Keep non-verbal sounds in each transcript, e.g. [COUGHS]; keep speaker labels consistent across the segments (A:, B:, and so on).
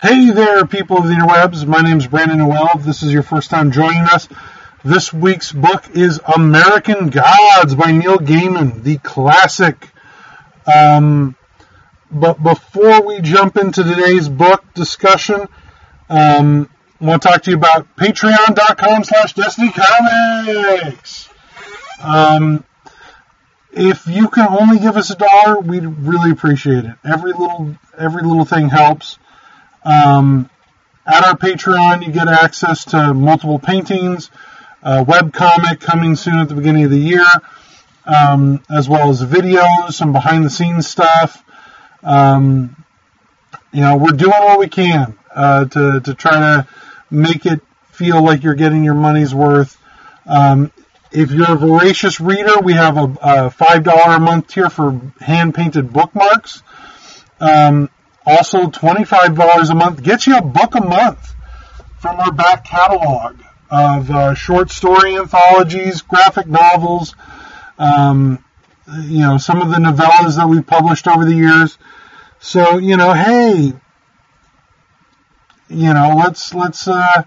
A: Hey there, people of the interwebs. My name is Brandon Noel. If this is your first time joining us, this week's book is American Gods by Neil Gaiman, the classic. Um, but before we jump into today's book discussion, um, I want to talk to you about patreon.com slash destiny comics. Um, if you can only give us a dollar, we'd really appreciate it. Every little every little thing helps. Um, at our Patreon, you get access to multiple paintings, a webcomic coming soon at the beginning of the year, um, as well as videos, some behind the scenes stuff. Um, you know, we're doing what we can uh, to, to try to make it feel like you're getting your money's worth. Um, if you're a voracious reader, we have a, a $5 a month tier for hand painted bookmarks. Um, also, $25 a month gets you a book a month from our back catalog of uh, short story anthologies, graphic novels, um, you know, some of the novellas that we've published over the years. So, you know, hey, you know, let's, let's, uh,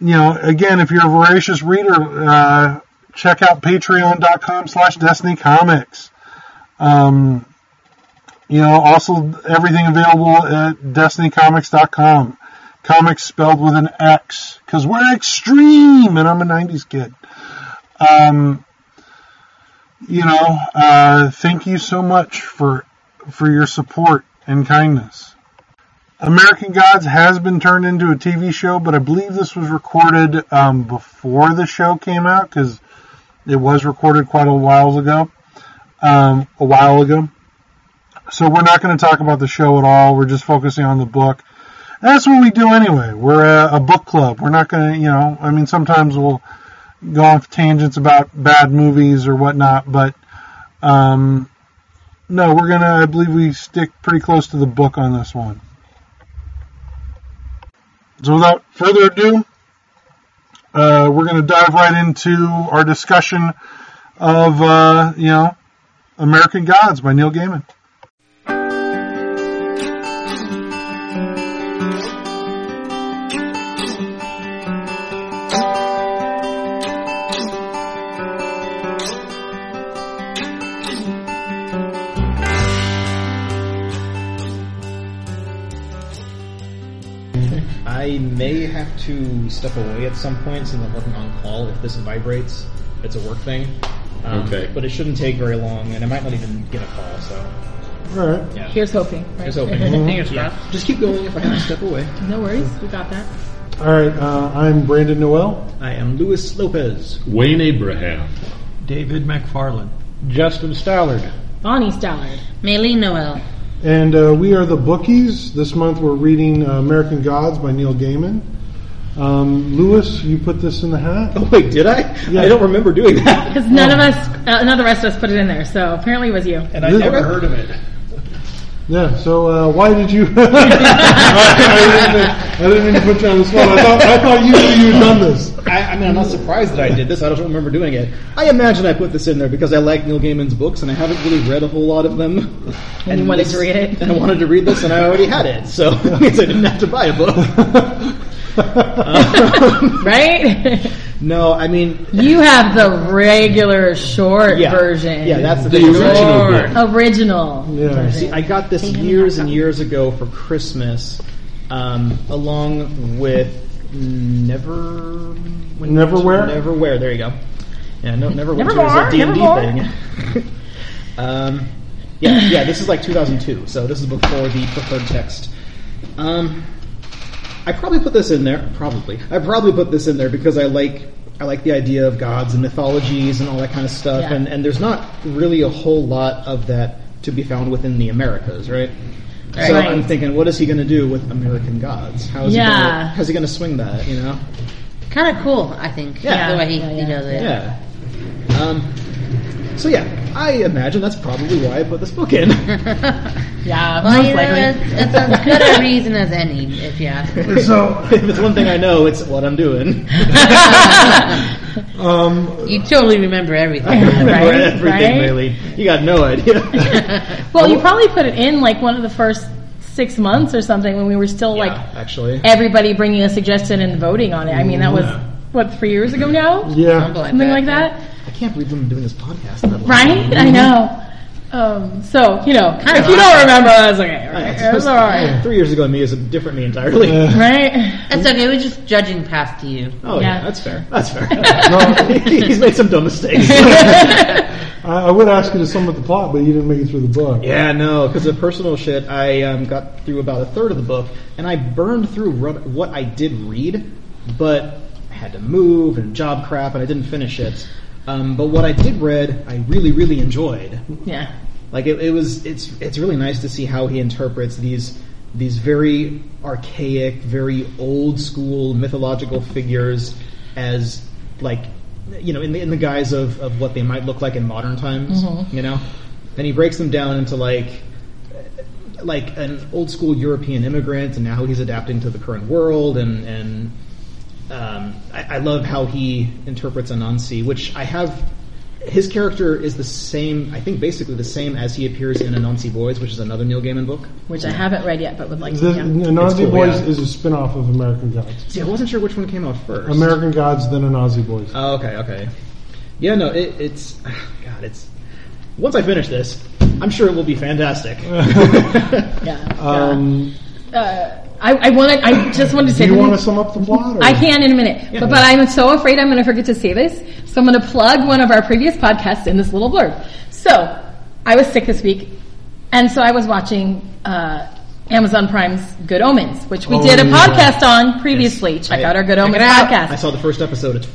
A: you know, again, if you're a voracious reader, uh, check out patreon.com slash destiny comics. Um, you know, also everything available at destinycomics.com. Comics spelled with an X, because we're extreme, and I'm a 90s kid. Um, you know, uh, thank you so much for for your support and kindness. American Gods has been turned into a TV show, but I believe this was recorded um, before the show came out because it was recorded quite a while ago. Um, a while ago, so we're not going to talk about the show at all. We're just focusing on the book. And that's what we do anyway. We're a, a book club. We're not going to, you know, I mean, sometimes we'll go off tangents about bad movies or whatnot, but um, no, we're going to, I believe we stick pretty close to the book on this one. So without further ado, uh, we're going to dive right into our discussion of, uh, you know, American Gods by Neil Gaiman.
B: I may have to step away at some point since I'm working on call. If this vibrates, it's a work thing. Um,
C: Okay.
B: But it shouldn't take very long, and I might not even get a call. So
A: All right.
B: yeah,
D: Here's hoping. Right?
B: Here's
E: [LAUGHS]
B: hoping.
D: Fingers
B: Yeah.
D: crossed.
B: Just keep going if I have to step away.
D: No worries. We got that.
A: All right, uh, I'm Brandon Noel.
B: I am Luis Lopez.
C: Wayne Abraham.
E: David McFarland.
F: Justin Stallard.
D: Bonnie Stallard.
G: Maylene Noel.
A: And uh, we are the bookies. This month we're reading uh, American Gods by Neil Gaiman. Um, Lewis, you put this in the hat.
B: Oh wait, did I? I don't remember doing that.
D: Because none of us, uh, none of the rest of us put it in there, so apparently it
B: [LAUGHS]
D: was you.
E: And I
A: Really?
E: never heard of it.
A: Yeah. So uh, why did you? [LAUGHS] I, didn't, mean to- I didn't mean to put you on the spot. I thought, I thought you knew you'd done this.
B: I, I mean, I'm not surprised that I did this. I don't remember doing it. I imagine I put this in there because I like Neil Gaiman's books, and I haven't really read a whole lot of them. And,
D: you wanted
B: this-
D: to read it.
B: And I wanted to read this, and I already had it,
D: [LAUGHS]
B: so it means I didn't have to buy a book.
D: Right?
B: no, I mean,
D: you have the regular short
B: yeah,
D: version.
B: Yeah, that's the,
C: The
B: thing.
C: original
G: Lord.
C: book.
D: original.
A: Yeah.
B: See, I got this years and years ago for Christmas, um, along with Never when-
A: Neverwhere?
B: Neverwhere. There you go. Yeah, no, Neverwinter
D: Nevermore,
B: is a D and
D: Nevermore.
B: D thing. [LAUGHS] um, yeah, yeah. This is like 2002, so this is before the preferred text. Um, I probably put this in there. Probably, I probably put this in there because I like I like the idea of gods and mythologies and all that kind of stuff.
D: Yeah.
B: And and there's not really a whole lot of that to be found within the Americas, right? So
D: Right.
B: I'm thinking, what is he going to do with American gods? How is he
D: Yeah.
B: gonna, how's he going to swing that? You know?
G: Kind of cool, I think.
B: Yeah.
G: The way he,
D: Yeah,
G: he
D: yeah.
G: does it.
B: Yeah. Um, so yeah, I imagine that's probably why I put this book in.
G: [LAUGHS]
D: Yeah,
G: Well,
D: most
G: you know, it's,
D: likely.
G: it's as good a reason as any, if you
D: [LAUGHS]
G: ask [LAUGHS] me.
A: So
B: [LAUGHS] if it's one thing I know, it's what I'm doing.
A: um,
G: You totally remember everything.
B: Remember
D: Right,
B: everything,
D: right.
B: Maylene. You got no idea. [LAUGHS]
D: Well, you probably put it in like one of the first six months or something when we were still
B: Yeah,
D: [LAUGHS] like eh,
B: actually.
D: everybody bringing a suggestion and voting on it. I mean, that was
H: Yeah.
D: what three years ago
A: [LAUGHS]
D: now,
I: Something
J: Yeah.
I: like
D: something
I: that.
D: like that,
B: I can't believe them doing this podcast that long.
D: right? I know. Um, so you know,
I: Kind of
D: if you don't
I: awesome.
D: remember, that's okay.
B: [LAUGHS]
D: Right? It's
B: It's-
D: all right,
B: Three years ago, me is a different me entirely.
J: Uh,
D: right?
I: That's okay. We're just judging past you.
B: oh yeah.
D: yeah.
B: that's fair. That's
D: [LAUGHS]
B: fair. [LAUGHS] He's made some dumb mistakes.
J: I, I would ask you to sum up the plot, but you didn't make it through the book.
B: yeah, no, because of personal shit, I um, got through about a third of the book, and I burned through rub- what I did read, but I had to move and job crap, and I didn't finish it. Um, but what I did read, I really, really enjoyed.
D: [LAUGHS] Yeah.
B: Like it, it was, it's it's really nice to see how he interprets these these very archaic, very old school mythological figures as like you know in the in the guise of of what they might look like in modern times. You know, and he breaks them down into like like an old school European immigrant, and now he's adapting to the current world. And and um, I, I love how he interprets Anansi, which I have. His character is the same, I think, basically the same as he appears in Anansi Boys, which is another Neil Gaiman book.
D: Which I haven't read yet, but would like
J: The,
D: to. Yeah.
J: Nazi
B: It's cool,
J: Boys
B: yeah.
J: is a spin off of American Gods.
B: See, I wasn't sure which one came out first.
J: American Gods, then a Nazi Boys.
B: Oh, okay, okay. Yeah, no, it, it's [SIGHS] God, it's. Once I finish this, I'm sure it will be fantastic. [LAUGHS]
D: yeah.
J: Um,
D: uh, I, I want to. I just wanted to
J: do
D: say.
J: you want to sum up the plot? Or?
D: I can in a minute, but, but I'm so afraid I'm going to forget to say this, so I'm going to plug one of our previous podcasts in this little blurb. So I was sick this week, and so I was watching uh, Amazon Prime's Good Omens, which we
J: Oh,
D: did a
J: yeah.
D: podcast on previously.
B: Oh,
D: Check out our Good Omens podcast.
B: I saw the first episode. It's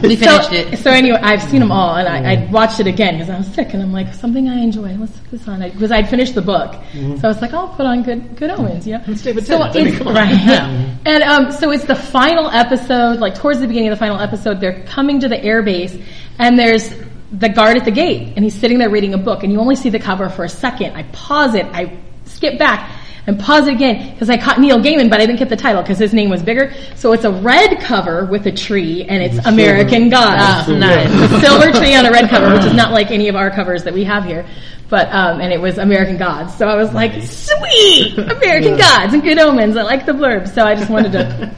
D: [LAUGHS]
I: We finished
D: so,
I: it.
D: So anyway, I've seen them all, and I, I watched it again because I was sick, and I'm like, something I enjoy. Let's put this on because I'd finished the book, so I was like, I'll put on Good Good Omens, you know.
B: It's David
D: so
B: Tennant, I mean,
D: it's-
B: come on.
D: right, yeah. and um, so it's the final episode, like towards the beginning of the final episode. They're coming to the airbase, and there's the guard at the gate, and he's sitting there reading a book, and you only see the cover for a second. I pause it, I skip back. And pause it again because I caught Neil Gaiman, but I didn't get the title because his name was bigger. So it's a red cover with a tree, and it's American Gods.
I: Oh, nice.
D: A [LAUGHS] silver tree on a red cover, which is not like any of our covers that we have here. But um, and it was American Gods, so I was like, sweet American Gods and Good Omens. I like the blurb, so I just wanted to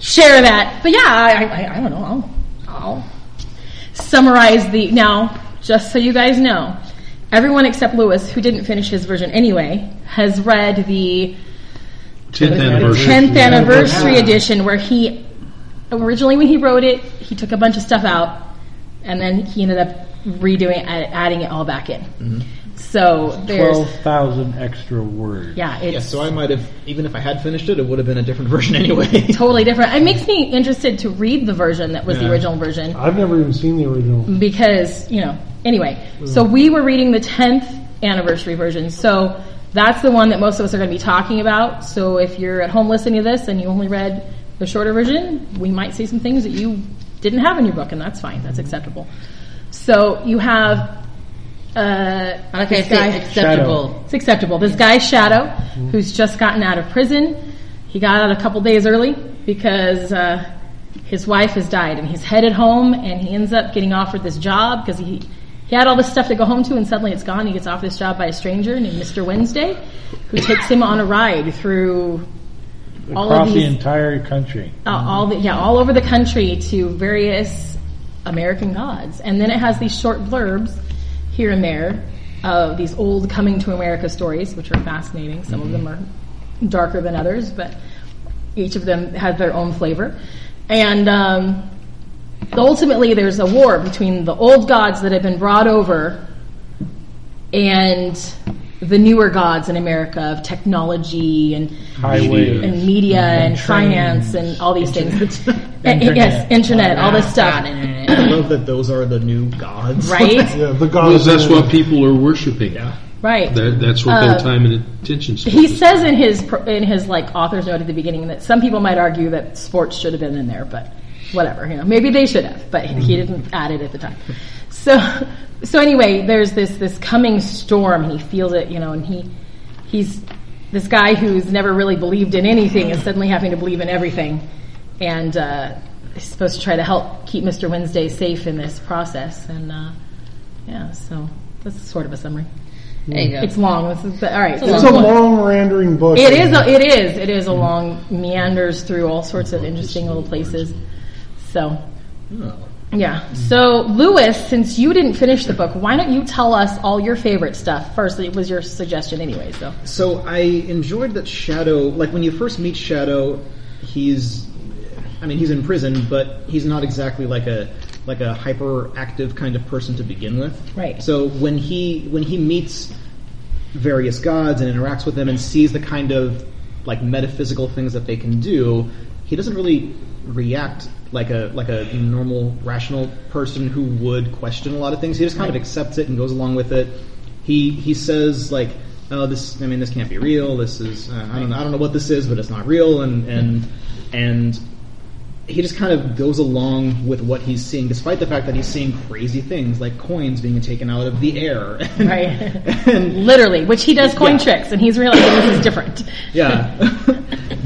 D: share that. But yeah, I, I, I don't know. I'll, I'll summarize the now. Just so you guys know, everyone except Lewis, who didn't finish his version anyway, has read the
H: Tenth
D: the
H: anniversary.
D: 10th anniversary edition where he originally when he wrote it he took a bunch of stuff out and then he ended up redoing it add- adding it all back in so there's
H: Twelve thousand extra words.
D: yeah it's
B: Yeah, so I might have, even if I had finished it, it would have been a different [LAUGHS] version anyway.
D: [LAUGHS] totally different it makes me interested to read the version that was the
B: Yeah.
D: original version
J: I've never even seen the
D: Mm,
J: original.
D: because you know anyway so we were reading the 10th anniversary version so that's the one that most of us are going to be talking about so if you're at home listening to this and you only read the shorter version we might see some things that you didn't have in your book and that's fine that's acceptable so you have uh,
I: Okay,
D: this
I: say
D: guy-
I: acceptable.
D: it's acceptable. This guy Shadow, who's just gotten out of prison, he got out a couple days early because uh, his wife has died, and he's headed home, and he ends up getting offered this job because he he had all this stuff to go home to, and suddenly it's gone. He gets offered this job by a stranger named Mr. Wednesday, who takes him on a ride through all
H: Across
D: of
H: the
D: these
H: entire country.
D: uh, all the, yeah all over the country to various American gods, and then it has these short blurbs here and there of these old coming to America stories, which are fascinating. Some of them are darker than others, but each of them has their own flavor. And um, ultimately, there's a war between the old gods that have been brought over and the newer gods in America of technology and
H: Highways.
D: and media and, finance and all these things. [LAUGHS] And- and- yes, internet, all this stuff,
I: God, internet.
B: I love that those are the new gods. [LAUGHS]
D: right?
J: Yeah, the
C: Because
J: gods.
C: Oh, that's what people are worshiping.
B: Yeah.
D: right.
C: That, that's what
D: Uh,
C: their time and attention's
D: He says in his pr- in his like author's note at the beginning that some people might argue that sports should have been in there, but whatever, you know, maybe they should have, but he- he didn't add it at the time. So so anyway, there's this this coming storm. He feels it, you know, and he he's this guy who's never really believed in anything is suddenly having to believe in everything, and uh, he's supposed to try to help keep Mr. Wednesday safe in this process. And uh, yeah, so that's sort of a summary.
I: There you go.
D: It's long. This is the, all right. so-
J: It's a long randering book.
D: It is. A, it is. It is a long meanders through all sorts of interesting little places. So, yeah. So, Lewis, since you didn't finish the book, why don't you tell us all your favorite stuff first? It was your suggestion, anyway. So,
B: So I enjoyed that Shadow, like when you first meet Shadow, he's, I mean, he's in prison, but he's not exactly like a like a hyperactive kind of person to begin with.
D: Right.
B: So when he when he meets various gods and interacts with them and sees the kind of like metaphysical things that they can do, he doesn't really react like a like a normal rational person who would question a lot of things. He just kind of accepts it and goes along with it. He he says like, "Oh, this. I mean, this can't be real. This is uh, I don't know, I don't know what this is, but it's not real." And and and he just kind of goes along with what he's seeing, despite the fact that he's seeing crazy things like coins being taken out of the air. [LAUGHS]
D: right,
B: and
D: literally, which he does coin
B: Yeah.
D: tricks, and he's realizing this is different.
B: Yeah.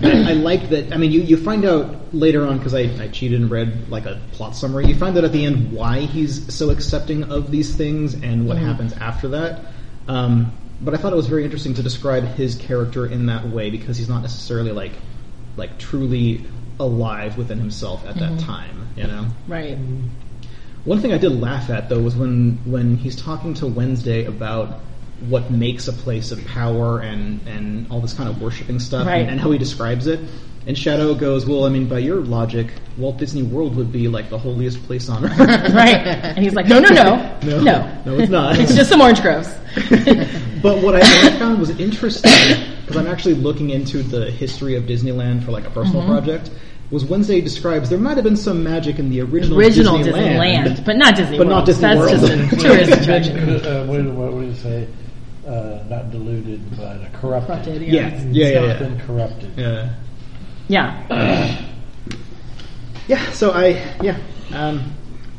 B: I like that. I mean, you, you find out later on, because I, I cheated and read like a plot summary, you find out at the end why he's so accepting of these things and what happens after that. Um, but I thought it was very interesting to describe his character in that way because he's not necessarily like like truly alive within himself at that time, you know?
D: Right.
B: One thing I did laugh at though was when when he's talking to Wednesday about what makes a place of power and and all this kind of worshiping stuff
D: Right.
B: and, and how he describes it. And Shadow goes, "Well, I mean, by your logic, Walt Disney World would be like the holiest place on earth." [LAUGHS]
D: [LAUGHS] Right. And he's like, no, no, no,
B: No.
D: no,
B: No, it's not.
D: it's just [LAUGHS] some orange groves.
B: [LAUGHS] but what I, what I found was interesting because I'm actually looking into the history of Disneyland for like a personal
D: Mm-hmm.
B: project. Was Wednesday describes there might have been some magic in the original,
D: Original Disneyland, but not Disney
B: But
D: World.
B: not Disney
D: That's
B: World. [LAUGHS]
D: just a tourist attraction.
H: Uh, what, what would you say? Uh, not diluted, but corrupted.
D: Corrupted,
B: Yeah, yeah, yeah, yeah.
H: Something corrupted.
B: yeah.
D: Yeah.
B: Yeah, so I yeah, um,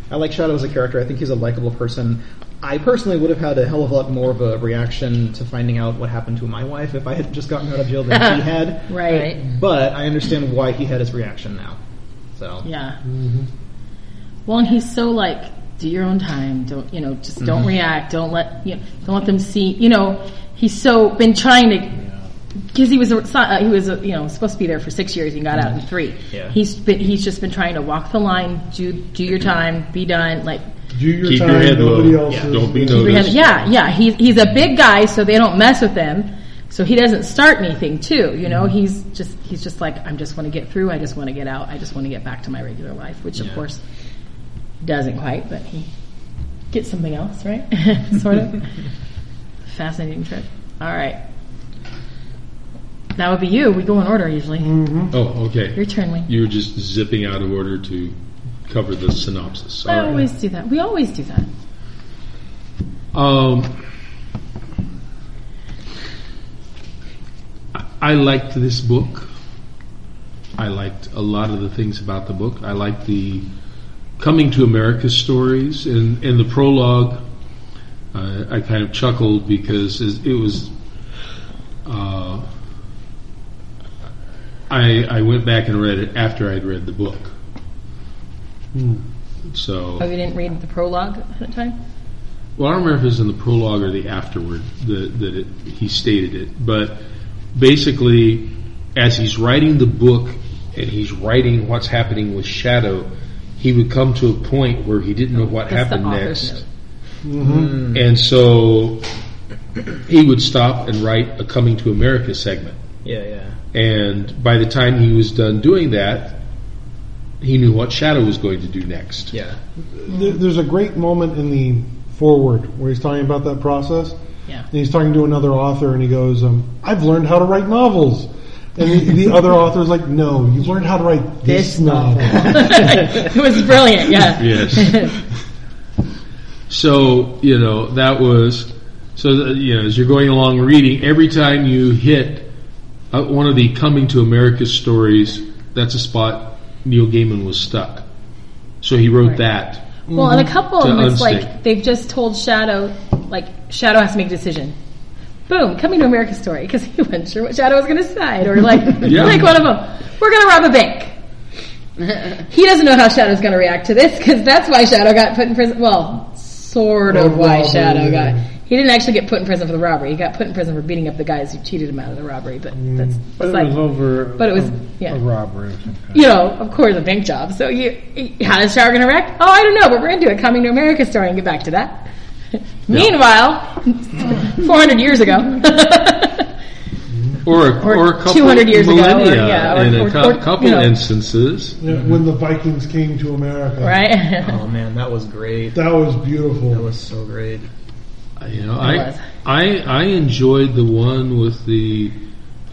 B: I like Shadow as a character. I think he's a likable person. I personally would have had a hell of a lot more of a reaction to finding out what happened to my wife if I had just gotten out of jail than
D: [LAUGHS]
B: he had.
D: Right.
B: But I understand why he had his reaction now. So
D: Yeah. Well, and he's so like, do your own time. Don't you know? Just don't react. Don't let you know, don't let them see. You know, he's so been trying to because he was a, so- uh, he was a, you know supposed to be there for six years. He got out in three.
B: Yeah.
D: He's been, he's just been trying to walk the line. Do do your time. Be done. Like
J: Do your
C: Keep
J: time.
C: your head
J: nobody
C: low.
J: else
C: Yeah.
J: is-
C: Don't be
D: we had-
C: noticed.
D: yeah, yeah. He's he's a big guy, so they don't mess with him. So he doesn't start anything too. You know, he's just he's just like I just want to get through. I just want to get out. I just want to get back to my regular life, which of course doesn't quite, but he gets something else, right? [LAUGHS] sort of. Fascinating trip. All right. That would be you. We go in order usually.
C: Oh,
D: Your
C: okay.
D: turn, Lee.
C: You were just zipping out of order to cover the synopsis.
D: I
C: All right.
D: always do that. We always do that.
C: Um, I- I liked this book. I liked a lot of the things about the book. I liked the coming to America stories and, and the prologue. Uh, I kind of chuckled because it it was. Uh, I I went back and read it after I'd read the book. So
D: Oh, you didn't read the prologue ahead of time?
C: well, I don't remember if it was in the prologue or the afterward that, that it, he stated it, but basically, as he's writing the book and he's writing what's happening with Shadow, he would come to a point where he didn't know what
D: That's the
C: happened
D: author's
C: next. And so he would stop and write a Coming to America segment.
B: yeah, yeah,
C: And by the time he was done doing that, he knew what Shadow was going to do next.
B: yeah.
J: There- There's a great moment in the forward where he's talking about that process.
D: Yeah. [LAUGHS]
J: And he's talking to another author, and he goes, um, "I've learned how to write novels." And the, the other author's like, "No, you learned how to write this, novel."
A: [LAUGHS]
D: it was brilliant. Yeah.
C: Yes. [LAUGHS] so you know that was so that, you know as you're going along reading, every time you hit uh, one of the coming to America stories, that's a spot Neil Gaiman was stuck. So he wrote
D: Right.
C: that.
D: Well, and a couple of
C: Mm-hmm. To
D: them, it's
C: unstick.
D: like they've just told Shadow, like Shadow has to make a decision. Boom, coming to America story because he [LAUGHS] wasn't sure what Shadow was going to decide, or like
C: [LAUGHS] Yeah.
D: like one of them, we're going to rob a bank. he doesn't know how Shadow's going to react to this because that's why Shadow got put in prison. Well, sort of
J: Well,
D: why
J: robbery,
D: Shadow
J: yeah.
D: got. He didn't actually get put in prison for the robbery. He got put in prison for beating up the guys who cheated him out of the robbery. But
C: Mm.
D: that's
H: But
D: aside-
H: it was over.
D: but it was-
H: a,
D: yeah.
H: a robbery. of some kind.
D: you know, of course, a bank job. So you, how is Shower gonna wreck? Oh, I don't know, but we're gonna do a Coming to America story and get back to that. Meanwhile, 400 years ago, [LAUGHS]
C: Or, a-
D: Or
C: or a couple
D: 200 years ago, or-
C: millennia
D: yeah, or-
C: in
D: or-
C: a cou-
D: or, you
C: couple
D: know.
C: instances.
A: When the Vikings came to America.
D: right?
B: Oh man, that was great.
A: That was beautiful.
B: That was so great.
C: You know,
D: was.
C: I, I I enjoyed the one with the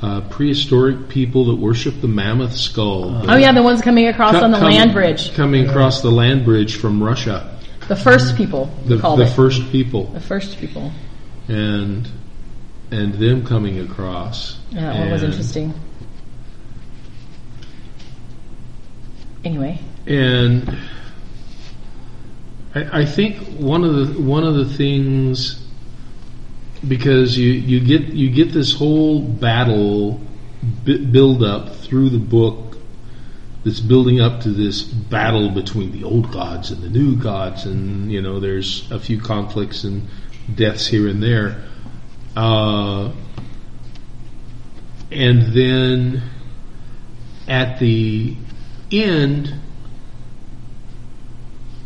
C: uh, prehistoric people that worship the mammoth skull.
D: oh yeah, the ones coming across
C: Co-
D: on the
C: coming-
D: land bridge,
C: Coming across the land bridge from Russia.
D: the first people
C: The,
D: called
C: the
D: it.
C: first people.
D: the first people.
C: And and them coming across.
D: Yeah, that one was
C: And-
D: interesting. Anyway,
C: And I, I think one of the one of the things because you, you get you get this whole battle b- build up through the book that's building up to this battle between the old gods and the new gods and you know there's a few conflicts and deaths here and there uh, and then at the end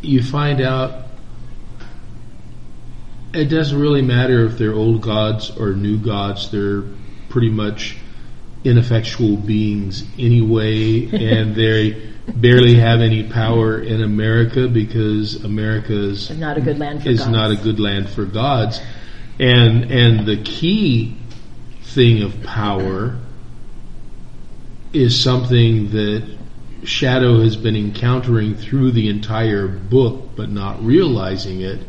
C: you find out it doesn't really matter if they're old gods or new gods. They're pretty much ineffectual beings anyway, and they barely have any power in America because America's
D: it's not a good land for
C: is
D: gods.
C: not a good land for gods. And and the key thing of power is something that Shadow has been encountering through the entire book but not realizing it.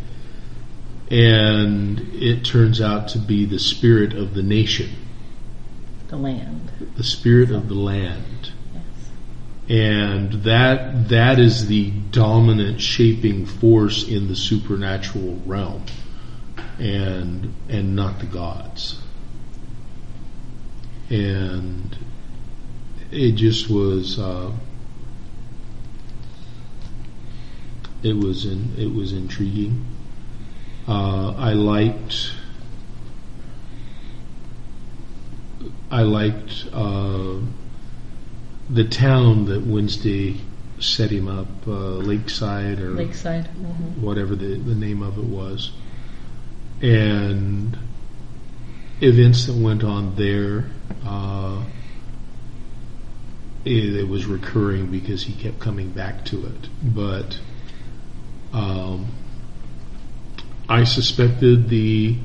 C: And it turns out to be the spirit of the nation,
D: the land.
C: the spirit of the land. And that that is the dominant shaping force in the supernatural realm and and not the gods. And it just was uh, it was in, it was intriguing. Uh, I liked I liked uh, the town that Wednesday set him up, uh, Lakeside or
D: Lakeside. Mhm.
C: whatever the, the name of it was, and events that went on there. Uh, it, it was recurring because he kept coming back to it, but um, I suspected the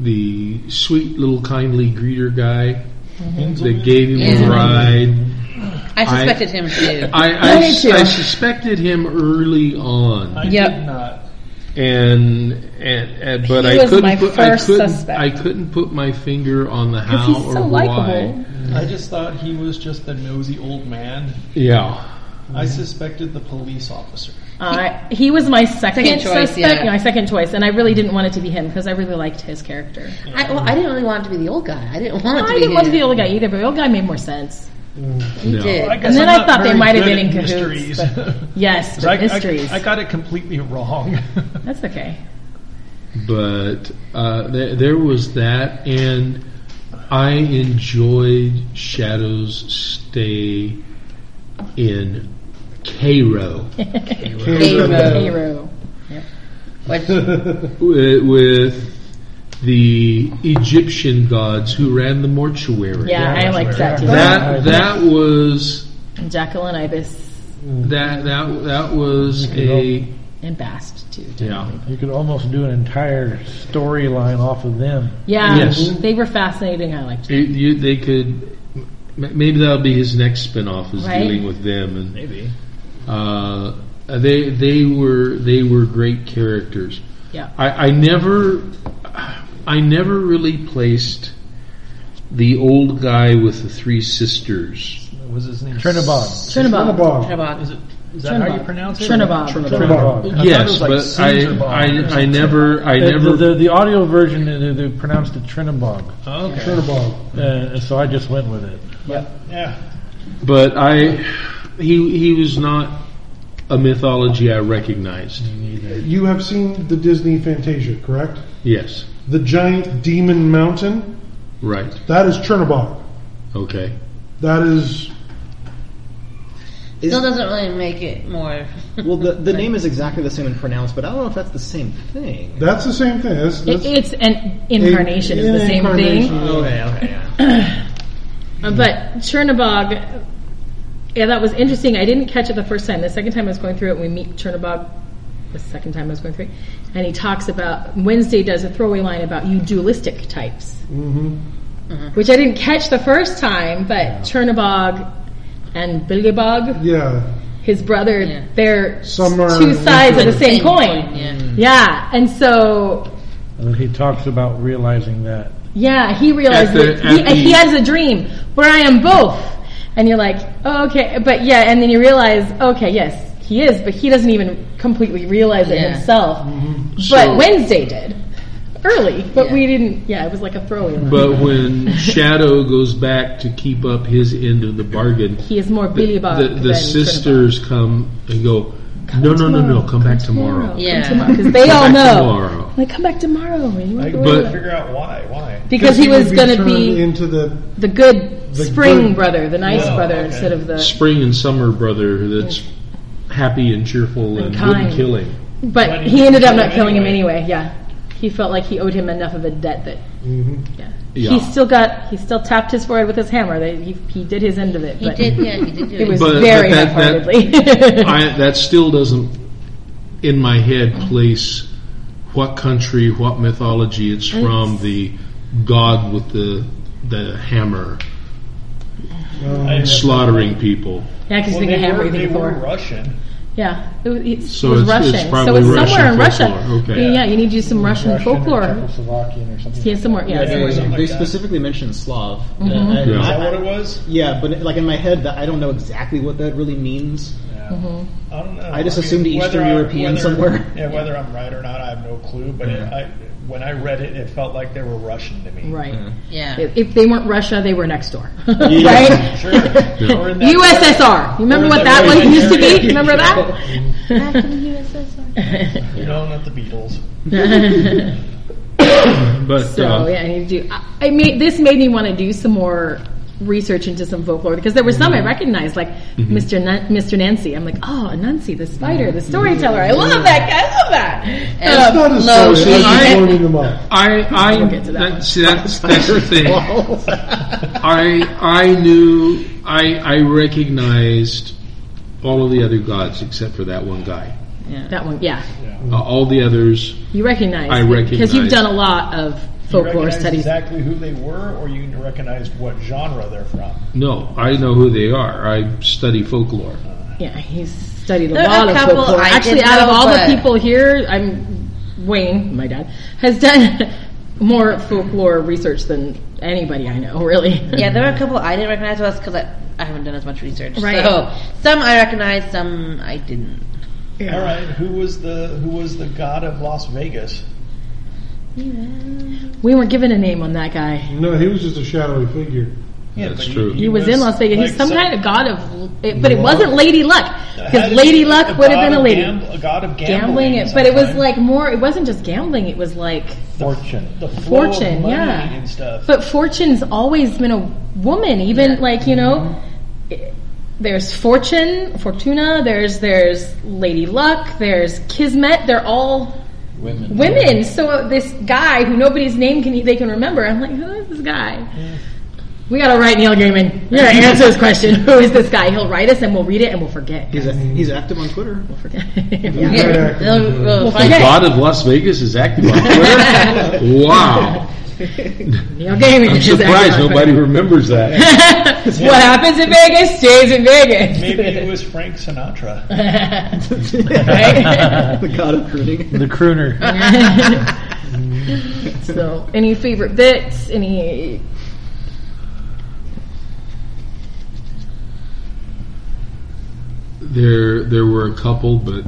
C: the sweet little kindly greeter guy that gave him
I: Yeah.
C: a ride.
I: I suspected him too.
C: I,
D: Me
C: I,
D: too.
C: I suspected him early on
H: I
I: Yep.
H: did not.
C: and, and, and but
D: He
C: I
D: was
C: couldn't
D: my
C: put,
D: first
C: I couldn't
D: suspect.
C: I couldn't put my finger on the how
D: he's
C: or
D: so
C: why.
D: likable.
K: I just thought he was just a nosy old man.
C: Yeah,
B: Mm-hmm.
K: I suspected the police officer.
D: Uh, he was my second,
I: Second choice,
D: suspect,
I: yeah.
D: my second choice, and I really didn't want it to be him because I really liked his character.
I: I, well, I didn't really want it to be the old guy. I didn't want it to
D: I
I: be
D: didn't want to
I: him.
D: be the old guy either, but the old guy made more sense.
I: He
C: No.
I: did.
K: guess
D: then
K: I'm
D: I
K: not
D: thought they
K: very
D: might have
K: good
D: been
K: at
D: in
K: mysteries.
D: cahoots,
K: [LAUGHS]
D: Yes, but
K: I, I-
D: mysteries.
K: I got it completely wrong. [LAUGHS]
D: That's okay.
C: but uh, there, there was that, and I enjoyed Shadow's stay in
D: [LAUGHS]
C: Cairo
I: Cairo.
D: Hero.
I: Which,
C: with, with the Egyptian gods who ran the mortuary.
D: Yeah, I liked that too.
C: That that was
D: And Jacqueline Ibis
C: that that that was a
D: and Bast too.
C: yeah.
H: You could almost do an entire storyline off of them.
D: Yeah,
C: Yes.
D: they were fascinating. I liked.
C: It, you, they could. m- Maybe that'll be his next spin-off is
D: Right.
C: dealing with them, and
B: Maybe.
C: uh, they they were they were great characters.
D: Yeah,
C: I, I never I never really placed the old guy with the three sisters.
K: was his name?
H: Trinabog.
D: Trinabog.
K: Is, it, is that how
D: Trinabog.
K: you pronounce it?
D: Trinabog.
H: Trinabog.
K: thought it
C: yes,
K: was like
C: but I,
K: Caesar Bog
C: I
K: or
C: I
K: something.
C: never I
H: The-
C: never
H: the, the, the audio version they, they pronounced it Trinabog,
K: Oh, okay.
A: Trinabog.
H: uh, so I just went with it.
K: Yeah.
C: but I he he was not a mythology I recognized.
K: Mm.
A: You have seen the Disney Fantasia, correct?
C: Yes,
A: The giant demon mountain,
C: right.
A: that is Chernobog.
C: Okay.
A: That is
I: Still doesn't really make it more. [LAUGHS]
B: Well, the, the name is exactly the same in pronounced, but I don't know if that's the same thing.
A: that's the same thing. That's,
D: It,
A: that's
D: it's an incarnation is the same
A: Incarnation.
D: thing.
B: Okay, okay, yeah.
D: Uh, But Chernobog, yeah, that was interesting. I didn't catch it the first time. The second time I was going through it, we meet Chernobog. The second time I was going through, it, and he talks about Wednesday does a throwaway line about you dualistic types, Uh-huh. which I didn't catch the first time. But Chernobog and Bilgebog,
A: yeah.
D: his brother,
I: Yeah.
D: they're
A: Some are
D: two sides of the same,
I: Same
D: coin.
I: yeah.
D: yeah, and so
H: And he talks about realizing that.
D: Yeah, he realized
C: At the-
D: that he,
C: at the-
D: he has a dream where I am both. And you're like, oh, okay, but yeah, and then you realize, okay, yes, he is, but he doesn't even completely realize it
I: Yeah. Mm-hmm.
D: himself.
C: So-
D: But Wednesday did. Early, but
I: Yeah.
D: we didn't, yeah, it was like a throwaway line.
C: But when Shadow goes back to keep up his end of the bargain,
D: he is more Billy Bob
C: the, the, the
D: than
C: sisters come and go, no, no, no, no, come back tomorrow.
I: Yeah.
D: Because they
C: Come
D: all
C: back
D: know.
C: tomorrow.
D: Like, come back tomorrow. and you wanna go
C: But-
D: to the-"
K: Figure out why. Why?
D: because he was
A: would
D: going to
A: turned
D: be
A: into the
D: the good
A: the
D: spring
A: good-
D: brother, the nice
K: Oh,
D: brother,
K: okay.
D: instead of the.
C: Spring and summer brother that's happy and cheerful and,
D: And
C: wouldn't
D: kind.
C: kill him.
D: But he ended up not killing him anyway. Yeah, he felt like he owed him enough of a debt that. Yeah.
C: Mm-hmm. Yeah.
D: He still got. He still tapped his forehead with his hammer. They, he, he did his end of it.
I: He
D: but
I: did, yeah, he did do it.
D: It was
C: But- but
D: very
C: that- that- [LAUGHS]
D: half-heartedly.
C: I, that still doesn't, in my head, place what country, what mythology it's from. The god with the the hammer
B: Mm-hmm.
K: I-
C: slaughtering people.
D: [LAUGHS] yeah, because
K: well,
D: you think
K: they
D: of hammer,
K: were,
D: you
K: they
D: think of
K: were
D: Thor.
K: Russian.
D: Yeah, it, was- it
C: So it's-
D: was
C: it's
D: Russian. so
C: probably
D: it's somewhere in
C: Russian
D: Russia.
C: folklore. Okay.
D: Yeah, yeah, you need to use some Russian,
H: Russian
D: folklore.
H: Or Czechoslovakian or something.
D: Yeah, somewhere. [LAUGHS] Yeah, Oh
B: they,
D: somewhere.
K: like
B: they
K: that.
B: specifically mentioned Slav.
D: Mm-hmm.
B: Yeah, I-
C: Yeah.
K: Is that
B: I-
K: what it was?
B: yeah, but like in my head, that I don't know exactly what that really means.
D: Mm-hmm.
K: I don't know.
B: I just assumed Eastern
K: whether I-
B: European
K: whether-
B: somewhere.
K: [LAUGHS] Yeah, whether I'm right or not, I have no clue. But it, I, when I read it, it felt like they were Russian to me.
D: Right.
I: Yeah.
D: If if they weren't Russia, they were next door,
B: Yeah,
D: [LAUGHS] right?
K: sure. Yeah.
D: [LAUGHS]
K: Or in that-
D: USSR. You remember
K: in
D: what that
K: that
D: one
K: movie.
D: used
C: [LAUGHS]
D: to be? Remember that?
C: Mm-hmm.
D: [LAUGHS]
K: You know, not the Beatles.
C: But
D: So
C: uh,
D: yeah, I need to do. I, I made this made me want to do some more research into some folklore because there were some I recognized, like Mr. Nan- Mr. Nancy. I'm like, oh, Nancy, the spider, the storyteller. I love that guy. I love that. Um,
A: it's not a
I: No,
A: story. I'm
C: I-
A: just warming them up.
C: I, I
D: We'll get to that one.
C: that's,
D: [LAUGHS]
C: that's, that's the thing. I I knew I I recognized all of the other gods except for that one guy.
D: that one, yeah,
C: Uh, all the others,
D: you recognize.
C: I
D: because
C: recognize.
D: you've done a lot of
K: You
D: folklore
K: recognize
D: studies.
K: exactly who they were, or you recognize what genre they're from.
C: no, I know who they are. I study folklore.
D: Yeah, he's studied a
I: There are
D: lot
I: a
D: of
I: couple
D: folklore.
I: I did
D: Actually, out of
I: know,
D: all the
I: but-
D: people here, I'm Wayne, my dad, has done [LAUGHS] more folklore research than anybody I know. Really.
I: Yeah, there were a couple I didn't recognize was because I, I haven't done as much research.
D: Right.
I: So some I recognized, some I didn't.
D: [LAUGHS] Yeah.
K: All right, who was the who was the god of Las Vegas?
D: We weren't given a name on that guy.
A: No, he was just a shadowy figure.
K: Yeah,
C: That's
K: but
C: true.
D: He was, in Las Vegas.
K: like
D: He's some kind of god of, it, but it
A: Luck.
D: wasn't Lady Luck
K: Had
D: because
K: to
D: Lady
K: be
D: Luck would have
K: god
D: been a
K: of
D: lady
K: gam- a god of
D: gambling.
K: gambling.
D: It, but it was
K: sometime.
D: like more. It wasn't just gambling. It was like
H: Fortune.
K: the flow of
D: fortune.
K: money
D: Yeah.
K: and stuff.
D: But fortune's always been a woman. Even
I: Yeah.
D: like you know, it- there's fortune, fortuna. There's there's Lady Luck. There's kismet. They're all
H: Women.
D: women. So this guy who nobody's name can they can remember. I'm like, who is this guy? We gotta write Neil Gaiman. You gotta answer this question. Who is this guy? He'll write us and we'll read it and we'll forget.
B: He's a, he's active on Twitter. We'll forget.
D: [LAUGHS] Yeah.
A: Right
I: Yeah,
A: after
I: [LAUGHS] they'll-
A: we do it.
I: we'll
C: The
I: find out.
C: god of Las Vegas is active on
D: [LAUGHS]
C: Twitter. wow!
D: Neil Gaiman.
C: I'm
D: is active
C: surprised
D: on
C: nobody remembers that.
D: Twitter. [LAUGHS] what happens in Vegas stays in Vegas.
K: Maybe it was Frank Sinatra.
D: [LAUGHS] Right?
B: [LAUGHS] the god of crooning.
H: The crooner.
D: [LAUGHS] so, any favorite bits? Any?
C: There there were a couple, but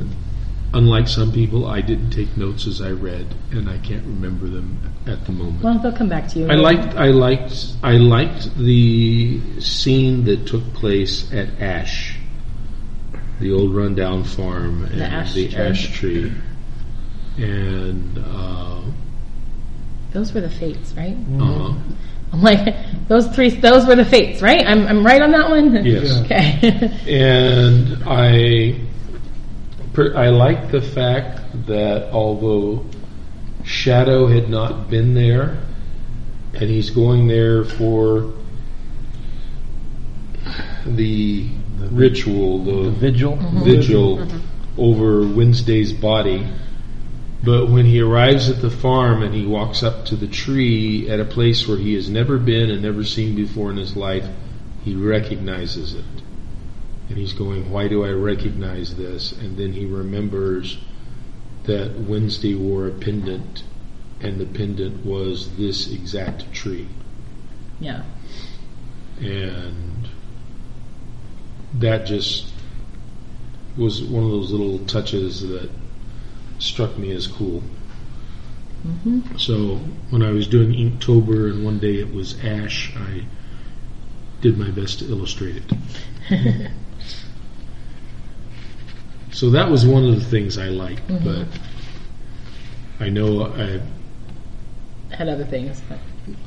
C: unlike some people, I didn't take notes as I read, and I can't remember them at the moment.
D: Well, they'll come back to you.
C: I liked I liked I liked the scene that took place at Ash the old rundown farm and the
D: ash
C: ash,
D: tree.
C: tree. And uh,
D: Those were the fates, right?
C: uh
D: I'm like, those three, those were the fates, right? I'm, I'm right on that one?
C: Yes.
D: [LAUGHS] Okay.
C: and I per, I like the fact that although Shadow had not been there, and he's going there for the ritual, the
H: Vigil.
C: vigil over Wednesday's body. But when he arrives at the farm and he walks up to the tree at a place where he has never been and never seen before in his life, he recognizes it. And he's going, Why do I recognize this? And then he remembers that Wednesday wore a pendant, and the pendant was this exact tree
D: Yeah.
C: and that just was one of those little touches that struck me as cool. So when I was doing Inktober, and one day it was ash, I did my best to illustrate it. so that was one of the things I liked, but I know I
D: Had other things, but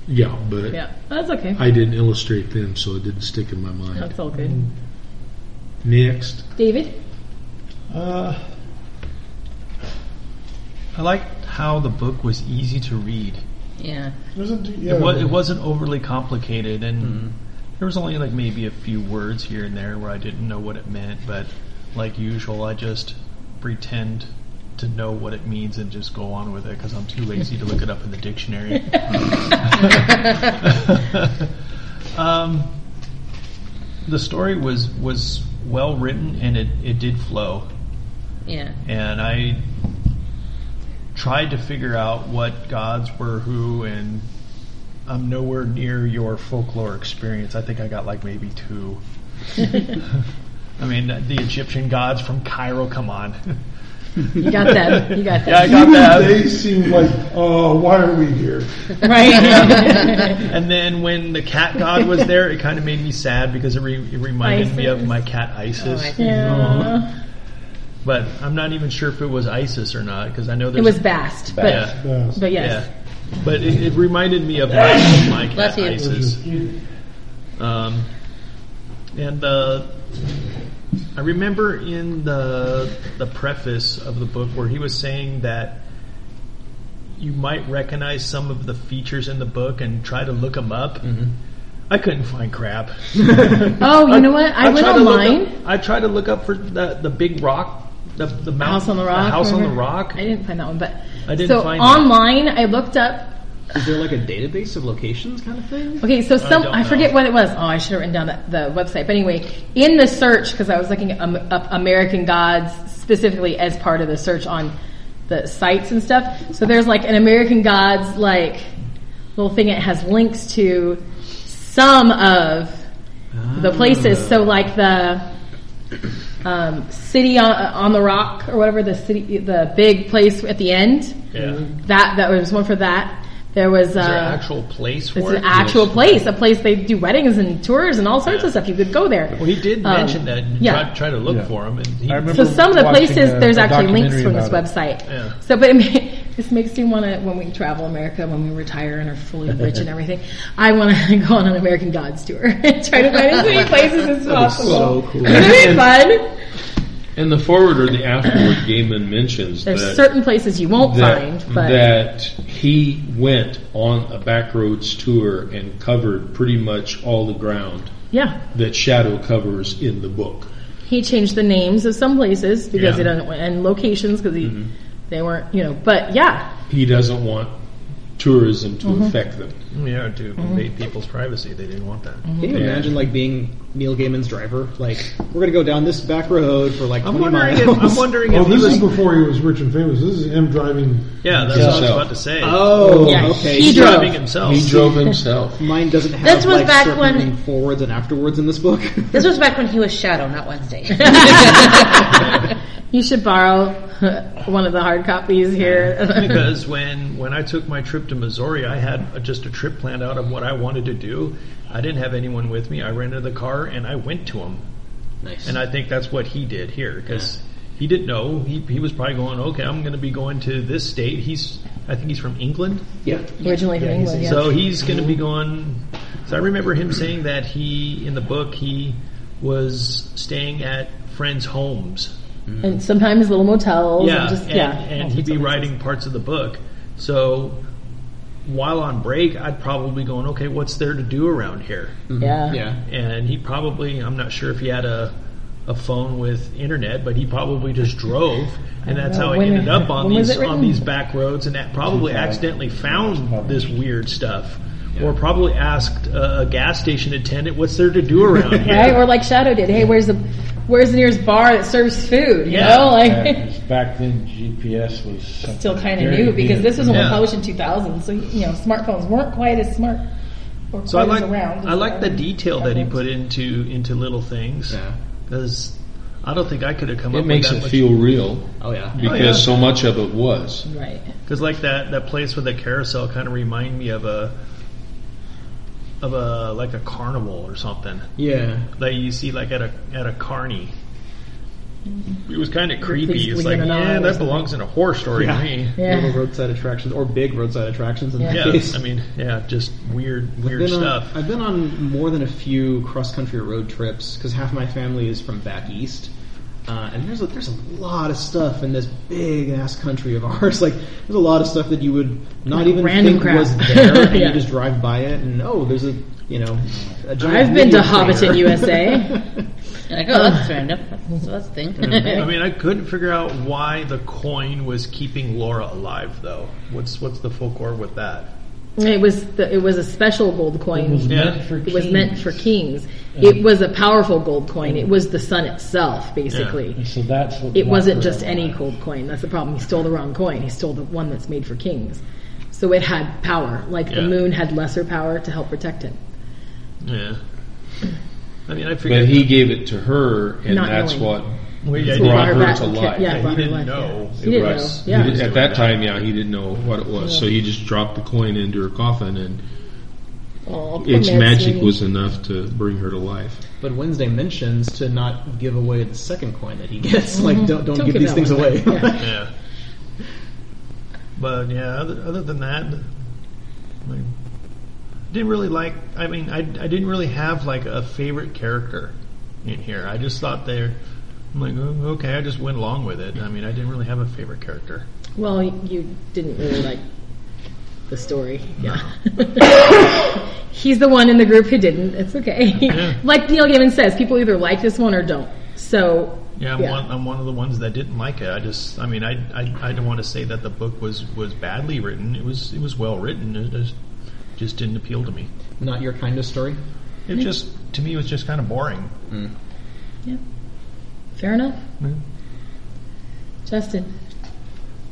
C: yeah, but
D: yeah. That's okay.
C: I didn't illustrate them, so it didn't stick in my mind.
D: That's all good.
C: Next.
D: David?
K: Uh, I liked how the book was easy to read.
I: Yeah.
A: Doesn't do- yeah.
K: It, was, it wasn't overly complicated, and there was only like maybe a few words here and there where I didn't know what it meant. But like usual, I just pretend to know what it means and just go on with it because I'm too lazy to look it up in the dictionary. um, the story was was well written and it, it did flow
I: Yeah.
K: and I tried to figure out what gods were who, and I'm nowhere near your folklore experience. I think I got like maybe [LAUGHS] two. I mean, the Egyptian gods from Cairo, come on.
D: You got that. You got
K: [LAUGHS] yeah,
D: that.
K: I got [LAUGHS]
A: Even
K: that.
A: They seem like, uh, why are we here?
D: Right?
K: [LAUGHS] And then when the cat god was there, it kind of made me sad because it, re- it reminded me of
D: Isis.
K: my cat
I: Oh,
K: Isis.
D: yeah.
K: But I'm not even sure if it was Isis or not because I know
D: It
K: there's
D: was vast, but,
K: Yeah.
A: Yes.
D: but yes.
K: Yeah, but it, it reminded me of my, my cat
I: Bless you.
K: Isis. Um, and uh, I remember in the the preface of the book where he was saying that you might recognize some of the features in the book and try to look them up. I couldn't find crap.
D: Oh, you know what? I went
K: tried to look
D: online.
K: up- I tried to look up for the the big rock, the the mount,
D: House on the Rock.
K: house on the
D: remember?
K: rock.
D: I didn't find that one, but
K: I didn't
D: so
K: find that.
D: online I looked up.
B: Is there like a database of locations kind of thing?
D: Okay, so some
K: don't
D: I, forget
K: know.
D: what it was. Oh, I should have written down that, the website. But anyway, in the search because I was looking um, up American gods specifically as part of the search on the sites and stuff. So there's like an American gods like little thing. It has links to some of the
K: Ah.
D: places. So like the um, city on, on the rock or whatever the city, the big place at the end.
K: yeah.
D: That that was one for that. There was
K: Is there
D: uh,
K: an actual place for
D: it's
K: it?
D: an actual place, a place they do weddings and tours and all sorts of stuff. You could go there.
K: Well, he did
D: Um,
K: mention that. and
D: yeah.
K: Try, try to look
H: Yeah.
K: for him, and he,
H: I remember
D: so some of the
H: watching
D: places
H: a-
D: there's
H: a
D: actually links
H: documentary
D: from this
H: about it.
D: website.
K: Yeah.
D: So, but it ma- this makes me want to when we travel America, when we retire and are fully rich and everything, I want to [LAUGHS] go on an American Gods tour [LAUGHS] and try to find as many places as possible.
C: so
D: [LAUGHS]
C: cool.
D: Wouldn't it be fun?
C: And the forward or the afterward, Gaiman mentions
D: There's
C: that,
D: certain places you won't
C: that,
D: find, but
C: that he went on a backroads tour and covered pretty much all the ground
D: yeah,
C: that Shadow covers in the book.
D: he changed the names of some places because
C: Yeah.
D: he doesn't and locations because he they weren't you know. But yeah,
C: He doesn't want tourism to affect them.
K: yeah, to
D: Mm-hmm.
K: invade people's privacy. They didn't want that.
B: Can you imagine like being Neil Gaiman's driver? Like, we're gonna go down this back road for like
K: I'm
B: 20
K: wondering. If,
B: miles.
K: I'm wondering
A: Well,
K: if he
A: Oh, this is
K: was.
A: before he was rich and famous. This is him driving.
K: Yeah, that's what I was
C: himself.
K: about to say.
B: [LAUGHS] Oh,
D: Yeah,
B: okay.
D: he
K: he's
D: drove.
K: driving himself.
C: He drove himself.
B: [LAUGHS] Mine doesn't have
I: This was
B: like,
I: back
B: certain
I: when-
B: moving forwards and afterwards in this
K: [LAUGHS]
B: book.
I: This was back when he was Shadow, not Wednesday. [LAUGHS]
D: You should borrow [LAUGHS] one of the hard copies [LAUGHS] here.
K: because when when I took my trip to Missouri, I had a, just a trip planned out of what I wanted to do. I didn't have anyone with me. I rented the car and I went to him.
L: Nice.
K: And I think that's what he did here because he didn't know. He, he was probably going, okay, I'm going to be going to this state. He's, I think he's from England.
B: Yeah.
D: Originally from
H: Yeah, he's
D: England, yeah.
K: So he's going to be going. So I remember him saying that he, in the book, he was staying at friends' homes.
D: and sometimes little motels.
K: Yeah.
D: and just,
K: and,
D: yeah.
K: and
D: all sorts
K: he'd
D: of
K: be
D: places.
K: writing parts of the book. So while on break, I'd probably going, okay, what's there to do around here?
D: Yeah.
L: yeah.
K: and he probably I'm not sure if he had a a phone with internet, but he probably just drove, and that's
D: know.
K: how
D: [LAUGHS]
K: he
D: When-
K: ended up on
D: when was
K: these
D: it
K: on
D: written?
K: these back roads, and that probably accidentally found this weird stuff, or probably asked a, a gas station attendant, "What's there to do
D: [LAUGHS]
K: around here?"
D: Right? Or like Shadow did. Hey, where's the where's the nearest bar that serves food? You
K: Yeah.
D: know, like
H: Back back then, GPS was
D: [LAUGHS]
H: something
D: still kind of
H: very
D: new because
H: good.
D: this was only
K: Yeah.
D: published in 2000, so you know smartphones weren't quite as smart. Or
K: So I
D: quite
K: like
D: as around
K: I like the detail that he
D: Around.
K: put into into little things
L: Yeah.
K: because I don't think I could have come
C: It
K: up
C: makes
K: with
C: it
K: that
C: feel real
L: Oh yeah.
C: because
K: yeah.
C: so much of it was.
D: Right.
K: because like that that place with the carousel kind of remind me of a of a like a carnival or something.
L: Yeah.
K: that you see like at a at a carny. It was kind of
D: pleased
K: creepy. It's
D: Mm-hmm. we
K: like,
D: got an eye
K: yeah,
D: or
K: that
D: something."
K: belongs in a horror story to
D: [LAUGHS]
K: me.
D: Yeah.
L: Little roadside attractions or big roadside attractions in
D: Yeah.
L: that
K: Yeah,
L: case.
K: I mean, yeah, just weird, weird
L: Been on-
K: stuff.
L: I've been on more than a few cross country road trips because half my family is from back east. Uh, and there's a, there's a lot of stuff in this big ass country of [LAUGHS] ours. Like there's a lot of stuff that you would not even
D: random
L: think
D: crap.
L: was there,
D: [LAUGHS]
L: and
D: Yeah.
L: you just drive by it, and oh, there's a you know. A giant
D: I've been to
L: video player.
D: Hobbiton, USA.
L: [LAUGHS]
I: You're like, oh, that's random. That's, that's a thing.
K: I mean, I couldn't figure out why the coin was keeping Laura alive, though. What's what's the folklore with that?
D: [LAUGHS] It was the, it was a special gold coin.
H: It was
K: Yeah.
H: meant for
D: It was meant for kings. It was a powerful gold coin. It was the sun itself, basically.
H: And so that's what
D: It
H: brought
D: wasn't
H: her
D: just any
H: alive.
D: gold coin. That's the problem. He stole the wrong coin. He stole the one that's made for kings. So it had power. Like the
K: Yeah.
D: moon had lesser power to help protect him.
K: Yeah, I mean, I
C: But
K: figured
C: he gave it to her, and
D: Not
C: that's what
D: knowing.
K: Wait, yeah,
C: brought
K: he brought
D: her
C: her
D: back
C: to
D: and
C: life.
D: kept- yeah.
K: yeah,
D: brought
K: he
D: her
K: didn't
D: life,
K: know.
D: He didn't
C: Right.
D: know.
C: He
D: Yeah.
C: did- at that time, yeah, he didn't know what it was, so he just dropped the coin into her coffin, and
D: Aw, poor
C: its
D: Mary
C: magic
D: Sue.
C: was enough to bring her to life.
L: But Wednesday mentions to not give away the second coin that he gets. Like don't don't, give, these
D: Mm-hmm. that
L: things
D: one
L: away.
D: away. Yeah.
K: Yeah. But yeah, other, other than that, I didn't really like. I mean, I, I didn't really have like a favorite character in here. I just thought they're. I'm like, oh, okay, I just went along with it. I mean, I didn't really have a favorite character.
D: Well, you didn't really like the story. Yeah. [LAUGHS] He's the one in the group who didn't. It's okay. like Neil Gaiman says, people either like this one or don't. So,
K: Yeah, I'm,
D: Yeah.
H: uh,
K: One, I'm one of the ones that didn't like it. I just, I mean, I, I, I don't want to say that the book was was badly written. It was, it was well written. It just, just didn't appeal to me.
L: [LAUGHS] Not your kind of story.
K: It just, to me, was just kind of boring.
D: fair enough. Justin,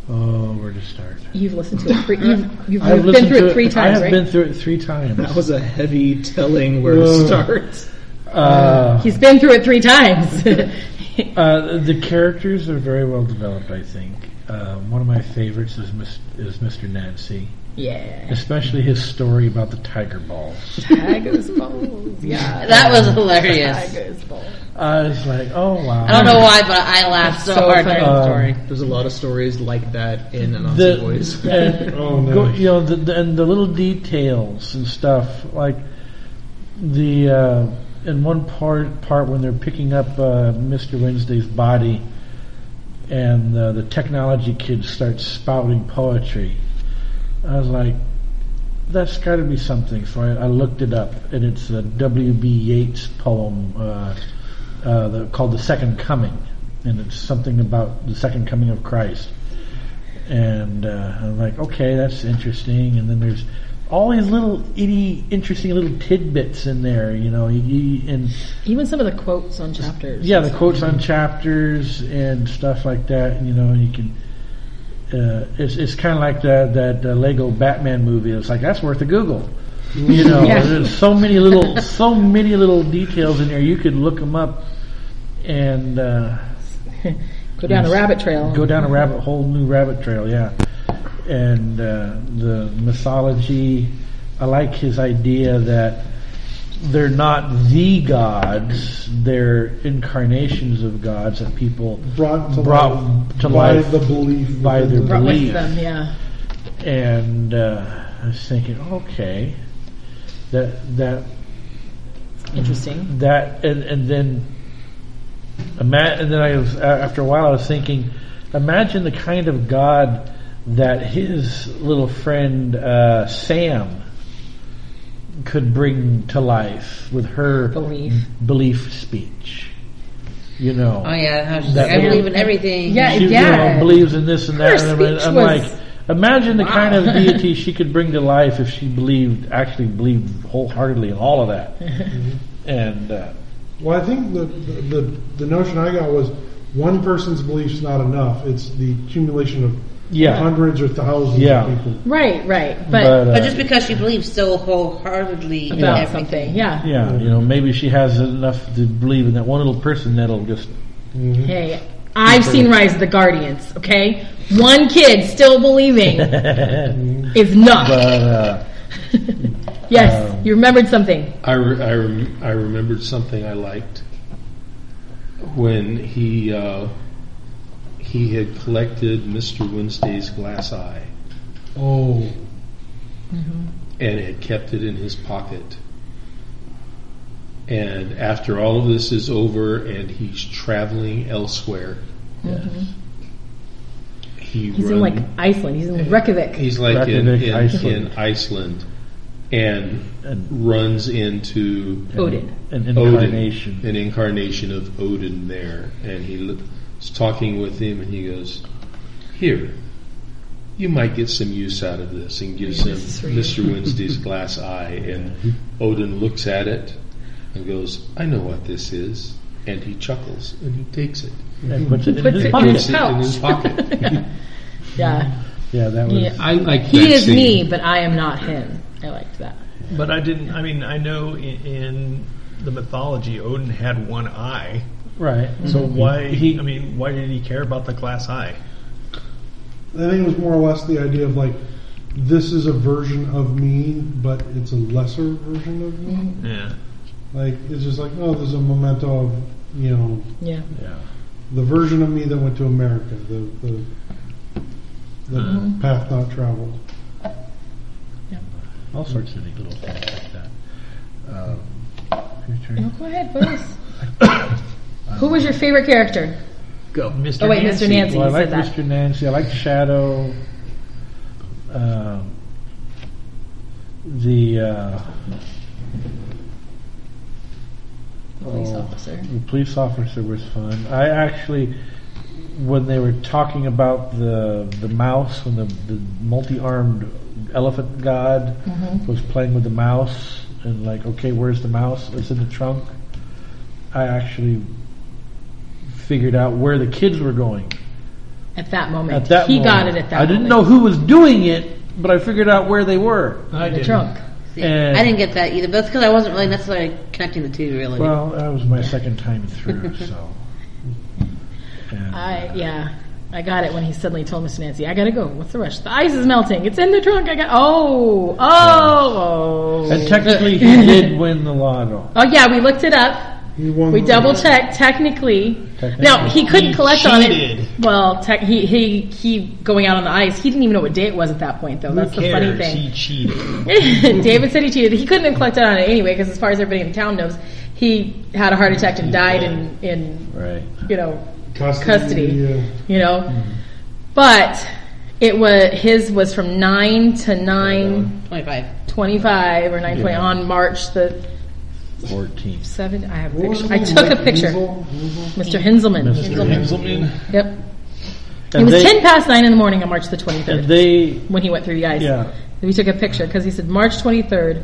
H: Oh, where to start?
D: you've listened to it. Three,
H: [LAUGHS]
D: you've you've, you've
H: I've
D: been
H: listened
D: through
H: to
D: it three times,
H: I have
D: right?
H: been through it three times.
L: That was a heavy telling where
H: Whoa.
L: to start.
H: uh,
D: He's been through it three
H: [LAUGHS]
D: times. [LAUGHS]
H: uh, the characters are very well developed. I think um, one of my favorites is Mis- is Mr. Nancy,
D: yeah.
H: especially his story about the tiger balls.
D: Tiger's balls. Yeah.
I: [LAUGHS] that was hilarious.
D: Tiger's balls.
H: I was like, oh wow.
I: I don't know why, but I laughed so,
D: so
I: hard
D: funny.
I: during the
H: Um,
I: story.
L: There's a lot of stories like that in Anansi Boys.
H: the and, go, you know the, the, and the little details and stuff like the uh, in one part part when they're picking up uh, Mr. Wednesday's body and uh, the technology kid starts spouting poetry. I was like, that's got to be something. So I, I looked it up, and it's a W.B. Yeats poem uh, uh, the, called "The Second Coming," and it's something about the second coming of Christ and uh, I'm like, okay, that's interesting. And then there's all these little itty interesting little tidbits in there, you know. You, you, and
D: Even some of the quotes on chapters.
H: yeah, the quotes on chapters and stuff like that, you know. You can. Uh, it's it's kind of like that that uh, Lego Batman movie. It's like that's worth a Google. You know,
D: Yeah.
H: there's so many little so many little details in there. You could look them up and. Uh,
D: [LAUGHS] Go down a rabbit trail.
H: go down a rabbit whole new rabbit trail yeah and uh, the mythology i like his idea that they're not the gods; they're incarnations of gods that people
A: Brought to
H: brought
A: life
H: to
A: by
H: life
A: the belief
H: by
A: within
H: their
A: the-
D: Brought with
H: belief.
D: them, yeah.
H: And uh, I was thinking, okay, that that
D: Interesting.
H: that and, and then ima- and then I was a- after a while I was thinking imagine the kind of God that his little friend uh, Sam could bring to life with her
D: Belief.
H: belief speech you know
I: Oh yeah, how she's
H: That
I: like, I
H: little-
I: believe in everything.
D: Yeah,
H: she you
D: yeah.
H: know, believes in this and
D: Her
H: that and I'm-
D: speech
H: I'm
D: was-
H: like imagine the kind of
D: Wow. [LAUGHS]
H: deity she could bring to life if she believed actually believed wholeheartedly in all
D: [LAUGHS]
H: of that and uh,
A: Well, I think the, the the the notion I got was one person's belief's not enough. It's the accumulation of
H: Yeah.
A: hundreds or thousands
H: Yeah.
A: of people.
D: Right, right.
H: but,
D: But,
H: uh,
I: But just because she believes so wholeheartedly in
D: about
I: everything,
D: something, yeah.
H: Yeah, you know, maybe she has enough to believe in that one little person that'll just.
D: Hey, I've seen Rise of the Guardians, okay? One kid still
H: [LAUGHS]
D: believing is
H: But um,
D: not.
H: uh,
D: [LAUGHS] Yes, you remembered something.
C: I, re- I, rem- I remembered something I liked when he uh, he had collected Mr. Wednesday's glass eye Mm-hmm.
A: Oh,
C: and had kept it in his pocket. And after all of this is over and he's traveling elsewhere, he
D: He's
C: run-
D: in like Iceland. He's in Reykjavik.
C: He's like in,
H: Reykjavik,
C: in,
H: Iceland.
C: in Iceland and,
H: And-
C: runs into
D: Odin.
C: Odin,
H: an incarnation.
C: an incarnation of Odin there. And he l- is talking with him and he goes, Here, you might get some use out of this. And gives him
D: is for you.
C: Mr.
D: [LAUGHS]
C: Wednesday's glass eye. And Odin looks at it and goes, I know what this is. And he chuckles and he takes it.
H: And puts it in
D: Puts
H: his
D: it
H: pocket.
C: Puts it in his
D: [LAUGHS]
C: pocket.
D: Yeah.
H: Yeah, that was.
D: yeah.
C: I like
D: He
C: that
D: is
C: scene.
D: me, but I am not him. I liked that.
K: But I didn't. I mean, I know in, in the mythology, Odin had one eye.
H: Right.
D: Mm-hmm.
K: So why?
H: He-
K: I mean, why did he care about the glass eye?
A: I think it was more or less the idea of like this is a version of me, but it's a lesser version of me.
D: Mm-hmm.
K: Yeah.
A: Like it's just like oh, there's a memento of you know
D: Yeah.
H: Yeah.
A: the version of me that went to America, the the, the path not traveled.
H: All sorts of neat little things like that. Um, your turn.
D: No, go ahead. What else? Who was your favorite character?
K: Go, Mr.
D: Oh, wait,
K: Nancy.
D: Mr. Nancy.
H: Well, I
D: you
H: like
D: said that.
H: Mr. Nancy. I like Shadow.
D: Mm-hmm.
H: Um, the uh,
D: Police
H: Oh.
D: officer.
H: The police officer was fun. I actually, when they were talking about the the mouse, when the, the multi armed elephant god
D: Mm-hmm.
H: was playing with the mouse, and like, okay, where's the mouse? It's in the trunk. I actually figured out where the kids were going
D: At that moment.
H: at that.
D: he got it
H: moment.
D: at that
H: I didn't
D: moment.
H: know who was doing it, but I figured out where they were.
K: I
D: The
K: didn't.
D: trunk.
I: See,
H: And-
I: I didn't get that either. But that's because I wasn't really necessarily connecting the two. Really,
H: Well, that was my second time through, so. And,
D: I yeah. I got it when he suddenly told Mr. Nancy, I gotta go. What's the rush? The ice is melting. It's in the trunk. I got oh oh
H: And
D: oh. [LAUGHS]
H: technically, he did win the lotto.
D: Oh yeah, we looked it up.
A: He won.
D: We
A: the-
D: double checked. Technically,
H: Technically.
D: now he couldn't
K: He
D: collect on
K: cheated.
D: it. Well, tech, he he he going out on the ice. He didn't even know what day it was at that point, though. That's
K: Who
D: the funny
K: cares?
D: thing.
K: He
D: [LAUGHS]
K: cheated.
D: David said he cheated. He couldn't have collected on it anyway, because as far as everybody in town knows, he had a heart attack and died in, in
H: Right.
D: you know,
A: custody.
D: custody.
A: uh,
D: You know,
H: Mm-hmm.
D: but it was his was from nine to nine
I: twenty-five.
D: twenty-five or nine twenty
H: Yeah.
D: on March the
H: 14th.
D: seventh. I have a
A: what was
D: picture.
A: his
D: I
A: name?
D: took a
A: Like
D: picture.
A: Weasel? Weasel?
D: Mr. Hinzelman. Yep. it
H: And
D: was
H: they,
D: ten past nine in the morning on March the twenty-third
H: and they,
D: when he went through the ice.
H: yeah,
D: We took a picture because he said March 23rd,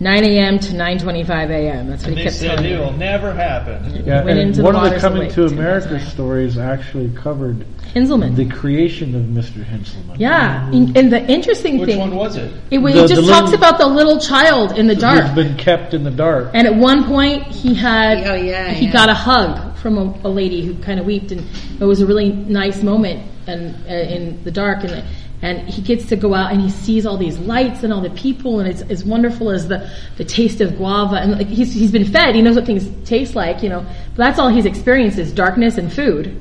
D: 9 a.m. to 9:25 a.m. That's what he kept telling me.
K: never happen.
H: yeah.
D: Went
H: And
D: into the
H: one of the
D: waters of
H: coming
D: Lake
H: to
D: Tube,
H: America
D: that's right.
H: stories actually covered
D: Hinzelman.
H: the creation of Mr. Henselman.
D: yeah, and, and the interesting thing,
K: was it?
D: it was,
H: The-
D: he just
H: the
D: talks
H: little-
D: about the little child in the
H: He's
D: dark.
H: been kept in the dark.
D: And at one point, he had
I: Oh, yeah,
D: he
I: yeah.
D: got a hug from a, a lady who kind of wept, and it was a really nice moment and uh, in the dark. And and he gets to go out and he sees all these lights and all the people and it's as wonderful as the, the taste of guava and like he's, he's been fed he knows what things taste like you know but that's all he's experienced is darkness and food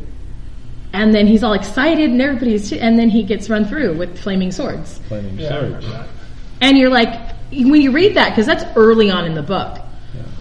D: and then he's all excited and everybody's and then he gets run through with flaming swords
H: Flaming swords.
D: and you're like, when you read that, because that's early on in the book,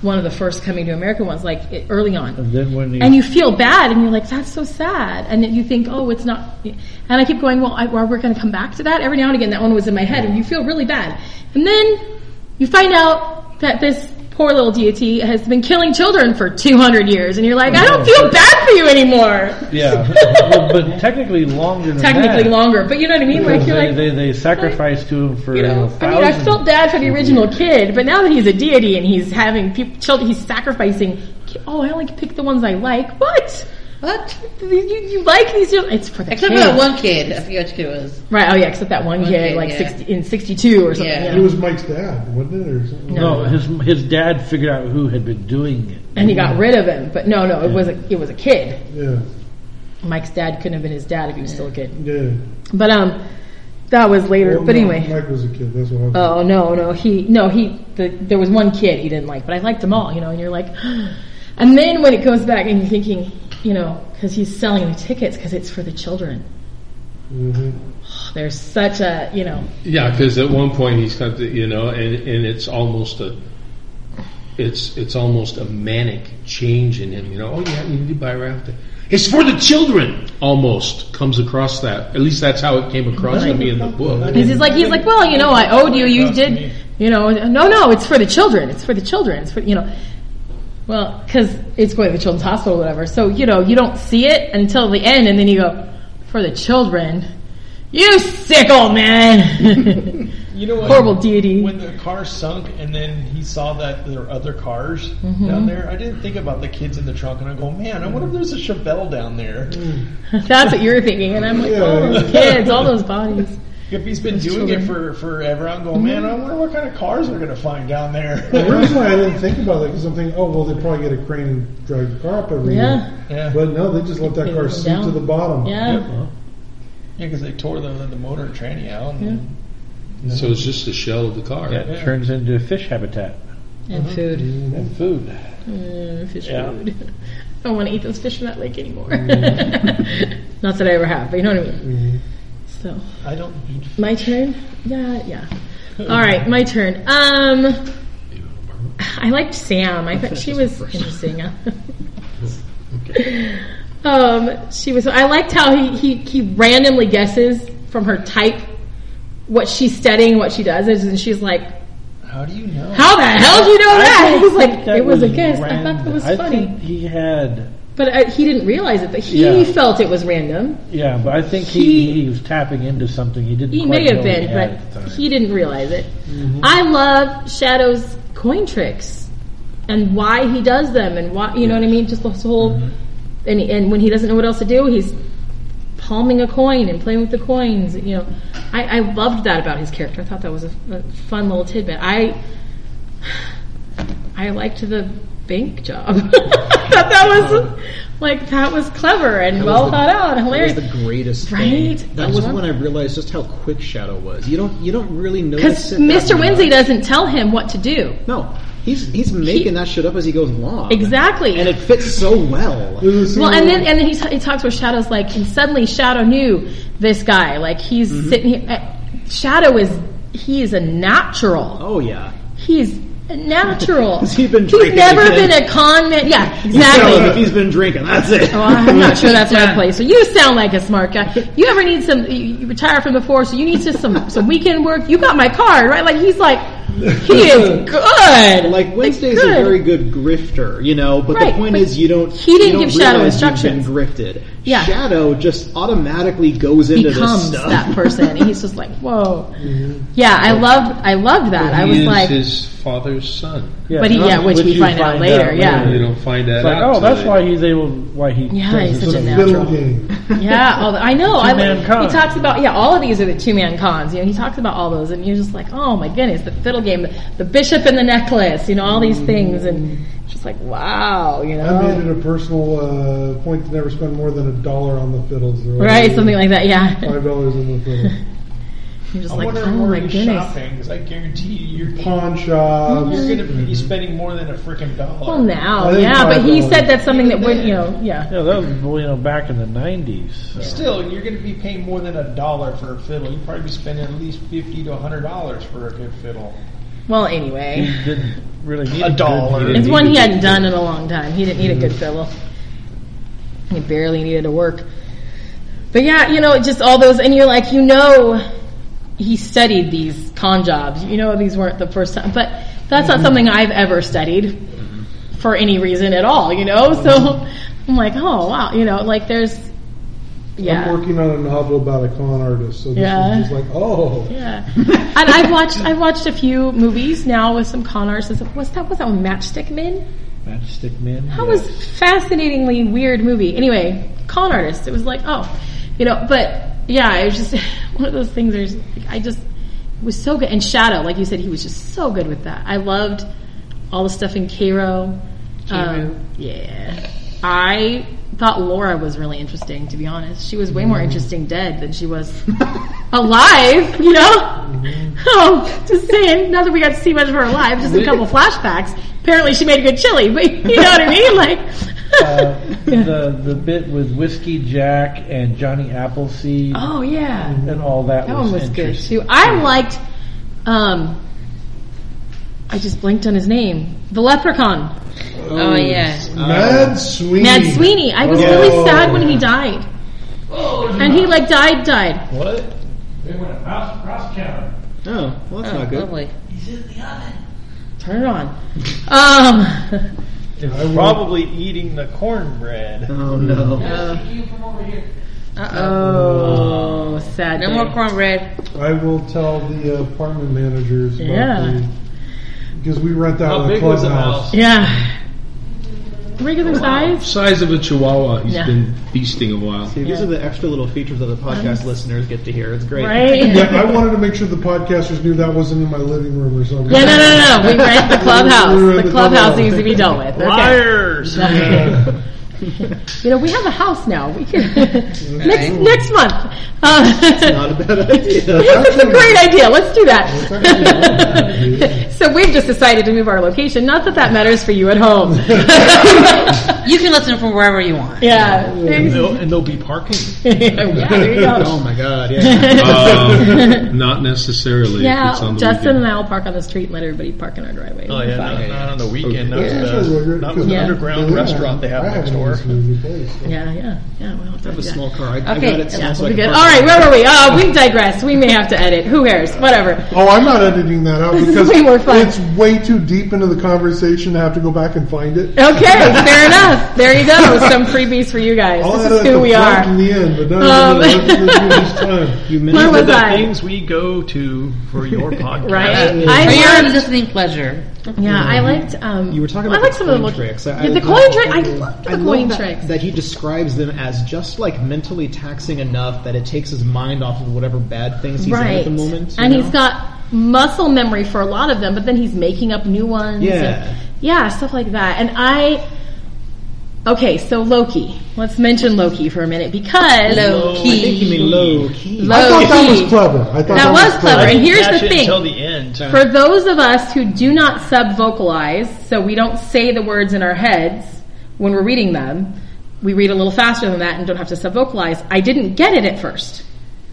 D: one of the first coming to America ones, like it, early on.
H: And then when he,
D: And you feel bad, and you're like, that's so sad. And then you think, oh, it's not. And I keep going, well, I, well we're going to come back to that. Every now and again, that one was in my head, and you feel really bad. And then you find out that this poor little deity has been killing children for 200 years, and you're like, I don't feel bad for you anymore.
H: yeah,
D: [LAUGHS]
H: but, but technically longer than
D: Technically
H: that.
D: longer, but you know what I mean? Like,
H: Because
D: you're
H: they,
D: like,
H: they, they sacrificed to him for
D: you know,
H: a
D: I mean, I
H: thousand-
D: felt bad for the original kid, but now that he's a deity and he's having people, children, he's sacrificing. ki- Oh, I only pick the ones I like. What?
I: What?
D: You, you like these? children? It's for the
I: Except for
D: kid.
I: that one kid. I forget what kid it was.
D: right? Oh yeah, except that one,
I: One
D: kid,
I: kid,
D: like
I: yeah.
D: 60, in '62 or something.
I: Yeah.
D: Yeah.
A: It was Mike's dad, wasn't it? Or something?
H: No, his his dad figured out who had been doing it.
D: And he got rid of him, but no, no, it was a, it was a kid.
A: Yeah.
D: Mike's dad couldn't have been his dad if he was still a kid.
A: Yeah.
D: But um, that was later.
A: Well,
D: but
A: no,
D: anyway,
A: Mike was a kid. That's what I was.
D: Oh no, no, he no he. The, there was one kid he didn't like, but I liked them all, you know. And you're like, [GASPS] and then when it goes back, and you're thinking, you know, because he's selling the tickets because it's for the children. Oh.
A: Mhm.
D: There's such a, you know,
C: Yeah, because at one point he's got the, you know, and, and it's almost a, it's it's almost a manic change in him. You know, oh yeah, you need to buy a rafter. It's for the children. Almost comes across that. At least that's how it came across to me in the book.
D: he's just like he's like, well, you know, I owed you, you did, you know, no, no, it's for the children, it's for the children, it's for you know. Well, because it's going to the children's hospital, or whatever. So you know, you don't see it until the end, and then you go for the children. You sick old man.
M: You know what?
D: Horrible deity.
M: When the car sunk and then he saw that there were other cars
D: Mm-hmm.
M: down there, I didn't think about the kids in the trunk and I go, man, I wonder if there's a Chevelle down there.
D: Mm. That's what you're thinking, and I'm like, all those kids, all those bodies.
M: If he's been doing it for forever, I'm going, man,
D: Mm-hmm.
M: I wonder what kind of cars we're going to find down
D: [LAUGHS]
M: there.
A: The reason why I didn't think about that because I'm thinking, oh well, they probably get a crane and drag the car up every
D: Yeah.
A: year.
M: yeah.
A: But no, they just let that
D: They
A: car
D: let it
A: sink
D: down.
A: to the bottom.
D: Yeah,
M: Yeah, because they tore the, the motor and tranny out. And
C: So it's just the shell of the car.
M: yeah. yeah.
H: Turns into a fish
D: [LAUGHS]
H: habitat
D: and food,
H: and food.
D: Mm, fish
M: Yeah.
D: food. [LAUGHS] I don't want to eat those fish from that lake anymore. [LAUGHS] Not that I ever have, but you know what I mean. So,
M: I don't eat
D: my turn. Yeah, yeah. All right, my turn. Um, I liked Sam. I thought she was interesting. [LAUGHS] um, she was. I liked how he, he he randomly guesses from her type what she's studying, what she does, and she's like,
M: How do you know?
D: How the hell do you know that?
H: I
D: He's
H: think
D: like, [LAUGHS]
H: that
D: it was, a guess. I
H: random.
D: thought that was
H: I
D: funny.
H: think he had,
D: but uh he didn't realize it, but he
H: Yeah.
D: felt it was random.
H: yeah, but I think he,
D: He-
H: he, was tapping into something he didn't.
D: He
H: quite
D: may have
H: know he
D: been,
H: had at the
D: but
H: time.
D: he didn't realize it. I love Shadow's coin tricks and why he does them and why, you know what I mean? Just the whole, and, and when he doesn't know what else to do, he's palming a coin and playing with the coins. You know, I, I loved that about his character. I thought that was a, a fun little tidbit. I I liked the bank job. [LAUGHS] I thought that was like that was clever and well
B: was the-
D: thought out, and
B: That was
D: hilarious.
B: the greatest
D: Right?
B: thing.
D: That
B: That was
D: was-
B: when I realized just how quick Shadow was. You don't you don't really notice
D: Because
B: it.
D: Mr.
B: that
D: Wednesday
B: much.
D: doesn't tell him what to do.
B: No, he's he's making
D: He-
B: that shit up as he goes along.
D: Exactly.
B: and it fits so well.
A: It was the
D: Well,
A: same
D: and
A: way-
D: then and then he, t- he talks with Shadow's like, and suddenly Shadow knew this guy. Like he's
B: Mm-hmm.
D: sitting here. uh, Shadow is he is a natural.
B: Oh yeah,
D: He's a natural.
B: [LAUGHS] Has he been
D: he's
B: drinking
D: never
B: again?
D: been a con man. Yeah,
B: Tells if [LAUGHS]
D: exactly.
B: he's been drinking, that's it.
D: Well, I'm not sure that's my place. So you sound like a smart guy. You ever need some? You you retire from the force, so you need just
B: [LAUGHS]
D: some some weekend work. You got my card, right? Like he's like he is
B: [LAUGHS]
D: good.
B: [LAUGHS] Like Wednesday's a very good grifter, you know. But
D: Right,
B: the point
D: but
B: is, you don't.
D: he didn't
B: you don't
D: give Shadow
B: realize you've been
D: instructions.
B: grifted.
D: Yeah.
B: Shadow just automatically goes into this
D: becomes
B: stuff. [LAUGHS]
D: that person. And he's just like, whoa. Yeah, I loved I loved that. I was
C: he is
D: like,
C: his father's son.
H: Yeah,
D: but he- yeah, which we
H: you
D: find out later, yeah.
C: You don't find that
H: It's like,
C: out.
H: oh, that's
C: till
H: why he's able. Why he?
D: Yeah,
H: does
D: he's
H: this
D: such a
H: stuff.
D: natural.
A: Middle game.
D: yeah, all the, I know. I,
H: Two-man
D: he
H: con.
D: talks about yeah, all of these are the two man cons. You know, he talks about all those, and you're just like, oh my goodness, the fiddle game, the, the bishop and the necklace, you know, all these things, and just like wow, you know,
A: I made it a personal uh, point to never spend more than a dollar on the fiddles. Or whatever.
D: right, something like that. Yeah,
A: Five dollars on the fiddle.
D: [LAUGHS] You're just
M: I'm
D: like,
M: wondering
D: oh
M: where
D: my
M: you're
D: goodness.
M: shopping because I guarantee you you're
A: Pawn shops.
M: You're going to be spending more than a freaking dollar.
D: Well, now,
A: I think
D: yeah, but he
A: five
D: said that's something that would, you know, yeah.
H: Yeah, that was well, you know back in the nineties. So.
M: Still, you're going to be paying more than a dollar for a fiddle. You'd probably be spending at least fifty to hundred dollars for a good fiddle.
D: Well, anyway,
H: He didn't really need
M: A
H: good-
M: dollar.
H: he
D: it's
H: didn't
D: one
H: need
D: he
H: a
D: hadn't done in a long time. He didn't need a
H: Mm-hmm.
D: good fiddle. He barely needed to work. But yeah, you know, just all those, and you're like, you know, he studied these con jobs. You know, these weren't the first time, but that's
H: Mm-hmm.
D: not something I've ever studied for any reason at all. You know, so
H: Mm-hmm.
D: I'm like, oh wow, you know, like there's, yeah.
A: I'm working on a novel about a con artist, so this
D: Yeah.
A: is just like, oh,
D: Yeah, and I've watched I've watched a few movies now with some con artists. Was that was that one Matchstick Men?
H: Matchstick Man.
D: That was fascinatingly weird movie. Anyway, con artist. It was like oh, you know, but yeah, it was just [LAUGHS] one of those things. There's I just it was so good. And Shadow, like you said, he was just so good with that. I loved all the stuff in Cairo. Um, yeah, I thought Laura was really interesting. To be honest, she was way more interesting dead than she was alive. You know. [LAUGHS] Oh, just saying. Not that we got to see much of her alive, just a couple flashbacks. Apparently, she made a good chili, but [LAUGHS] you know what I mean. Like,
H: Uh, the the bit with Whiskey Jack and Johnny Appleseed
D: [LAUGHS] oh yeah,
H: and all that.
D: that
H: was
D: one was good
H: Mm-hmm. interesting.
D: too. I liked. Um, I just blinked on his name. The Leprechaun,
I: Oh, yeah.
D: Uh,
A: Mad Sweeney.
D: Mad Sweeney. I was
A: Oh.
D: really sad when he
I: [GASPS]
D: died, and he like died, died.
M: What?
L: Oh, well, that's
I: Oh,
L: not good.
I: lovely.
D: Turn it on. Um.
M: They're probably eating the cornbread.
L: Oh no.
D: Oh, sad.
I: No
D: day.
I: more cornbread.
A: I will tell the uh, apartment managers about
D: Yeah.
A: the because we rent
M: How
A: out a
M: big was the
A: clubhouse.
M: house?
D: Yeah. Regular size.
C: Size of a chihuahua. He's
D: Yeah.
C: been feasting a while.
L: See, these are the extra little features that the podcast listeners get to hear. It's great.
D: Um, [LAUGHS] Right?
A: Yeah, I wanted to make sure the podcasters knew that wasn't in my living room or something.
D: Yeah, no, no, no. We rent the clubhouse.
A: We were in
D: The
A: the
D: clubhouse
A: clubhouse.
D: needs to be dealt with. Okay.
M: Liars!
D: You know, we have a house now. We can next next month.
L: [LAUGHS]
D: Uh, [LAUGHS]
L: Not a bad idea.
D: It's a great idea. Let's do
A: actually not a
D: that. [LAUGHS] so we've just decided to move our location. Not that that matters for you at home. [LAUGHS]
I: You can listen from wherever you want.
D: yeah.
K: And
D: Thanks.
C: Oh,
K: they'll, and they'll be parking.
D: yeah there you go.
L: Oh my god, yeah.
M: [LAUGHS]
C: Um, not necessarily. if it's
D: Yeah,
C: on the
D: Justin
C: weekend.
D: and I will park on the street and let everybody park in our driveway.
K: Oh yeah, not, not on the weekend. Not,
A: Yeah,
K: with
A: sure,
K: the,
A: we're-
K: not with the
D: Yeah.
K: underground
A: Yeah,
K: restaurant they have
A: I have
K: next
A: a
K: door.
A: nice movie place.
D: Yeah, yeah, yeah. We'll have to
L: I have a
D: yeah.
L: small car. I, I
I: Okay,
L: got it.
D: Yeah,
L: small so
D: we'll
L: I
D: be
L: can
D: good.
L: park
D: All right, where were we? Uh, we digress. We may have to edit. Who cares? Whatever.
A: Oh, I'm not editing that out because
D: way more fun.
A: it's way too deep into the conversation to have to go back and find it.
D: Okay, fair enough. There you go. Some freebies for you guys.
A: I'll
D: This
A: edit
D: is who
A: the
D: we
A: front
D: are.
A: and the end, but no, no, no,
D: Um,
A: that's the previous time.
K: You
D: Where
K: mentioned
D: was
K: the
D: I?
K: things we go to for your podcast.
D: Right?
I: For
D: I
I: your
D: loved,
I: listening pleasure.
D: yeah, I liked. Um,
L: You were talking
D: I
L: about
D: liked
L: the
D: some
L: coin
D: of the look-
L: tricks. I- I
D: yeah, the
L: love-
D: coin trick. I loved the
L: I
D: coin
L: love that,
D: tricks.
L: that he describes them as just like mentally taxing enough that it takes his mind off of whatever bad things he's in at
D: right.
L: the moment. you
D: and
L: know?
D: he's got muscle memory for a lot of them, but then he's making up new ones.
L: Yeah.
D: and- yeah, stuff like that. And I. Okay, so Loki. Let's mention Loki for a minute because
L: I think you mean low key.
D: Low
A: I thought that
D: key.
A: was clever. I thought that,
D: That was clever.
A: clever.
D: And here's
K: Catch
D: the
K: it
D: thing.
K: Until the end.
D: For those of us who do not sub vocalize, so we don't say the words in our heads when we're reading them, we read a little faster than that and don't have to sub vocalize. I didn't get it at first.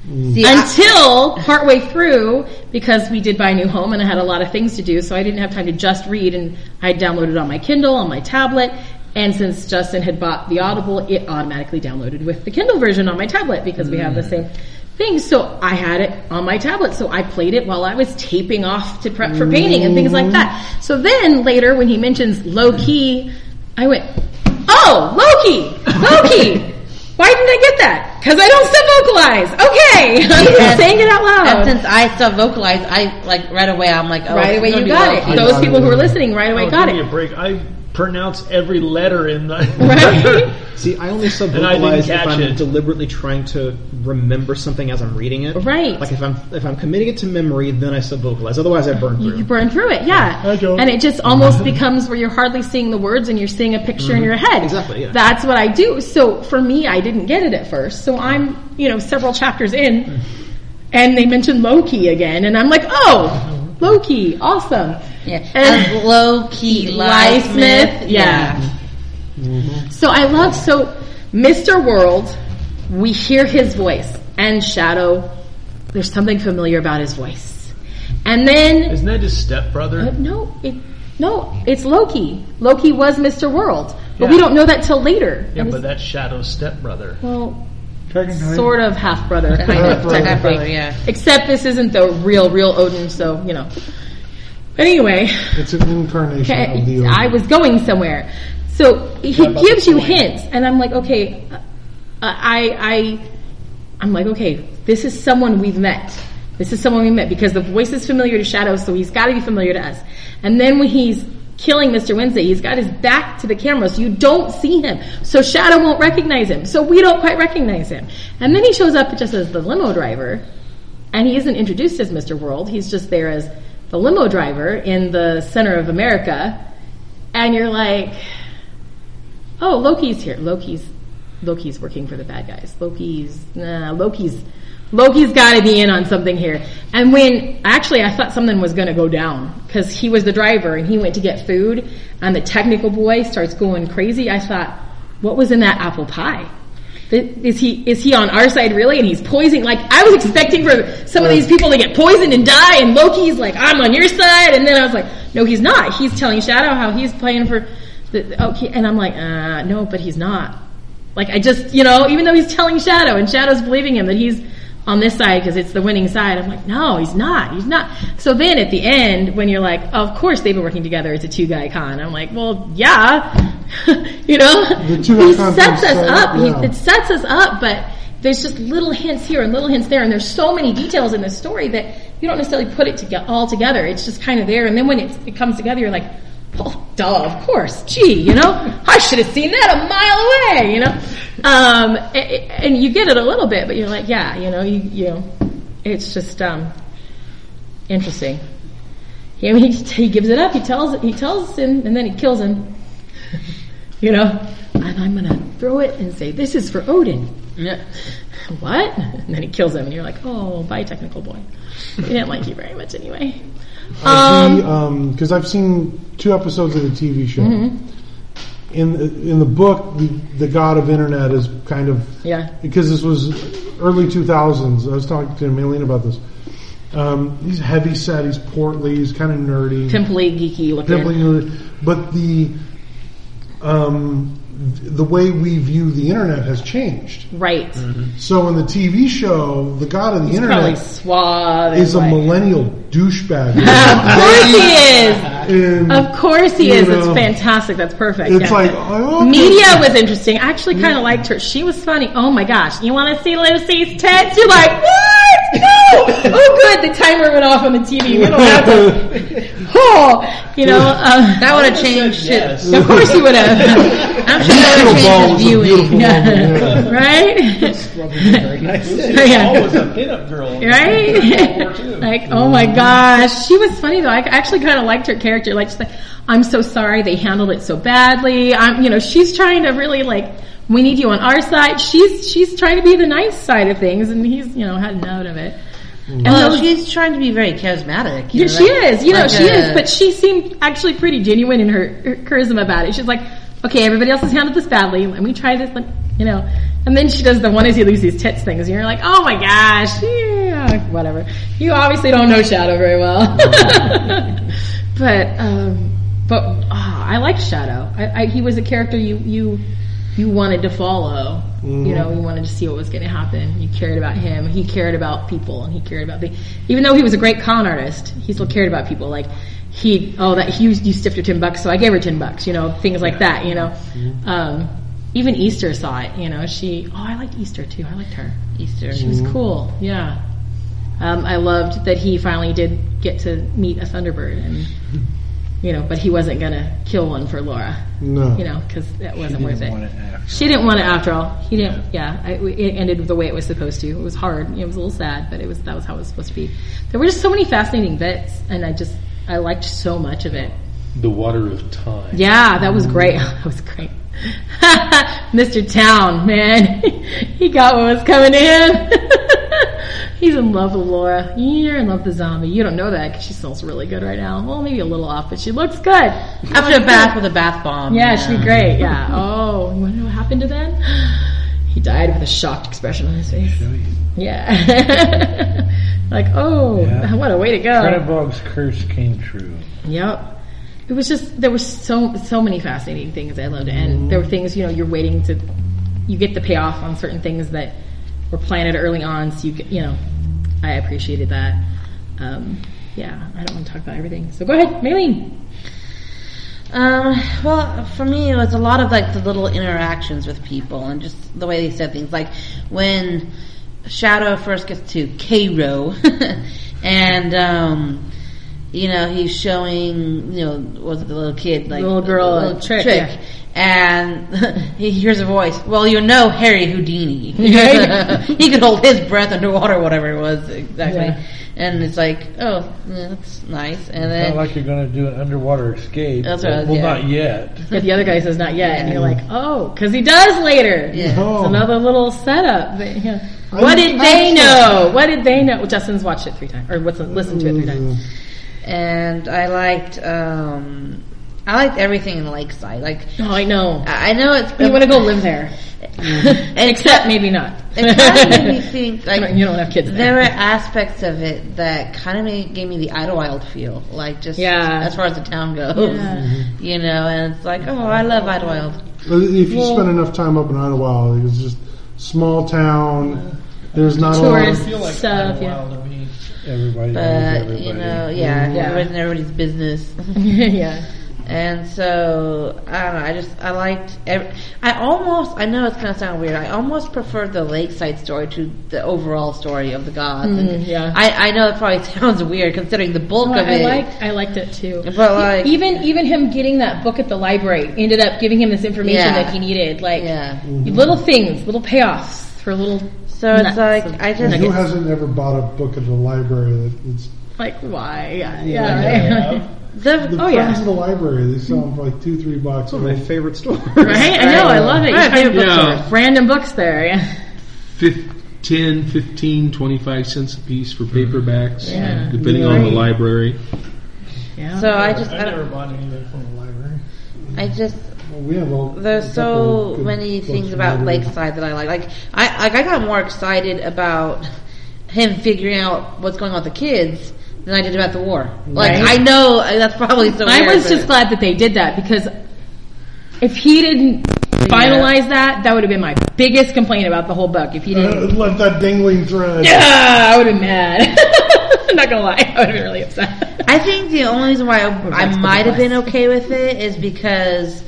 D: Mm.
I: See, I-
D: Until partway through, because we did buy a new home and I had a lot of things to do, so I didn't have time to just read and I downloaded it on my Kindle, on my tablet, and since Justin had bought the Audible, it automatically downloaded with the Kindle version on my tablet because we have the same thing. So I had it on my tablet, so I played it while I was taping off to prep for painting and things like that. So then later when he mentions low key, I went, Oh, Loki! Loki! Why didn't I get that? Because I don't vocalize. Okay, [LAUGHS] I'm just
I: And-
D: saying it out
I: And
D: loud.
I: since I still vocalize, I like right away. I'm like, oh,
D: Right away,
I: it's gonna
D: you
I: be
D: got
I: low
D: it.
I: key.
D: Those people who are listening, right away,
K: Oh,
D: got
K: give
D: it.
K: me a break. I pronounce every letter in the.
D: [LAUGHS]
M: [LAUGHS]
K: [LAUGHS]
D: Right?
L: See, I only sub
K: And I didn't
L: vocalize if
K: catch
L: I'm
K: it.
L: deliberately trying to remember something as I'm reading it.
D: Right.
L: Like if I'm if I'm committing it to memory, then I sub vocalize. Otherwise, I burn
D: You
L: through.
D: burn through it, yeah.
L: I don't.
D: And it just almost becomes where you're hardly seeing the words and you're seeing a picture in your head.
L: Exactly, yeah.
D: That's what I do. So for me, I didn't get it at first. So I'm, you know, several chapters in. and they mentioned Loki again, and I'm like, oh, Loki, awesome.
I: Yeah.
D: And-
I: And low key Lie Smith.
D: yeah. So I love so Mr. World, we hear his voice and Shadow. There's something familiar about his voice, and then
K: Isn't that his stepbrother?
D: uh, no, it, no, it's Loki. Loki was Mr. World, but we
K: Yeah.
D: don't know that till later.
K: yeah,
D: And
K: but
D: it's-
K: that's Shadow's stepbrother.
D: well,
H: Technically.
D: sort of half brother.
I: Technically, yeah.
D: Except this isn't the real, real Odin, so you know. Anyway,
A: It's an incarnation of the.
D: Okay,
A: Odin.
D: I was going somewhere. So he
M: about
D: gives
M: the
D: you
M: coin?
D: hints, and I'm like, okay, uh, I, I, I'm like, okay, this is someone we've met. This is someone we met because the voice is familiar to Shadow, so he's got to be familiar to us. And then when he's killing Mr. Wednesday, he's got his back to the camera, so you don't see him. So Shadow won't recognize him, so we don't quite recognize him. And then he shows up just as the limo driver, and he isn't introduced as Mr. World. He's just there as the limo driver in the center of America. And you're like, oh, Loki's here. Loki's Loki's working for the bad guys. Loki's nah, Loki's Loki's got to be in on something here. And when actually I thought something was going to go down because he was the driver and he went to get food, and the technical boy starts going crazy. I thought, what was in that apple pie? Th- Is he is he on our side really? And he's poisoning. Like I was expecting for some of these people to get poisoned and die, and Loki's like, I'm on your side. And then I was like, no, he's not. He's telling Shadow how he's playing for the- the okay. And I'm like, uh, no, but he's not. Like I just you know, even though he's telling Shadow and Shadow's believing him that he's on this side because it's the winning side. I'm like, no, he's not. He's not. So then at the end, when you're like, of course they've been working together. It's a two guy con. I'm like, well, yeah, [LAUGHS] you know,
A: The two-guy
D: he
A: con
D: sets
A: thing,
D: us
A: so,
D: up. He,
A: yeah.
D: it's sets us up, but there's just little hints here and little hints there, and there's so many details in this story that you don't necessarily put it toge- all together. It's just kind of there, and then when it's, it comes together, you're like, "Oh, duh, of course, gee, you know, I should have seen that a mile away," you know. Um, a- a- and you get it a little bit, but you're like, "Yeah, you know, you, you know, it's just um, interesting." I mean, he, [LAUGHS] he gives it up. He tells he tells him, and then he kills him. [LAUGHS] You know, and I'm gonna throw it and say, "This is for Odin."
I: Yeah.
D: [LAUGHS] What? And then he kills him, and you're like, "Oh, bye, technical boy." He didn't like you very much anyway. Um,
A: uh, because I've seen two episodes of the TV show.
D: Mm-hmm.
A: In the, in the book, the, the god of internet is kind of
D: Yeah.
A: because this was early two thousands. I was talking to Maylene about this. Um, he's heavy set. He's portly. He's kind of nerdy.
D: pimply, geeky looking.
A: Pimply nerdy. But the um, the way we view the internet has changed.
D: Right.
A: So in the TV show, the god of the
D: Probably
A: internet
D: suave. and
A: is a
D: like-
A: millennial douchebag.
D: [LAUGHS] Of course he is.
A: And-
D: Of course he
A: You
D: is.
A: know.
D: it's fantastic. That's perfect.
A: It's
D: Yeah.
A: like, oh, okay.
D: media was interesting. I actually kind of liked her. She was funny. Oh my gosh! You want to see Lucy's tits? You're like, what? No!
I: [LAUGHS]
D: oh, good. The timer went off on the TV. We don't have to. [LAUGHS] Oh, you know. Um,
I: That
D: [LAUGHS]
I: would have changed it.
D: of course you would have.
I: I'm sure that would
A: Ball
I: have
A: was a
I: changed the
A: beautiful
I: viewing.
A: woman, yeah.
D: [LAUGHS] right?
M: Very nice.
D: [LAUGHS] Yeah.
M: Always a pinup girl.
D: [LAUGHS] Right? like, oh my gosh. She was funny though. I actually kind of liked her character. Like, she's like, I'm so sorry they handled it so badly. I'm, you know, she's trying to really like, we need you on our side. She's, she's trying to be the nice side of things and he's, you know, had enough of it. And
I: Well,
D: those-
I: she's trying to be very charismatic.
D: yeah,
I: you know,
D: she
I: like-
D: is. You know,
I: like
D: she
I: a-
D: is. But she seemed actually pretty genuine in her, her charisma about it. She's like, okay, everybody else has handled this badly. Let me try this. Let, you know. And then she does the one is you lose these tits things, and you're like, oh my gosh, yeah, whatever. You obviously don't know Shadow very well. [LAUGHS] but um, but ah, I like Shadow. I, I, he was a character you you you wanted to follow. You know, you wanted to see what was going to happen. You cared about him. He cared about people, and he cared about the. Even though he was a great con artist, he still cared about people. Like he, oh, that you, you stiffed her ten bucks, so I gave her ten bucks. You know, things like that. You know, um, even Easter saw it. You know, she. Oh, I liked Easter too. I liked her.
I: Easter.
D: She was cool. Yeah. Um, I loved that he finally did get to meet a Thunderbird, and you know, but he wasn't gonna kill one for Laura.
A: No.
D: You know, because that wasn't worth it. She didn't want it after all. He didn't. Yeah, I, it ended the way it was supposed to. It was hard. It was a little sad, but it was that was how it was supposed to be. There were just so many fascinating bits, and I just I liked so much of it.
C: The water of time.
D: Yeah, that was great. [LAUGHS] That was great. [LAUGHS] Mr. Town, man. he got what was coming in. [LAUGHS] He's in love with Laura. You're in love with the zombie. You don't know that because she smells really good right now. Well, maybe a little off, but she looks good.
I: After a bath with a bath bomb.
D: Yeah, she'd be great. Yeah. Oh, you want to know what happened to Ben? He died with a shocked expression on his face. Yeah. [LAUGHS] like, oh,
H: Yeah.
D: what a way to go.
H: Crenabog's curse came true.
D: Yep. It was just there were so so many fascinating things I loved, and there were things you know you're waiting to, you get the payoff on certain things that were planted early on, so you get, you know, I appreciated that. Um, yeah, I don't want to talk about everything, so go ahead, Maylene.
I: Um, well, for me, it was a lot of like the little interactions with people and just the way they said things. Like when Shadow first gets to Cairo, [LAUGHS] and um, you know he's showing you know was it the little kid like
D: Little girl, a trick, yeah.
I: and [LAUGHS] he hears a voice. Well, you know Harry
D: [LAUGHS]
I: Houdini. [LAUGHS] he could hold his breath underwater, whatever it was exactly.
D: Yeah.
I: And it's like, oh, yeah, that's nice. And
H: Not
I: then
H: like you're going to do an underwater escape.
I: That's what I was-
H: well,
I: yeah.
H: not
D: [LAUGHS]
H: yet.
D: But the other guy says not yet, and you're like, oh, because he does later.
I: Yeah.
J: Oh.
D: It's another little setup. That, yeah. What did
J: I'm sorry.
D: they know? What did they know? Justin's watched it three times, or what's listened to it three times.
J: Mm.
I: and I liked um I liked everything in Lakeside. Like
D: Oh, I know.
I: I I know it's
D: You want to go live there, [LAUGHS] except maybe not.
I: [LAUGHS] It kind
D: [LAUGHS]
I: of made me think
D: You
I: like
D: don't- you don't have kids
I: There
D: there.
I: were aspects of it that kind of made, gave me the Idlewild feel, like just
D: Yeah.
I: as far as the town goes,
D: Yeah.
I: [LAUGHS] you know. And it's like, oh, I love Idlewild.
J: But if you spend enough time up in Idlewild, it's just small town. There's not
D: Tourist
J: a lot.
M: feel like
D: stuff,
M: kinda
D: yeah.
M: wild to me.
H: Everybody knows
I: But
H: everybody.
I: you know, yeah,
D: Yeah. Mm-hmm.
I: everybody's in everybody's business.
D: [LAUGHS] yeah.
I: And so I don't know. I just I liked. Every, I almost I know it's gonna sound weird. I almost prefer the lakeside story to the overall story of the gods.
D: Mm,
I: And
D: yeah.
I: I I know it probably [LAUGHS] sounds weird considering the bulk
D: Oh,
I: of
D: I
I: it.
D: liked I liked it too.
I: But, like-
D: even even him getting that book at the library ended up giving him this information
I: Yeah.
D: that he needed. Like Mm-hmm.
I: yeah.
D: little things, little payoffs for little
I: So it's
D: nuts
I: like
D: of
I: I just
J: Who hasn't ever bought a book at the library? That it's
D: like why? Yeah,
M: Yeah.
D: yeah, [LAUGHS] right.
I: the,
J: the friends
D: Oh, yeah.
J: of the library. They sell them for like two, three bucks.
L: One of my
J: [LAUGHS]
L: favorite stories.
D: Right? I know, I love it. You
I: Right,
D: find
I: favorite
C: bookstore.
D: Random books there, yeah.
C: Fif- 10, 15, 25 cents a piece for
M: Mm-hmm.
C: paperbacks,
D: Yeah.
C: depending on the library.
D: yeah.
I: so I just
M: I
I: I,
M: never
I: don't,
M: bought anything from the library.
I: I just
J: Well, we have all,
I: There's
J: a [LAUGHS] couple
I: so
J: good
I: many
J: books
I: things
J: from
I: about
J: libraries.
I: Lakeside that I like. Like I like I got more excited about him figuring out what's going on with the kids than I did about the war. Like
D: Right.
I: I know I- that's probably so.
D: I
I: weird,
D: was
I: but-
D: just glad that they did that because if he didn't finalize that, that would have been my biggest complaint about the whole book. If he didn't
J: Uh, left that dangling thread.
D: [LAUGHS] Yeah, I would have been mad. [LAUGHS] I'm not gonna lie, I would have been really upset.
I: I think the only reason why I,
D: that's
I: I
D: the
I: might have been
D: device.
I: okay with it is because.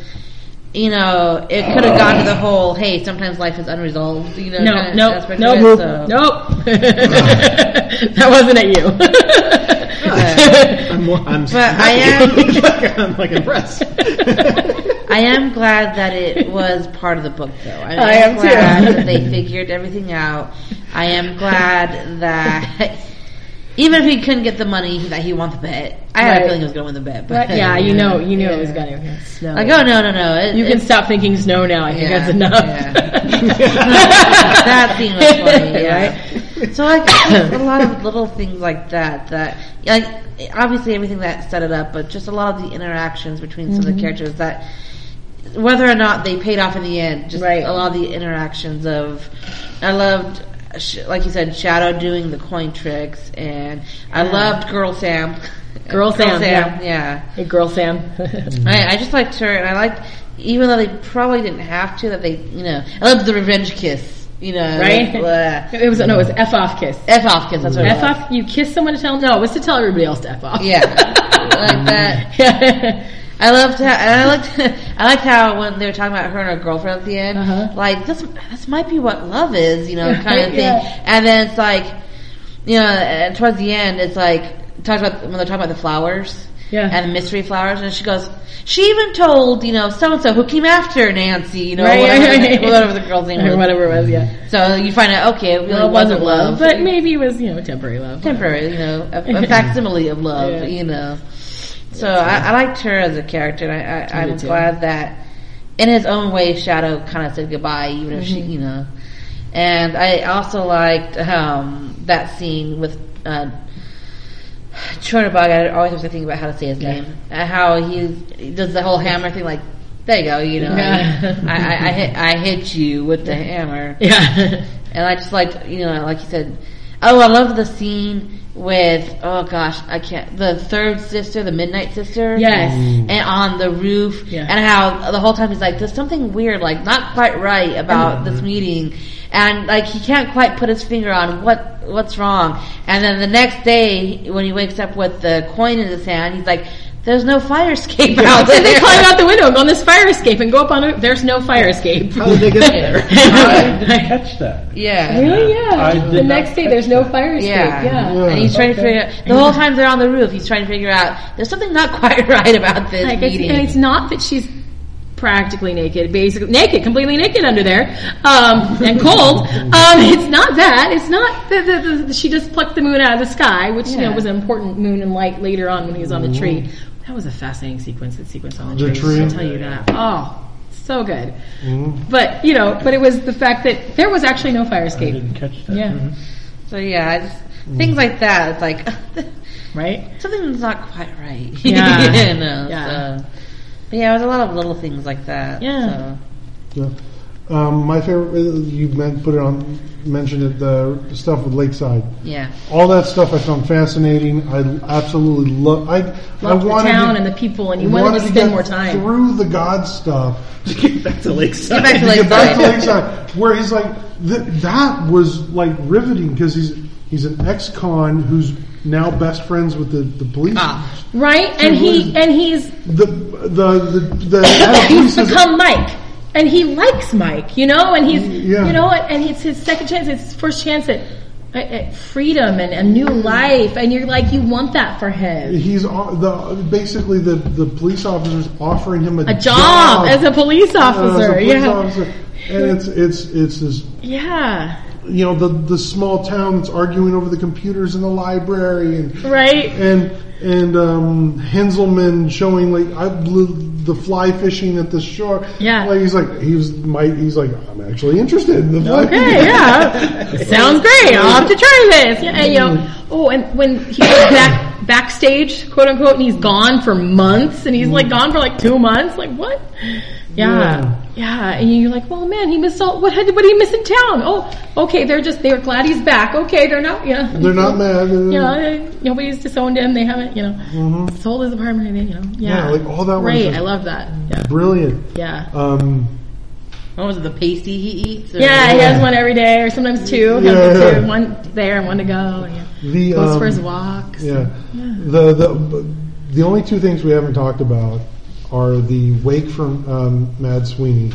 I: You know, it could have gone to the whole, hey, sometimes life is unresolved, you know,
D: No,
I: kind of
D: no,
I: aspect of
D: nope,
I: it, so-
D: nope. [LAUGHS] that wasn't at [LAUGHS] you.
L: I'm, I'm
I: But I am-
L: am. I'm [LAUGHS] like
D: [LAUGHS]
L: impressed.
I: I am glad that it was part of the book, though. I,
D: [LAUGHS] I am too.
I: glad that they figured everything out. I am glad that [LAUGHS] even if he couldn't get the money that he won the bet, I had
D: Right.
I: a feeling he was going to win the bet. But, [LAUGHS]
D: But yeah, you know, you knew it was gonna yeah, snow.
I: Like, oh no, no, no! It,
D: you can
I: it's-
D: stop thinking snow now. I think
I: Yeah,
D: that's enough. [LAUGHS]
I: yeah. that scene was funny, yeah. right? So like just a lot of little things like that that like obviously everything that set it up, but just a lot of the interactions between some
D: Mm-hmm.
I: of the characters that whether or not they paid off in the end, just
D: Right.
I: a lot of the interactions of I loved sh- like you said Shadow doing the coin tricks and I loved Girl Sam. [LAUGHS]
D: Girl Sam, yeah.
I: yeah. yeah.
D: Hey, girl, Sam.
I: I, I just liked her, and I liked, even though they probably didn't have to, that they, you know, I loved the revenge kiss, you know,
D: Right?
I: like, blah.
D: it was no, it was f off kiss.
I: f off kiss. That's what
D: F
I: it was.
D: off. You kiss someone to tell no. It was to tell everybody else to f off.
I: Yeah, like that.
D: [LAUGHS] Yeah.
I: I loved how and I liked [LAUGHS] I liked how when they were talking about her and her girlfriend at the end,
D: Uh-huh.
I: like this this might be what love is,
D: [LAUGHS]
I: you know, kind of thing.
D: Yeah.
I: And then it's like, you know, and towards the end, it's like talks about when they're talking about the flowers.
D: Yeah.
I: And the mystery flowers, and she goes. She even told you know so and so who came after Nancy, you know
D: Right,
I: whatever,
D: right, [LAUGHS]
I: The,
D: right.
I: whatever the girl's
D: [LAUGHS]
I: name
D: or
I: was.
D: whatever it was. Yeah.
I: So you find out okay, it really
D: Well, it
I: wasn't love,
D: but maybe it was you know temporary love.
I: temporary, you know, a, a facsimile of love,
D: Yeah.
I: you know. So I, I liked her as a character, and I, I,
D: I did
I: I'm
D: too. Mm-hmm.
I: glad that in his own way, Shadow kind of said goodbye, even if she, you know. And I also liked um, that scene with uh, Chernobog. I always have to think about how to say his name. Uh, how he's, he does the whole hammer thing, like, there you go, you know,
D: Yeah.
I: I, I, I, hit, I hit you with the hammer.
D: Yeah.
I: And I just liked, you know, like you said, oh, I loved the scene with, oh gosh, I can't, the third sister, the midnight sister.
D: Yes. Ooh.
I: And on the roof.
D: Yeah.
I: And how the whole time he's like, there's something weird, like not quite right about
D: Mm-hmm.
I: this meeting. And like he can't quite put his finger on what, what's wrong. And then the next day when he wakes up with the coin in his hand, he's like, there's no fire escape out
D: So [LAUGHS] they
I: Oh, there.
D: climb out the window and go on this fire escape and go up on it. There's no fire escape.
L: How did they get there?
H: I didn't catch that.
I: Yeah.
D: [LAUGHS] Really? Yeah.
H: I did
D: the
H: not
D: next day, there's no fire escape.
I: Yeah.
D: Yeah.
I: And he's trying to figure out, the whole time they're on the roof, he's trying to figure out, there's something not [LAUGHS] quite right about this
D: Like, it's,
I: meeting.
D: and it's not that she's practically naked, basically naked, completely naked under there, um, and cold. Um, it's not that. It's not that that that she just plucked the moon out of the sky, which you
I: Yeah.
D: know was an important moon and light later on when he was on the tree. That was a fascinating sequence. That sequence on the,
A: The
D: tree. I'll
A: tree.
D: tell you that. Oh. So good, but you know, but it was the fact that there was actually no fire
H: I
D: escape.
H: didn't catch that.
D: Yeah,
I: so yeah, I just, things like that. It's like, [LAUGHS]
D: right.
I: something's not quite right.
D: Yeah.
I: [LAUGHS] you know,
D: Yeah.
I: So. But yeah, it was a lot of little things like that.
D: Yeah.
I: So.
A: Yeah. Um, my
J: uh,
A: favorite, you meant, put it on, mentioned it, the stuff with Lakeside.
I: Yeah.
A: All that stuff I found fascinating. I absolutely love. I I
D: Loved the
A: wanted
D: town
A: to,
D: and the people, and you wanted to spend
A: get
D: more time.
A: through the God stuff.
L: back to Lakeside.
I: Get back to
A: Get back to
I: Lakeside.
A: Lakeside, where he's like, th- that was like riveting because he's he's an ex-con who's now best friends with the the police.
I: Ah.
D: Right, and he and he's
A: The the the,
D: [LAUGHS]
A: the head of police
D: he's
A: is-
D: become Mike, and he likes Mike, you know, and he's
A: Yeah.
D: you know, and it's his second chance, it's his first chance at, at, at freedom and a new life, and you're like, you want that for him.
A: He's o- the basically the the police officers offering him a,
D: A job as a police
A: uh, as a
D: officer,
A: police
D: yeah,
A: officer. and it's it's it's this
D: yeah,
A: you know the the small town that's arguing over the computers in the library and
D: right,
A: and and um, Henselman showing like I blew the fly fishing at the shore.
D: Yeah.
A: like he's like he was my he's like I'm actually interested [LAUGHS] in the fly.
D: okay,
A: [LAUGHS]
D: yeah, sounds great. I'll have to try this. Yeah, and, you know, oh, and when he goes back backstage, quote unquote, and he's gone for months, and he's like gone for like two months, like what?
A: Yeah.
D: Yeah. Yeah, and you're like, well, man, he missed all. What, had- what did he miss in town? Oh, okay, they're just they're glad he's back. Okay, they're not. Yeah,
A: They're not mad. uh,
D: You know, eh, nobody's disowned him. They haven't, you know, sold his apartment. or anything, You know, yeah,
A: Mm-hmm. Yeah, like, all that was
D: Great,
A: just-
D: I love that. Yeah,
A: Brilliant.
D: yeah,
A: Um,
I: What was it, the pasty he eats? Or
D: yeah. He has one every day, or sometimes two.
A: Yeah,
D: has the
A: yeah.
D: two one there and one to go. And, yeah.
A: the
D: Goes for
A: um,
D: his walks.
A: yeah. The the the only two things we haven't talked about are the wake from um, Mad Sweeney.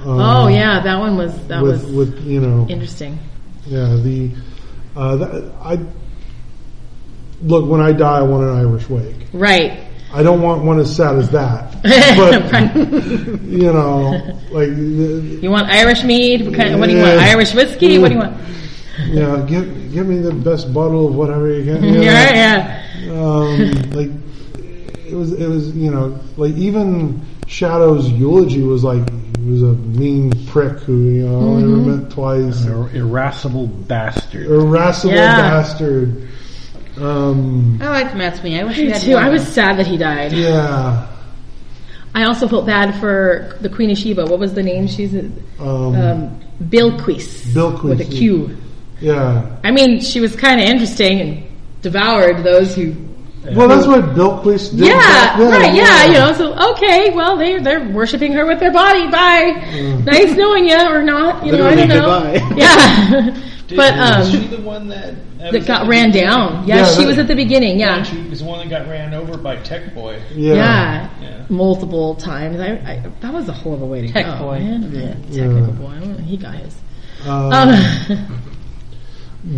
A: Um,
D: Oh yeah, that one was that
A: with
D: was
A: with you know
D: interesting.
A: Yeah, the uh, that, I look when I die, I want an Irish wake.
D: Right.
A: I don't want one as sad as that, but you know, like the-
D: You want Irish mead? What, kind, what do you want?
A: Yeah.
D: Irish whiskey? What do you want?
A: yeah, give give me the best bottle of whatever you can. You know,
D: Yeah, yeah.
A: um, like it was it was you know like even Shadow's eulogy was like he was a mean prick who you know I only met twice.
H: An irascible bastard.
A: Irascible
D: Yeah.
A: bastard. Um,
I: I liked Matt Sweeney. I wish we
D: Me
I: had
D: too.
I: more.
D: I was sad that he died.
A: yeah.
D: I also felt bad for the Queen of Sheba. What was the name? She's
A: Um,
D: um, Bilquis.
A: Bilquis,
D: With a
A: yeah.
D: Q.
A: yeah.
D: I mean, she was kind of interesting and devoured those who.
A: Well, that's what Bilquis did.
D: Yeah,
A: back then,
D: right. Yeah, you know. So okay, well they they're worshiping her with their body. Bye.
A: Mm.
D: Nice knowing you or not. You know, I don't know.
L: Goodbye.
D: [LAUGHS] Yeah. but
M: was she
D: um,
M: the one that that,
D: that got ran down. Yeah,
A: Yeah,
D: she
A: that-
D: was at the beginning. Yeah.
M: She was the one that got ran over by Tech Boy.
A: Yeah.
D: Yeah.
M: Yeah.
D: multiple times. I, I that was a horrible way to
I: Tech
D: go.
I: boy.
D: man. Yeah,
A: Yeah.
D: technical boy. I don't know, He got his.
A: Um,
D: Um,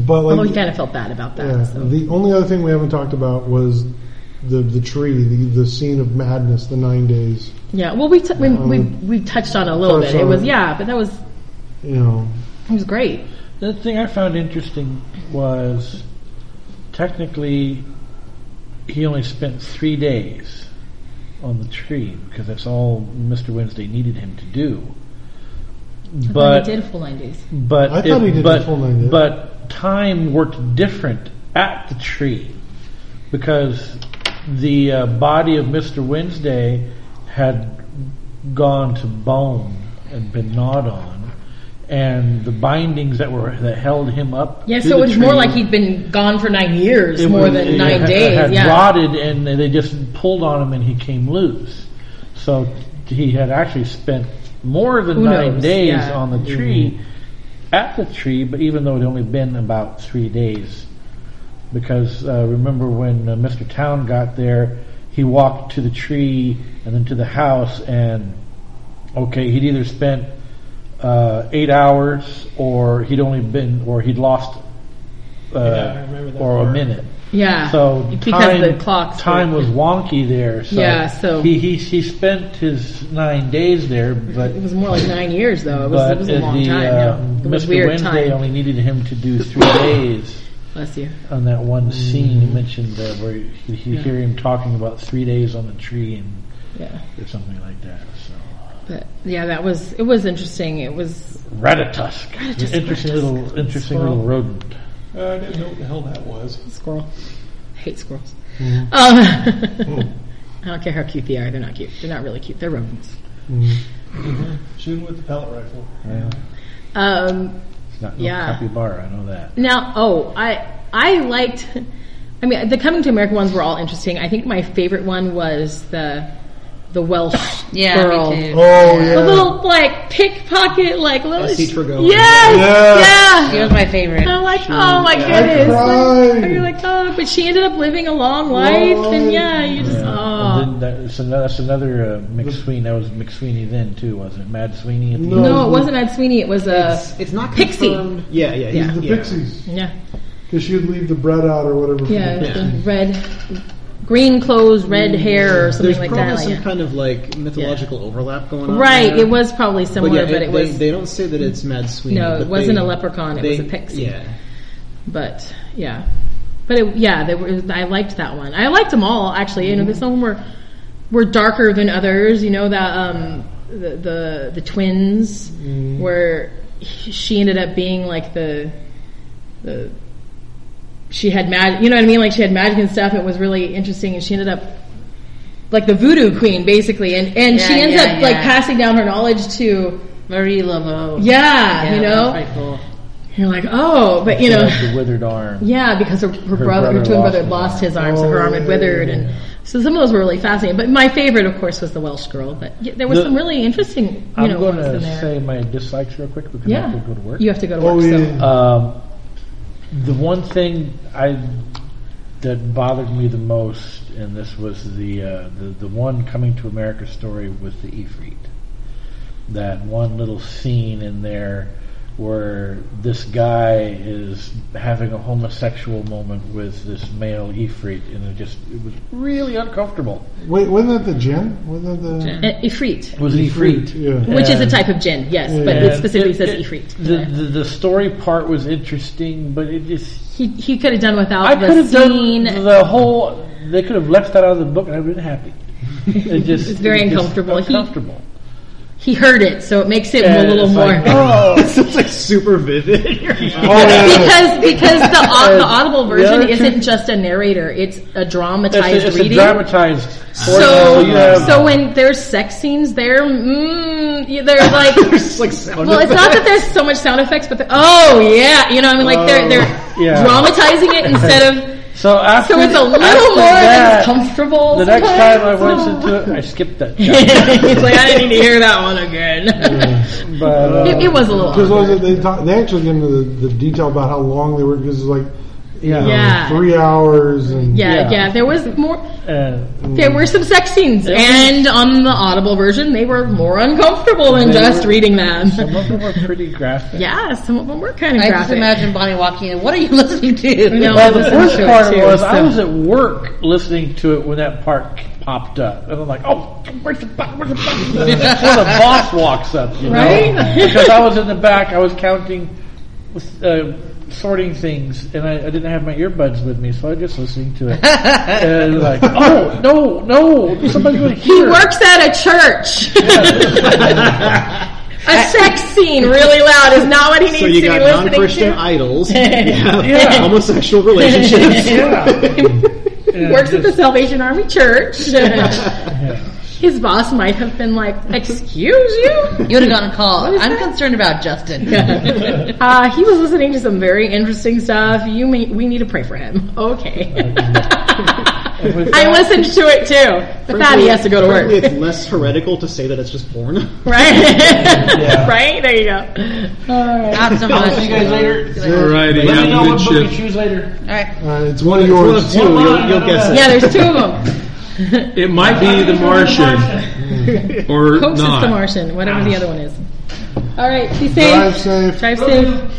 A: but
D: [LAUGHS] although he
A: like,
D: kind of felt bad about that.
A: yeah,
D: so.
A: the only other thing we haven't talked about was the the tree, the, the scene of madness, the nine days.
D: yeah. Well, we t- we, we
A: Um,
D: we touched on it a little
A: touched
D: bit. It
A: on
D: was
A: it.
D: yeah, but that was
A: You know,
D: it was great.
H: The thing I found interesting was technically he only spent three days on the tree because that's all Mr. Wednesday needed him to do.
D: I
H: but
D: thought he did full 90s.
H: But
A: I thought
H: it-
A: he did
H: but,
A: the full 90.
H: But time worked different at the tree because the uh, body of Mr. Wednesday had gone to bone and been gnawed on, and the bindings that were that held him up.
D: Yeah, so
H: to the
D: it was more
H: tree-
D: like he'd been gone for nine years,
H: it
D: more
H: was-
D: than
H: it
D: nine
H: [LAUGHS] had-
D: days.
H: Had
D: yeah.
H: rotted, and they just pulled on him, and he came loose. So he had actually spent more than
D: Who
H: nine
D: knows?
H: days
D: Yeah. Mm-hmm.
H: on the tree, at the tree. But even though it only been about three days, because uh, remember when uh, Mr. Town got there, he walked to the tree and then to the house, and okay, he'd either spent uh, eight hours or he'd only been or he'd lost. Uh,
M: Yeah, I remember that
H: or a
M: part.
H: minute.
D: Yeah.
H: So
D: because
H: time,
D: the clocks.
H: time
D: were-
H: was wonky there. So
D: Yeah, so-
H: he, he he spent his nine days there, but
D: It was more like nine years, though. It was,
H: but
D: it was a long
H: the,
D: time.
H: uh,
D: yeah. It was
H: Mr.
D: weird
H: Wednesday
D: time.
H: only needed him to
D: [COUGHS]
H: do three days
D: Bless you.
H: on that
D: Mm.
H: one scene you mentioned uh, where you could he- hear him talking about three days on the tree and
D: Yeah.
H: or something like that. So
D: But yeah, that was it. Was interesting. It was
H: Ratatusk, It's an interesting little interesting little rodent.
M: Uh, I didn't know what the hell that was.
D: squirrel. I hate squirrels.
H: Mm-hmm.
D: [LAUGHS]
H: Mm.
D: Um, I don't care how cute they are. They're not cute. They're not really cute. They're rodents.
M: Shooting with the pellet rifle.
H: Yeah.
D: Um,
H: It's not
D: Yeah.
H: no capybara, I know that.
D: Now, oh, I I liked. I mean, the Coming to America ones were all interesting. I think my favorite one was the
L: [LAUGHS]
D: the Welsh
I: Yeah, me
D: girl.
I: too.
A: Oh
D: The
A: yeah.
D: little like pickpocket, like little.
L: S.C. Tregowan.
D: Yes, yeah.
I: She was my favorite.
D: And I'm like, oh my
A: I
D: goodness.
A: cried.
D: And you're like, oh, but she ended up living a long life, and yeah, you just,
H: Yeah.
D: oh.
H: And then that, that's another, that's another uh, McSweeney. That was McSweeney then too, wasn't it? Mad Sweeney at the
A: No.
H: end?
D: No, it wasn't Ed Sweeney. It was a
L: It's, it's not
D: Pixie.
L: confirmed. Yeah, yeah,
D: Yeah.
L: yeah.
A: The
L: yeah.
A: pixies,
D: yeah,
A: because she'd leave the bread out or whatever. from
D: yeah,
A: the
D: it's the red, green clothes, red hair, or something
L: There's
D: like
L: probably
D: that. like
L: some
D: that.
L: kind of like mythological overlap going on.
D: Right,
L: there.
D: it was probably
L: But
D: similar,
L: yeah,
D: but it,
L: they,
D: was
L: They don't say that it's Mad Sweeney.
D: No, it
L: but
D: wasn't
L: they-
D: a leprechaun, it
L: they-
D: was a pixie.
L: Yeah,
D: But yeah, but it, yeah, they were, I liked that one. I liked them all actually. You know,
I: Mm-hmm.
D: some of them were were darker than others. You know that um, the the the twins
I: Mm-hmm.
D: where she ended up being like the the she had magic. You know what I mean? Like she had magic and stuff. It was really interesting, and she ended up. Like the voodoo queen, basically, and and she
I: Yeah,
D: ends
I: yeah,
D: up like
I: yeah.
D: passing down her knowledge to,
I: Marie Laveau.
D: yeah, you
I: that
D: know,
I: was pretty cool.
D: you're like, oh, but [LAUGHS] you
H: She
D: know,
H: had the withered arm.
D: yeah, because her, her,
H: Her
D: brother, her
H: brother
D: twin brother
H: lost
D: lost
H: his arm.
D: his arm, so her arm had withered, and so some of those were really fascinating. But my favorite, of course, was the Welsh girl. But yeah, there was
H: The-
D: some really interesting, you
H: I'm
D: know,
H: going
D: ones in
H: to
D: there.
H: say my dislikes real quick because I
D: yeah,
H: have to go to work.
D: you have to go to work.
A: Oh,
D: so. uh,
A: yeah.
H: Um, the one thing I that bothered me the most, and this was the uh, the the one coming to America story with the Ifrit. That one little scene in there where this guy is having a homosexual moment with this male Ifrit, and it just it was really uncomfortable.
A: Wait, wasn't that the gin? Wasn't that the
D: Uh, Ifrit,
H: It was an Ifrit,
A: Yeah.
D: which is a
H: And-
D: type of gin, yes, but it
H: and
D: specifically says
H: it-
D: Ifrit.
H: The, the the story part was interesting, but it just
D: he he could have done without
H: I could
D: the
H: have
D: scene.
H: done the whole. They could have left that out of the book, and I'd been
D: [LAUGHS]
H: happy. It just
D: It's very
H: it just
D: uncomfortable. He-
H: Uncomfortable.
D: he heard it, so it makes it
H: And
D: a little
H: it's
D: more.
H: like, oh,
L: [LAUGHS] it's like super vivid. [LAUGHS]
D: Oh. [LAUGHS] because because the,
H: [LAUGHS]
D: au- the audible
H: The
D: version
H: other two-
D: isn't just a narrator; it's a dramatized
H: it's, a, it's a
D: reading.
H: dramatized. story,
D: So,
H: you have-
D: so when there's sex scenes there, mm, yeah,
H: [LAUGHS]
D: they're like,
L: like sound
D: well, it's not that there's so much sound effects, but the, oh yeah, you know, I mean, like they're they're
H: Oh, yeah.
D: dramatizing it instead of.
H: so after
D: So it's a
H: after
D: little more
H: that,
D: uncomfortable.
H: The next
D: sometimes,
H: time I went
D: so-
H: into it, I skipped that.
D: [LAUGHS] it's like I didn't need to hear that one again.
H: But uh,
D: it, it was a little.
A: Because
D: awkward.
A: was it, they talk, they actually get into the, the detail about how long they were because it's like
H: yeah,
D: Yeah.
A: three hours and
D: Yeah, yeah,
H: yeah.
D: There was more.
H: and
D: There were some sex scenes, and on the audible version, they were more uncomfortable than
H: They
D: just
H: were-
D: reading them. [LAUGHS]
H: some of them were pretty graphic.
D: yeah, some of them were kind of
I: I
D: graphic.
I: just imagine Bonnie walking in. What are you [LAUGHS] listening to?
D: No, I
H: Well, the
D: listened
H: worst
D: to it
H: part
D: too,
H: was I
D: so-
H: was at work listening to it when that part popped up, and I'm like, "Oh, where's the buck? Where's the buck?" Before the boss walks up, you know?
D: Right?
H: Because I was in the back, I was counting, uh, sorting things, and I, I didn't have my earbuds with me, so I was just listening
D: [LAUGHS]
H: to it. and I'm like, "Oh no, no, somebody's going to
D: He
L: [LAUGHS]
H: hear."
D: works at a church. [LAUGHS] A sex scene really loud is not what he needs
B: So
D: [LAUGHS]
B: you
D: to be
B: got
D: listening
B: non-Christian
D: to. [LAUGHS]
B: idols, you have homosexual relationships.
D: [LAUGHS] Works at the Salvation Army Church.
L: [LAUGHS]
B: [LAUGHS]
D: His boss might have been like, "Excuse you."
I: You would have gone and called. I'm concerned about Justin.
D: [LAUGHS] Uh, he was listening to some very interesting stuff. You may, we need to pray for him. Okay. [LAUGHS] I listened to it too, but that he has to go to
B: Frankly,
D: work,
B: It's less heretical to say that it's just porn.
D: [LAUGHS]
B: [LAUGHS]
D: right? [LAUGHS] Right there, you go. All right. [LAUGHS]
I: Not so much.
M: See you guys later.
C: All righty,
M: Let
C: have
M: me know
C: a
M: what book
C: good
M: you
C: ship.
M: choose later.
I: All right.
A: Uh, it's one of
B: One of
A: yours.
B: two, you'll, you'll guess it.
D: Yeah, there's two of them.
C: It might be The Martian, [LAUGHS] or
D: Coax is the
C: not.
D: Martian, whatever the other one is. All right, be
A: Drive
D: safe.
A: safe.
D: Drive safe. [LAUGHS]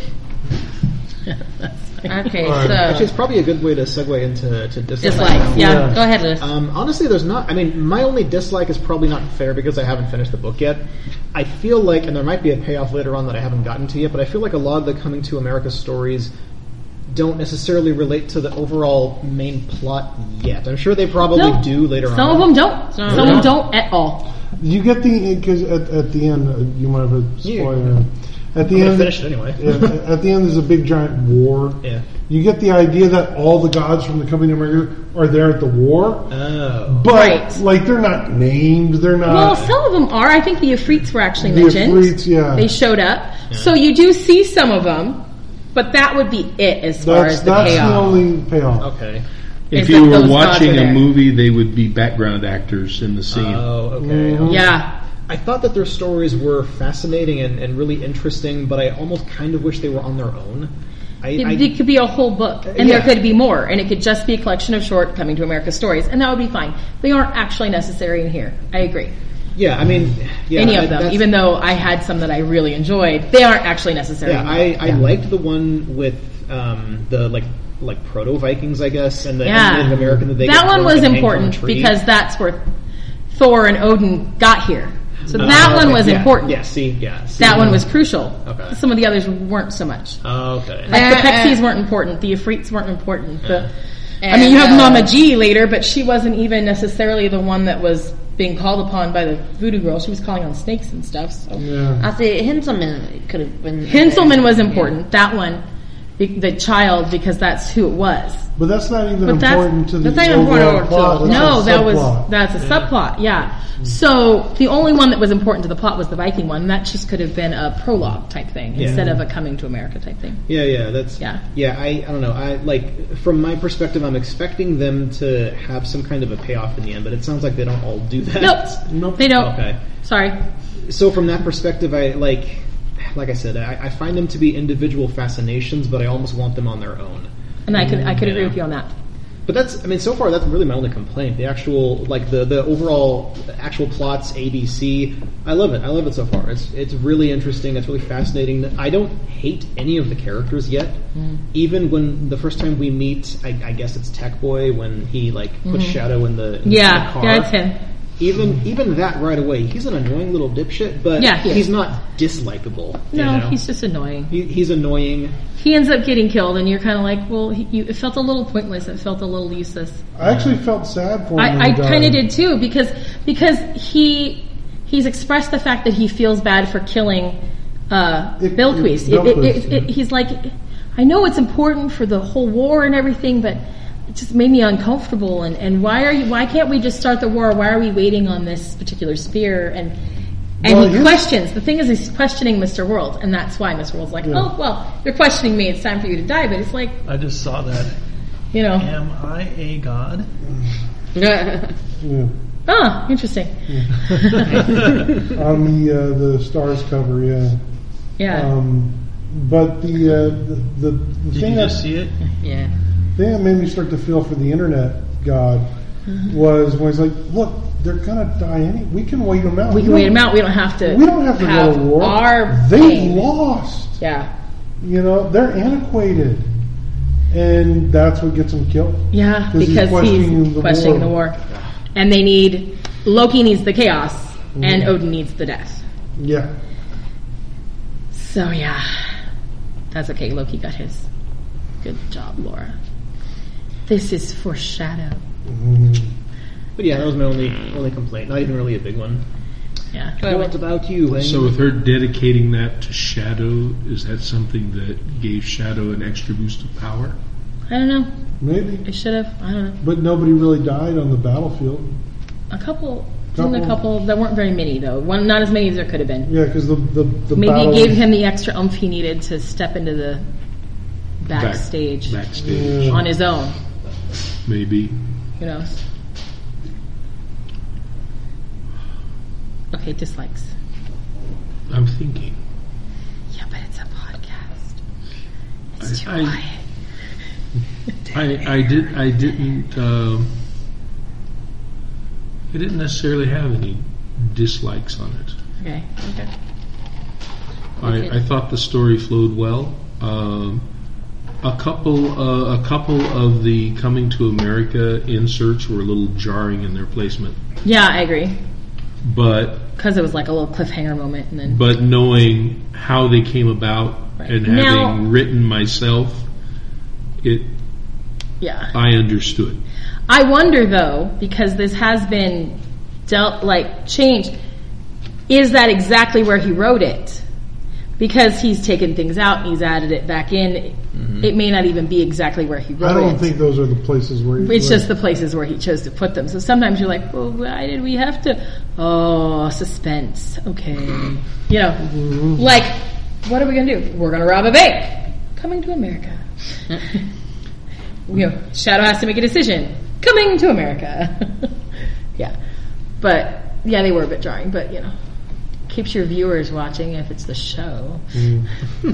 I: Okay,
A: All right.
B: Actually, it's
I: so
B: probably a good way to segue into to dislikes.
I: dislikes. Yeah,
A: Yeah.
I: go ahead, Liz.
B: Um, honestly, there's not. I mean, my only dislike is probably not fair because I haven't finished the book yet. I feel like, and there might be a payoff later on that I haven't gotten to yet, but I feel like a lot of the Coming to America stories don't necessarily relate to the overall main plot yet. I'm sure they probably
D: No.
B: do later on.
D: Some of them don't. Some
I: of
D: of them don't at all.
A: You get the because at, at the end uh, you might have a spoiler. At the
B: I'm gonna
A: end,
B: finish it anyway.
A: yeah, at the end, there's a big giant war.
B: [LAUGHS] Yeah.
A: You get the idea that all the gods from the Company of America are there at the war,
B: Oh.
A: but
D: Right.
A: like they're not named. They're
D: Well,
A: not.
D: some of them are. I think the Ifrits were actually
A: The
D: mentioned.
A: Ifrits, yeah.
D: They showed up. So you do see some of them, but that would be it as far
A: that's
D: as the
A: that's the
D: payoff.
A: only payoff.
B: Okay.
C: If
D: Except
C: you were
D: those gods are
C: watching
D: there.
C: a movie, they would be background actors in the scene.
B: Oh, okay.
D: Mm-hmm. Yeah.
B: I thought that their stories were fascinating and, and really interesting, but I almost kind of wish they were on their own. I,
D: It,
B: I,
D: it could be a whole book, and
B: Yeah.
D: there could be more, and it could just be a collection of short Coming to America stories, and that would be fine. They aren't actually necessary in here. I agree.
B: yeah, I mean, yeah,
D: Any
B: I-
D: of them,
B: that's-
D: even though I had some that I really enjoyed, they aren't actually necessary.
B: Yeah,
D: in
B: I,
D: here.
B: I liked the one with um, the like like proto Vikings, I guess, and the
D: Yeah.
B: Native American that they
D: that
B: get
D: one
B: thrown
D: was
B: to hang from a
D: important
B: tree.
D: because that's where Thor and Odin got here. So
B: Uh,
D: that one
B: okay,
D: was
B: yeah,
D: important.
B: Yeah, see, yeah, see.
D: That one was crucial.
B: Okay.
D: Some of the others weren't so much.
B: Oh, Okay.
D: Like the
I: Eh,
D: Pixies
I: eh.
D: weren't important. The Ifrits weren't important. The,
B: Eh,
D: I
I: And,
D: mean, you have
I: uh,
D: Mama G later, but she wasn't even necessarily the one that was being called upon by the voodoo girl. She was calling on snakes and stuff. So.
A: Yeah.
I: I'll say Hinselman could have been.
D: Hinselman was important. That one, the, the child, because that's who it was.
A: But that's not even
D: But that's,
A: important to the
D: that's not
A: overall
D: important to
A: plot. That's
D: no,
A: a
D: that was
A: subplot.
D: that's a subplot. Yeah. So the only one that was important to the plot was the Viking one. That just could have been a prologue type thing instead of a coming to America type thing.
B: Yeah, yeah, that's
D: Yeah.
B: yeah. I, I don't know. I like from my perspective, I'm expecting them to have some kind of a payoff in the end, but it sounds like they don't all do that. [LAUGHS]
D: Nope. They don't.
B: Okay.
D: Sorry.
B: So from that perspective, I like, like I said, I, I find them to be individual fascinations, but I almost want them on their own.
D: And I could I could agree
B: Yeah.
D: with you on that.
B: But that's, I mean, so far that's really my only complaint. The actual, like the the overall actual plots, ABC. I love it. I love it so far. It's it's really interesting. It's really fascinating. I don't hate any of the characters yet.
D: Mm-hmm.
B: Even when the first time we meet, I, I guess it's Tech Boy when he like puts Shadow in the, in the
D: Mm-hmm. Yeah.
B: car.
D: Yeah, it's him.
B: Even even that right away, he's an annoying little dipshit, but
D: Yeah, he is.
B: he's not dislikable. you
D: No,
B: know?
D: he's just annoying.
B: he, he's annoying.
D: He ends up getting killed, and you're kind of like, well, he, you, it felt a little pointless. It felt a little useless.
A: I actually felt sad for him. when
D: I, I
A: he died.
D: kind of did too because because he he's expressed the fact that he feels bad for killing uh,
A: It-
D: Bilquis.
A: it-
D: It- it-
A: Bilquis,
D: it- it- he's like, I know it's important for the whole war and everything, but it just made me uncomfortable. And, and why are you? Why can't we just start the war? Why are we waiting on this particular spear? And and
A: Well,
D: he
A: here's-
D: questions. The thing is, he's questioning Mr. World, and that's why Mr. World's like, "Oh well, you're questioning me. It's time for you to die." But it's like,
M: I just saw that.
D: you know,
M: Am I a god?
A: Yeah.
D: ah, interesting.
A: on the uh, the stars cover. Yeah.
D: Yeah.
A: Um, but the, uh, the the, the
M: Did
A: thing
M: you
A: that
M: just see it?
I: [LAUGHS] yeah.
A: thing that made me start to feel for the internet god
D: Mm-hmm.
A: was when he's like, look, they're gonna die. Any we can wait them out.
D: We can
A: don't-
D: wait him out. We don't have to.
A: We don't have to go to war.
D: Our
A: they
D: pain.
A: lost.
D: Yeah,
A: You know, they're antiquated, and that's what gets them killed.
D: yeah,
A: he's
D: because
A: questioning
D: he's
A: the
D: questioning
A: war.
D: the war, and they need Loki needs the chaos,
A: Mm-hmm.
D: and Odin needs the death.
A: Yeah.
D: So yeah, that's okay. Loki got his. Good job, Laura. This is foreshadow.
A: Mm-hmm.
B: But yeah, that was my only only complaint. Not even really a big one.
D: Yeah.
B: What about you? Wayne?
C: So with her dedicating that to Shadow, is that something that gave Shadow an extra boost of power?
D: I don't know.
A: Maybe.
D: It should have. I don't know.
A: But nobody really died on the battlefield.
D: A couple. Couple. A
A: Couple.
D: couple. There weren't very many though. One, not as many as there could have been.
A: Yeah, because the, the, the
D: Maybe
A: battle.
D: it gave him the extra oomph he needed to step into the backstage
C: Backstage,
D: on his own.
C: maybe.
D: Who knows? Okay, dislikes.
C: I'm thinking.
D: Yeah, but it's a podcast. It's too
C: I- I-
D: quiet.
C: I, I did I didn't um, I didn't necessarily have any dislikes on it.
D: Okay. Okay.
C: I, I thought the story flowed well. Um, a couple, uh, a couple of the coming to America inserts were a little jarring in their placement,
D: Yeah, I agree.
C: but
D: Because it was like a little cliffhanger moment, and then
C: but knowing how they came about
D: Right.
C: and having
D: Now-
C: written myself, it
D: yeah.
C: I understood.
D: I wonder though, because this has been dealt like changed, is that exactly where he wrote it? Because he's taken things out, he's added it back in. It may not even be exactly where he wrote
A: Mm-hmm. I don't
D: it.
A: think those are the places where
D: it's just the places where he chose to put them. So sometimes you're like, well, why did we have to? Oh, suspense. Okay. You know, like, what are we going to do? We're going to rob a bank. Coming to America. you know, Shadow has to make a decision. Coming to America. [LAUGHS] yeah. But, yeah, they were a bit jarring, but, you know, keeps your viewers watching if it's the show. [LAUGHS] do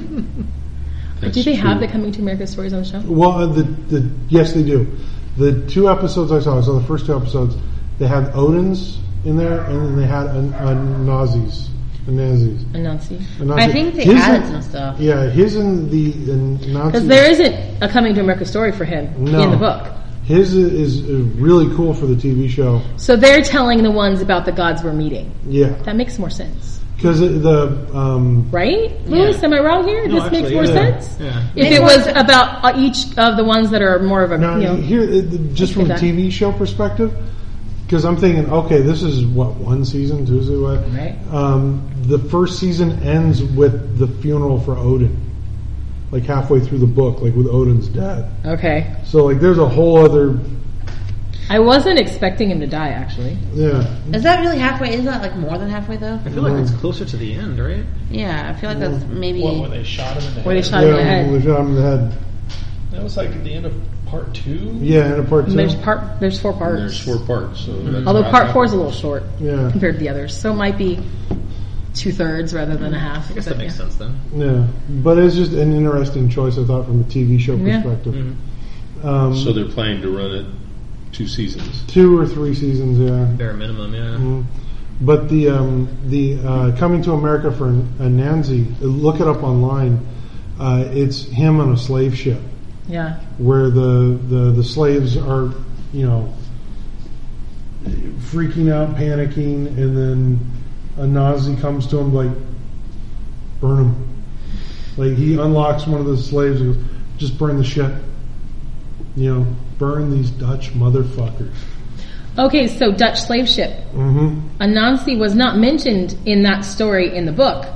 D: they have the Coming to America stories on the show?
A: Well, uh, the, the yes, they do. The two episodes I saw, I saw the first two episodes. They had Odin's in there, and then they had an, an Nazis, an Nazis.
D: Anansi?
A: An Nazi.
I: I think they
A: His
I: added
A: and-
I: some stuff.
A: Yeah, his and the and Nazis.
D: Because there isn't a coming to America story for him
A: No.
D: in the book.
A: His is, is really cool for the TV show.
D: So they're telling the ones about the gods we're meeting.
A: Yeah,
D: That makes more sense,
A: because the um,
D: right? Louis, am I wrong here? this makes more
A: yeah.
D: sense.
L: Yeah.
D: If it was about uh, each of the ones that are more of a,
A: Now,
D: you know,
A: here, uh, th- just from a
D: Let's get
A: TV show perspective, because I'm thinking, okay, this is what one season, two seasons, what?
D: Right.
A: Um, the first season ends with the funeral for Odin, like halfway through the book, like with Odin's dad.
D: okay.
A: So like, there's a whole other,
D: I wasn't expecting him to die, actually.
A: yeah.
I: Is that really halfway? Isn't that like more than halfway though?
L: I feel like it's closer to the end, right?
I: Yeah, I feel like that's maybe.
M: What, where they shot him in the
D: Where they
M: head?
D: shot him in the
A: yeah,
D: head.
A: we shot him in the head.
M: That was like at the end of part two.
A: Yeah, and a part two.
D: There's part. There's four parts.
C: There's four parts. So that's
D: Although
C: how
D: part
C: that
D: four is a little short
A: yeah,
D: compared to the others, so it might be two thirds rather than a half.
L: I guess
D: but
L: that makes
D: yeah.
L: sense then.
A: yeah. But it's just an interesting choice, I thought, from a TV show
D: Yeah.
A: perspective.
M: Mm-hmm.
A: Um,
C: So they're planning to run it two seasons.
A: two or three seasons, yeah.
L: Bare minimum, yeah.
B: Mm-hmm.
A: Mm. But the um, the uh, coming to America for Anansi, look it up online. Uh, it's him on a slave ship
D: Yeah.
A: where the, the, the slaves are, you know, freaking out, panicking, and then a Nazi comes to him like, burn him. Like he unlocks one of the slaves and goes, just burn the ship. You know, burn these Dutch motherfuckers.
D: Okay, so Dutch slave ship.
A: hmm
D: Anansi was not mentioned in that story in the book,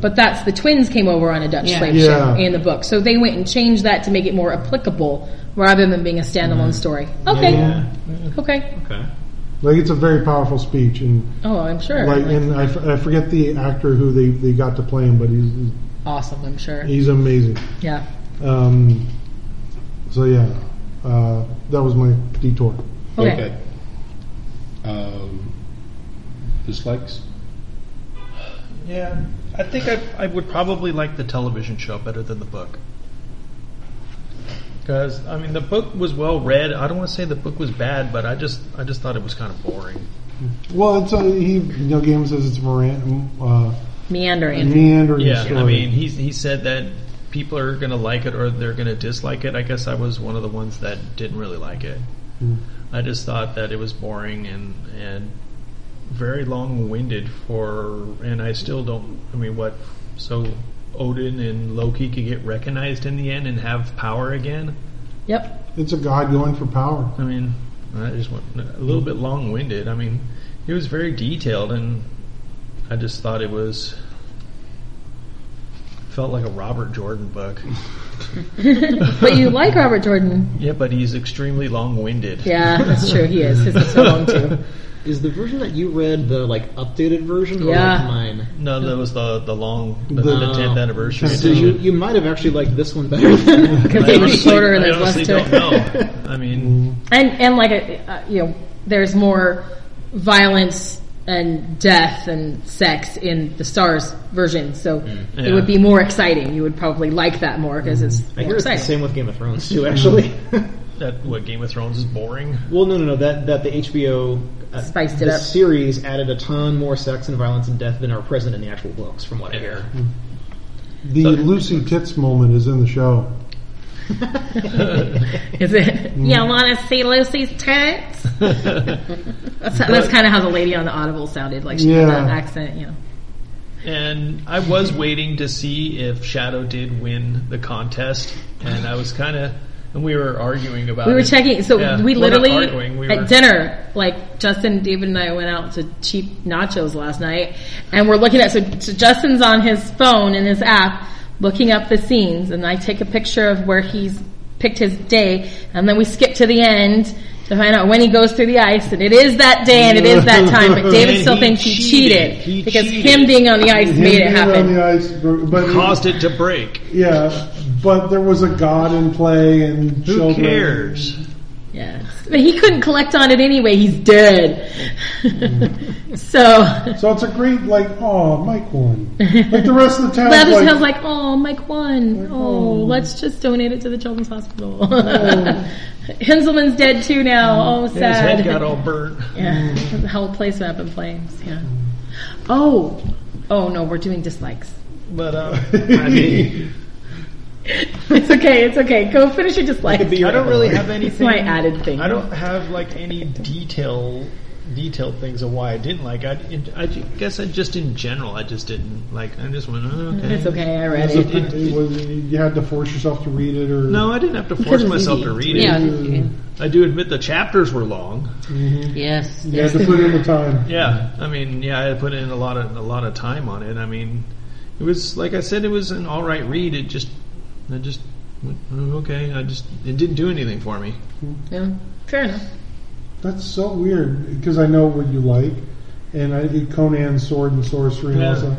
D: but that's the twins came over on a Dutch slave
A: Yeah.
D: ship in the book. So they went and changed that to make it more applicable rather than being a standalone story. Okay. Mm-hmm. Okay.
L: Okay.
A: Like it's a very powerful speech and.
D: Oh, I'm sure.
A: Like, and I, f- I forget the actor who they, they got to play him, but he's
D: awesome, I'm sure.
A: he's amazing.
D: Yeah.
A: Um, so yeah, uh, that was my detour.
D: Okay.
C: Um, dislikes.
M: Yeah, I think I, I would probably like the television show better than the book. Because I mean, the book was well read. I don't want to say the book was bad, but I just I just thought it was kind of boring.
A: Well, it's a, he Neil Gaiman says it's Moran, uh,
D: Meandering.
A: meandering
M: Yeah,
A: story.
M: I mean, he he said that people are going to like it or they're going to dislike it. I guess I was one of the ones that didn't really like it. I just thought that it was boring and and very long-winded for and I still don't I mean what so Odin and Loki could get recognized in the end and have power again?
D: Yep.
A: it's a god going for power.
M: I mean, I just went a little bit long-winded. I mean, he was very detailed and
K: I just thought it was felt like a Robert Jordan book.
D: But you like Robert Jordan.
K: Yeah, but he's extremely long-winded. [LAUGHS]
D: Yeah, that's true. He is. His is so long, too.
B: Is the version that you read the like updated version or
D: Yeah.
B: like mine?
K: No, that was the the long the,
B: The-
K: the 10th anniversary.
B: So you, you might have actually liked this one better
D: [LAUGHS]
B: than [LAUGHS]
D: Because
K: I
D: it was
K: honestly-
D: shorter and
K: I
D: there's less
K: honestly
D: to
K: don't
D: it.
K: know. I mean,
D: And, and like, a, uh, you know, there's more violence and death and sex in the Stars version, so it
B: Mm.
K: Yeah.
D: would be more exciting. You would probably like that more because it's
B: I
D: more
B: hear it's the
D: exciting.
B: same with Game of Thrones [LAUGHS] too. Actually,
K: that what Game of Thrones is boring.
B: well, no, no, no. That that the HBO uh,
D: Spiced it
B: the
D: up.
B: series added a ton more sex and violence and death than are present in the actual books, from what I
D: [LAUGHS]
K: [LAUGHS]
B: hear.
A: The Lucy Tits moment is in the show.
D: Is it?
B: Mm.
D: You want to see Lucy's tits? that's that's kind of how the lady on the audible sounded like. She
A: Yeah.
D: had that accent, you know.
K: And I was waiting to see if Shadow did win the contest, and I was kind of, and we were arguing about.
D: We were
K: it.
D: checking. So
K: Yeah,
D: we
K: we're not
D: literally
K: arguing, we were-
D: at dinner, like Justin, David, and I went out to cheap nachos last night, and we're looking at. So, so Justin's on his phone in his app, looking up the scenes, and I take a picture of where he's picked his day, and then we skip to the end to find out when he goes through the ice, and it is that day, and it is that
K: [LAUGHS]
D: time. But David
K: And
D: still
K: he
D: thinks he cheated,
K: cheated. He
D: because
K: cheated.
D: him being on the ice
A: Him
D: made it
A: being On
D: happen.
A: the ice, but, but
K: caused it to break.
A: yeah, but there was a god in play and
K: Who
A: children.
K: cares?
D: Yeah, but he couldn't collect on it anyway. He's dead. [LAUGHS]
K: Mm-hmm.
D: so.
A: So it's a great like, oh, Mike won. Like the rest
D: [LAUGHS]
A: of the town,
D: That just
A: like,
D: sounds like, oh, Mike won. Oh, let's just donate it to the children's hospital. [LAUGHS] Henselman's dead too now. Oh, sad.
K: His head got all burnt.
D: yeah, the whole place went up in flames. Yeah. Oh, oh no, we're doing dislikes. [LAUGHS]
K: But uh, [LAUGHS] I mean,
D: It's okay. It's okay. Go finish your dislikes.
K: I don't really have
D: It's
K: anything.
D: my added thing.
K: I don't have like any detail detailed things of why I didn't like. I, it- I ju- guess I just in general I just didn't like. I just went oh, okay.
D: It's okay. I
A: [LAUGHS]
D: read
A: As
D: [LAUGHS] it.
A: if it, was, you had to force yourself to read it, or
K: No, I didn't have to force
D: it's
K: myself
D: easy.
K: to read it.
I: Yeah. okay.
K: I do admit the chapters were long.
I: Yes.
A: you had to put in the time.
K: Yeah, I mean, yeah, I had put in a lot of a lot of time on it. I mean, it was like I said, it was an all right read. It just, I just, went, "Oh, okay, I just, it didn't do anything for me.
D: Yeah. Fair enough.
A: That's so weird because I know what you like, and I Conan, sword and sorcery, and all
K: Yeah.
A: that. stuff.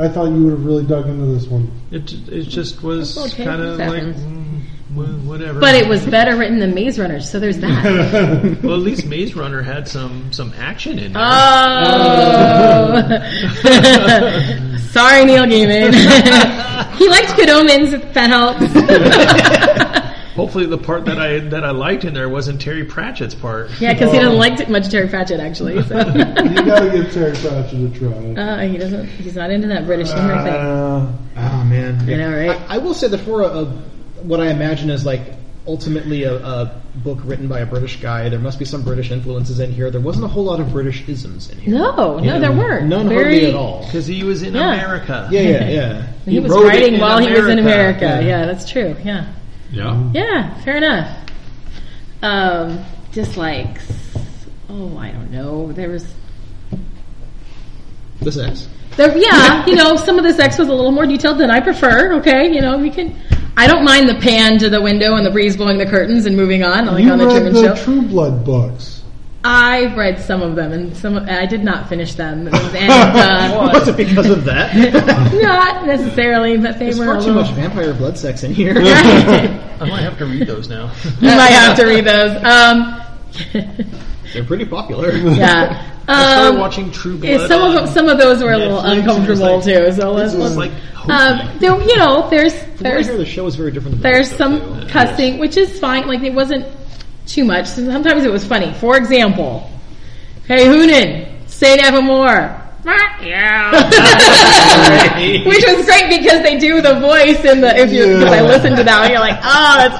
A: I, I thought you would have really dug into this one. [LAUGHS]
K: It, it just was
D: That's okay,
K: kind of
D: that
K: like
D: happens.
K: mm, wh- whatever.
D: But it was better written than Maze Runner, so there's
K: [LAUGHS]
D: that.
K: well, at least Maze Runner had some some action in it.
D: Uh. Oh. Sorry, Neil Gaiman. he liked Good Omens, if that helps.
K: Hopefully, the part that I that I liked in there wasn't Terry Pratchett's part.
D: [LAUGHS] yeah, because he doesn't like it much Terry Pratchett, actually. So.
A: You gotta give Terry Pratchett a try.
D: [LAUGHS] uh, he doesn't. He's not into that British humor
A: Uh,
D: thing.
B: Oh man,
D: You know, right?
B: I, I will say that for a, a what I imagine is like ultimately a, a book written by a British guy, there must be some British influences in here. There wasn't a whole lot of British isms in here.
D: No, no, there weren't.
B: None hardly
D: Very-
B: at all.
K: Because he was in
D: Yeah.
K: America.
B: Yeah, yeah, yeah.
D: He,
K: He
D: was
K: wrote it
D: writing
K: in
D: while he was in
K: America.
D: America. yeah, that's true. Yeah.
C: Yeah.
D: Yeah, fair enough. Um, dislikes. Oh, I don't know. There was
B: This is.
D: There, yeah, you know, some of the sex was a little more detailed than I prefer. Okay, you know, we can. I don't mind the pan to the window and the breeze blowing the curtains and moving on, like
A: you
D: on the
A: read
D: Truman
A: the
D: Show.
A: True Blood books.
D: I read some of them, and some of- I did not finish them.
K: [LAUGHS]
D: And, uh,
B: Was it because of that?
D: [LAUGHS] not necessarily, but they
B: There's
D: were a
B: far too
D: little. [LAUGHS]
B: much vampire blood sex in here.
K: I might have to read those now. [LAUGHS]
D: you might have to read those. Um,
B: [LAUGHS]
D: [LAUGHS]
B: They're pretty popular.
D: yeah.
K: I started
D: Um,
K: watching True Blood.
D: yeah, some of them,
K: on
D: some of those were a little
K: Netflix, and it was
D: uncomfortable
K: like-
D: too. So let's.
K: It
D: let's
K: was like
D: um, there, you know, there's
B: From what I
D: there's
B: hear the show is very different. Than the
D: There's
B: other stuff,
D: some
B: too.
D: cussing, which is fine. Like it wasn't too much. Sometimes it was funny. For example, "Hey Hoonan, say nevermore." Yeah, [LAUGHS] which was great because they do the voice in the. If you, because I listened to that, and you're like, "Oh, that's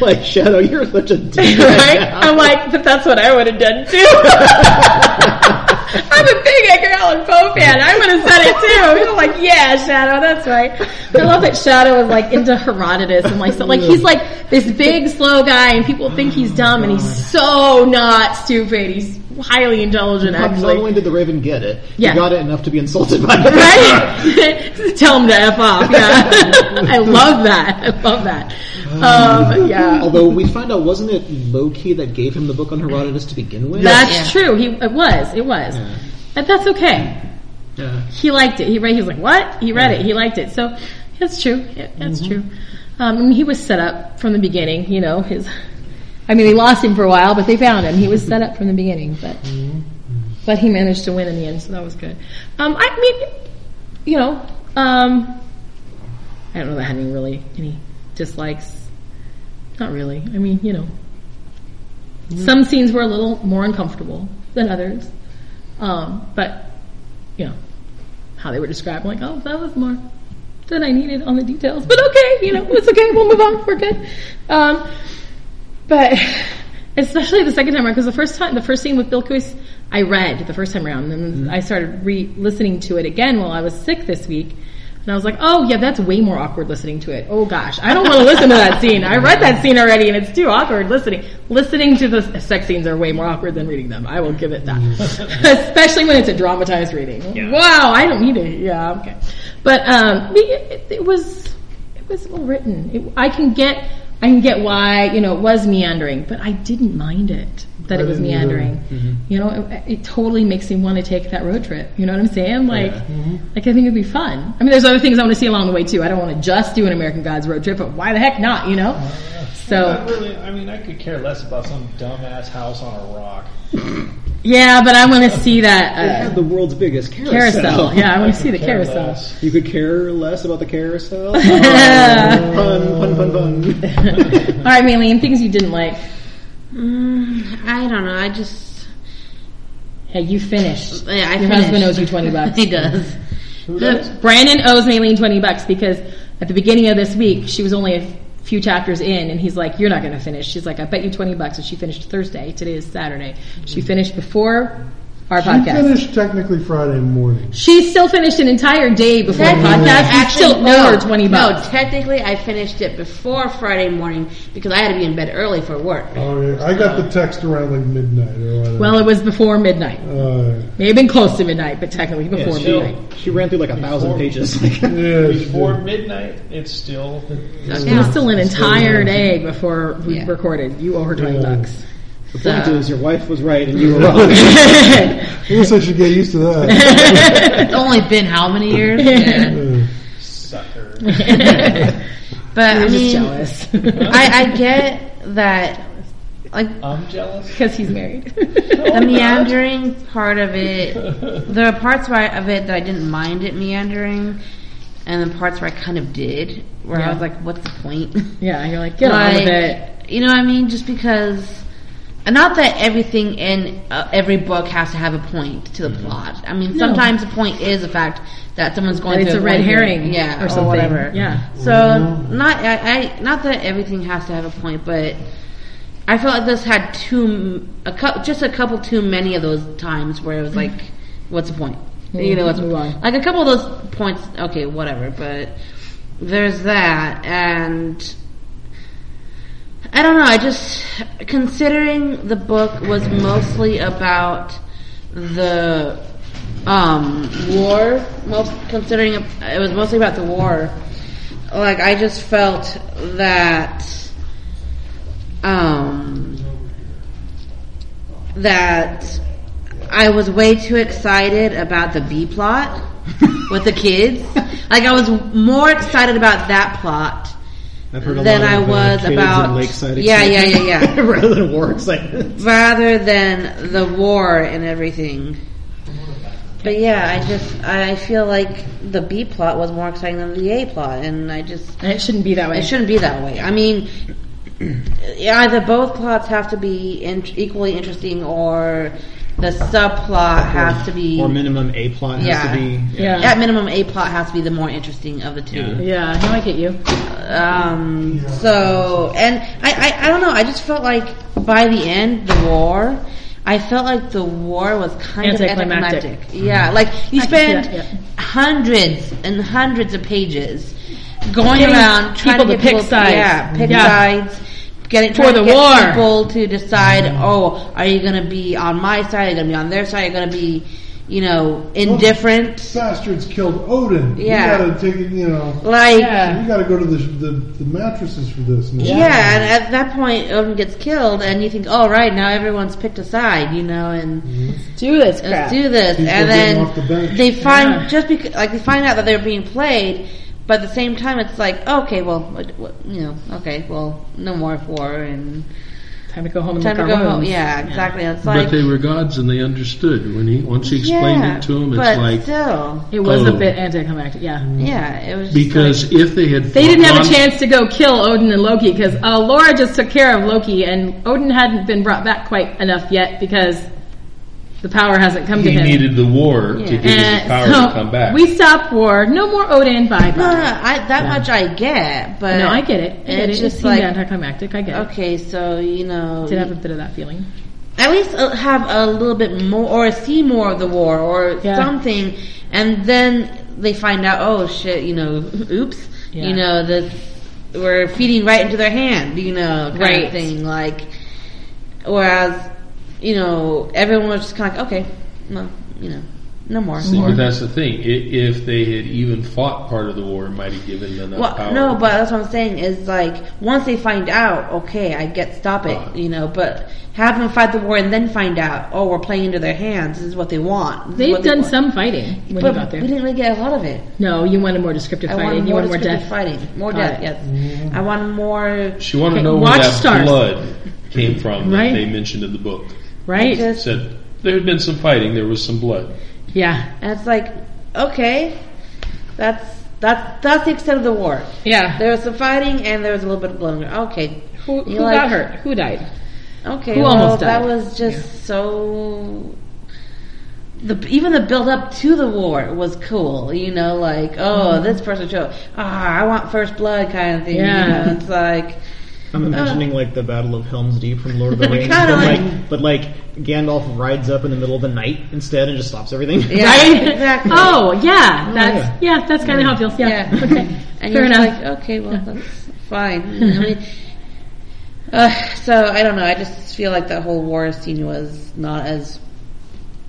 B: [LAUGHS] like Shadow. You're such a dick.
D: [LAUGHS] Right? I'm like, "But that's what I would have done too." [LAUGHS] I'm a big Edgar Allan Poe fan. I would have said it too. You're like, "Yeah, Shadow, that's right." I love that Shadow is like into Herodotus and like so. Like he's like this big slow guy, and people think he's dumb, and he's so not stupid. He's highly intelligent,
B: How- Not
D: actually.
B: only did the Raven get it,
D: Yeah.
B: he got it enough to be insulted by it. [LAUGHS]
D: [LAUGHS] right? [LAUGHS] Tell him to f off. Yeah, [LAUGHS] I love that. I love that. Um, yeah,
B: Although we find out, wasn't it Loki that gave him the book on Herodotus to begin with?
D: that's true. He it was. It was. But that's okay.
B: Yeah.
D: He liked it. He read. He was like, "What?" He read it. He liked it. So that's true. Yeah, That's true. Um, and he was set up from the beginning. You know, his. I mean, they lost him for a while, but they found him. He was set up from the beginning, but but he managed to win in the end, so that was good. Um, I mean, you know, um, I don't know that I had any really any dislikes. Not really. I mean, you know, some scenes were a little more uncomfortable than others, um, but you know, how they were described, like, oh, that was more than I needed on the details, but okay, you know, it's okay, we'll move on, we're good. Um, but [LAUGHS] especially the second time around, because the first time, the first scene with Bill Kuis, I read the first time around, and then I started re-listening to it again while I was sick this week. And I was like, oh yeah, that's way more awkward listening to it. Oh gosh, I don't want to [LAUGHS] listen to that scene. I read that scene already and it's too awkward listening. Listening to the s- sex scenes are way more awkward than reading them. I will give it that. [LAUGHS] Especially when it's a dramatized reading. Wow, I don't need it. Yeah, okay. But, um, it, it- it was, it was well written. It, I can get, I can get why you know it was meandering, but I didn't mind it that it was
A: didn't either.
D: meandering. You know, it, it totally makes me want to take that road trip. You know what I'm saying? Like, like I think it'd be fun. I mean, there's other things I want to see along the way too. I don't want to just do an American Gods road trip, but why the heck not? You know?
M: I
D: So
M: really, I mean, I could care less about some dumbass house on a rock.
D: yeah, but I want to see
B: It had
D: that uh,
B: the world's biggest carousel. [LAUGHS]
D: carousel. Yeah, I want to see the
M: Care
D: carousel.
M: less.
B: You could care less about the carousel.
D: [LAUGHS] All
B: Pun, pun, pun, pun.
D: [LAUGHS] right, Maylene, things you didn't like.
I: Mm, I don't know. I just
D: Hey, you finished.
I: I, I
D: Your husband
I: finished.
D: owes you
I: [LAUGHS]
D: 20 bucks.
I: he does. The-
D: Brandon owes Maylene 20 bucks because at the beginning of this week, she was only a few chapters in, and he's like, You're not going to finish. She's like, I bet you 20 bucks. And she finished Thursday. Today is Saturday. She
I: Mm-hmm.
D: finished before our
A: She
D: podcast.
A: finished technically Friday morning.
D: She still finished an entire day before the
I: Technically,
D: podcast. We
I: actually,
D: still owe her 20
I: No,
D: bucks.
I: technically, I finished it before Friday morning because I had to be in bed early for work.
A: Oh, yeah. I got the text around like midnight or whatever.
D: Well, it was before midnight.
A: Uh,
D: May have been close to midnight, but technically before
M: still-
D: midnight.
B: She ran through like a thousand pages. [LAUGHS] Like,
A: yeah, she
M: Before
A: did.
M: midnight, it's still.
D: It was still an entire day before we
I: Yeah. Mm-hmm.
D: recorded. You owe her 20
A: Yeah.
D: bucks.
B: the point
I: So,
B: is, your wife was right and you were wrong.
A: I guess I should get used to that.
D: [LAUGHS]
I: [LAUGHS] it's only been how many years? Yeah.
A: Yeah.
M: Sucker.
I: [LAUGHS] But I
D: I'm just
I: mean,
D: jealous. [LAUGHS]
I: I, I get that. Like
M: I'm jealous.
D: Because he's married. Oh, [LAUGHS]
I: the meandering part of it, there are parts where I- of it that I didn't mind it meandering, and then parts where I kind of did, where I
D: Yeah.
I: was like, "What's the point?"
D: yeah, you're like, get on with it.
I: You know what I mean? Just because. and Not that everything in uh, every book has to have a point to the plot. I mean,
D: Mm-hmm. No.
I: sometimes the point is the fact that someone's going
D: That it's
I: through
D: a red
I: point
D: herring
I: yeah,
D: or something.
I: whatever.
D: Yeah.
I: So not I, I not that everything has to have a point, but I felt like this had too m- a cou- just a couple too many of those times where it was like, what's the point? You know, what's
D: move on.
I: like a couple of those points. Okay, whatever. But there's that, and I don't know. I just considering the book was mostly about the um, war. Most considering it was mostly about the war. Like I just felt that um, that I was way too excited about the B plot with the kids. Like I was more excited about that plot
B: I've heard a
I: than
B: lot
I: I
B: of, uh,
I: was
B: kids and
I: about.
B: Lakeside
I: yeah, yeah, yeah,
B: excitement [LAUGHS]
I: yeah.
B: rather than war excitement.
I: Rather than the war and everything. But yeah, I just I feel like the B plot was more exciting than the A plot, and I just
D: And it shouldn't be that way.
I: it shouldn't be that way. I mean, [CLEARS THROAT] either both plots have to be in- equally interesting, or the subplot has to be
B: Or minimum a plot has
I: Yeah.
B: to be.
D: yeah.
I: at minimum a plot has to be the more interesting of the two.
D: Yeah, no, I get you.
I: Um, so, and I, I, I don't know. I just felt like by the end, the war, I felt like the war was kind of
D: Anticlimactic.
I: anticlimactic. Yeah, like
D: I can see
I: you spend
D: that, yeah.
I: hundreds and hundreds of pages going
D: Getting
I: around trying
D: people to
I: to get
D: pick
I: people,
D: sides.
I: Yeah, pick
D: Yeah.
I: sides. getting
D: For
I: trying
D: the
I: to get
D: war.
I: people to decide. Oh, are you going to be on my side? Are you going to be on their side? Are you going to be, you know, indifferent?
A: Bastards killed Odin.
I: Yeah.
A: We gotta take it, you know.
I: Like,
D: Yeah.
A: We gotta go to the, the, the mattresses for this. Now.
I: Yeah. and at that point, Odin gets killed, and you think, "All right, now everyone's picked a side," you know, and
D: Do this
I: let's
D: crap.
I: do this.
A: People
I: and
A: getting off the
I: then
A: bench.
I: they find
D: Yeah.
I: just because, like, they find out that they're being played, but at the same time, it's like, okay, well, what, what, you know, okay, well, no more war, and
D: Time to go home and
I: time to
D: lick
I: go
D: our
I: home.
D: wounds.
I: Yeah, exactly. It's
C: but
I: like,
C: they were gods and they understood. When he once he explained
I: yeah,
C: it to them,
I: but
C: it's like
I: still,
D: It was
C: Oh.
D: a bit anticlimactic.
C: Mm.
D: Yeah.
I: yeah, it was just
C: because if they had
D: They didn't have a
C: gone-
D: chance to go kill Odin and Loki because uh, Laura just took care of Loki, and Odin hadn't been brought back quite enough yet because the power hasn't come to
C: He
D: him.
C: needed the war
I: Yeah.
C: to give him the
D: and
C: power
D: so
C: to come back.
D: we stop war. No more Odin. Bye
I: No, no,
D: bye.
I: no, I, that much I get, but
D: No, I get it. I get
I: it's
D: it.
I: just
D: it seemed
I: like
D: anticlimactic. I get it.
I: okay, so you know,
D: Did have a bit of that feeling.
I: at least uh, have a little bit more or see more of the war or
D: Yeah.
I: something and then they find out oh shit you know [LAUGHS] oops
D: Yeah.
I: you know this we're feeding right into their hand you know kind
D: Right.
I: of thing like whereas you know everyone was just kind of like okay no you know no more
C: See, but that's the thing. I if they had even fought part of the war, it might have given them enough
I: well,
C: power.
I: no, but that's what I'm saying is like once they find out, okay, I get stop it,
C: Right.
I: you know. But have them fight the war and then find out, oh, we're playing into their hands. This is what they want. This is
D: They've
I: what they
D: done
I: want.
D: some fighting when
I: but
D: you got
I: we
D: there.
I: didn't really get a lot of it.
D: No, you wanted more descriptive
I: I
D: fighting.
I: wanted
D: you
I: more
D: wanted more
I: descriptive
D: death.
I: fighting, more
D: Got
I: death.
D: it.
I: Yes, I wanted more.
C: she wanted to
D: Okay,
C: know where
D: watch
C: that
D: stars.
C: blood came from
D: Right.
C: that they mentioned in the book.
D: Right?
I: Just-
C: It said there had been some fighting. There was some blood.
D: yeah.
I: And it's like, okay, that's that's that's the extent of the war.
D: Yeah.
I: There was some fighting and there was a little bit of blowing. Okay,
D: Who, who
I: You like-
D: got hurt? Who died?
I: Okay,
D: Who
I: well,
D: almost
I: that
D: died.
I: was just so. The even the build up to the war was cool, you know, like oh
D: Mm-hmm.
I: this person showed ah I want first blood kind of thing.
D: Yeah.
I: you know,
D: [LAUGHS]
I: it's like
L: I'm imagining like the Battle of Helm's Deep from Lord of the Rings, but
I: Kinda
L: like,
I: like-
L: but like Gandalf rides up in the middle of the night instead and just stops everything.
D: [LAUGHS]
I: yeah,
D: right?
I: exactly.
D: Oh, yeah. That's yeah. that's kind of how it feels. Yeah. [LAUGHS]
I: yeah,
D: Okay.
I: [LAUGHS] and
D: Fair
I: you're just
D: enough.
I: like uh, okay, well
D: [LAUGHS]
I: that's fine. I mean, uh, so I don't know. I just feel like that whole war scene was not as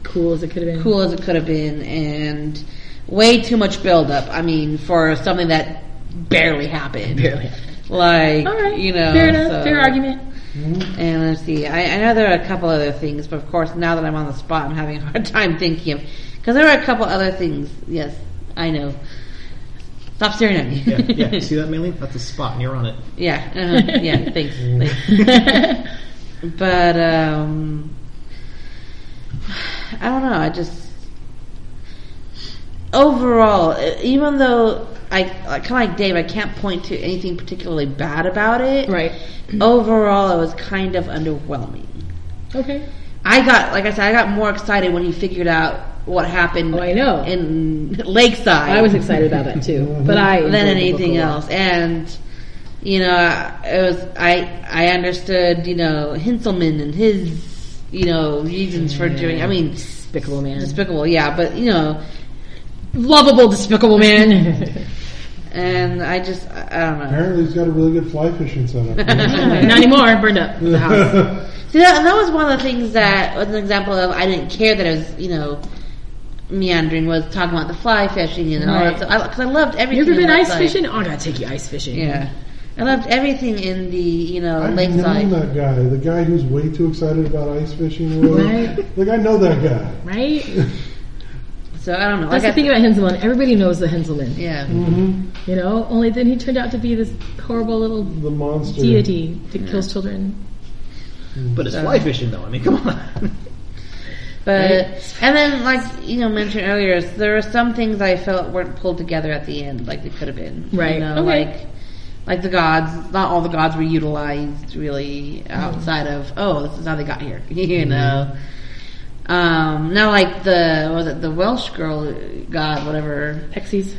D: cool as it could have been.
I: cool as it could have been, and way too much build up. I mean, for something that barely happened.
D: Barely.
I: Like,
D: All right.
I: you know,
D: Fair enough.
I: so-
D: Fair argument. [LAUGHS]
I: And let's see, I, I know there are a couple other things, but of course, now that I'm on the spot, I'm having a hard [LAUGHS] time thinking of because there are a couple other things. Yes, I know. Stop staring at me.
L: yeah, yeah. You see that, Maylene? That's a spot, and you're on it.
I: [LAUGHS] yeah, uh-huh, yeah.
L: [LAUGHS]
I: Thanks. thanks. But um, I don't know. I just overall, e- even though I kind of like Dave, I can't point to anything particularly bad about it.
D: right.
I: [CLEARS THROAT] Overall, it was kind of underwhelming.
D: Okay.
I: I got, like I said, I got more excited when he figured out what happened.
D: Oh, I know.
I: in Lakeside
D: I was excited about that too, but I
I: than
D: enjoyed the book
I: anything
D: a lot.
I: else. And you know, I- it was I I understood you know Hinselman and his you know reasons for doing. I mean,
D: Despicable man.
I: despicable, yeah, but you know,
D: Lovable despicable man.
I: and I just I, I don't know.
A: Apparently, he's got a really good fly fishing
I: [LAUGHS]
A: setup.
D: [LAUGHS] Not anymore. Burned up.
I: See, that, that was one of the things that was an example of I didn't care that I was you know meandering was talking about the fly fishing and all
D: Right.
I: that. So I, cause I loved
D: You
I: everything.
D: ever been
I: in
D: ice
I: Lakeside.
D: fishing? Oh, I gotta take you ice fishing.
I: Yeah. I loved everything in the, you know,
A: I've
I: lakeside.
A: known that guy, the guy who's way too excited about ice fishing. Or whatever.
D: Right.
A: Like I know that guy.
D: Right?
I: So I don't know.
D: That's
I: like I
D: the thing about Henselman. Everybody knows the Henselman.
I: Yeah.
D: You know? Only then he turned out to be this horrible little
A: The monster.
D: deity that kills children.
L: But it's fly fishing, though. I mean, come on. [LAUGHS]
I: But and then like you know mentioned earlier, there were some things I felt weren't pulled together at the end like they could have been. you
D: Right.
I: know,
D: Okay.
I: Like like the gods, not all the gods were utilized really
D: Mm.
I: outside of oh this is how they got here. [LAUGHS]
D: Mm-hmm.
I: you know. Um, now like the was it the Welsh girl god whatever.
D: Pixies.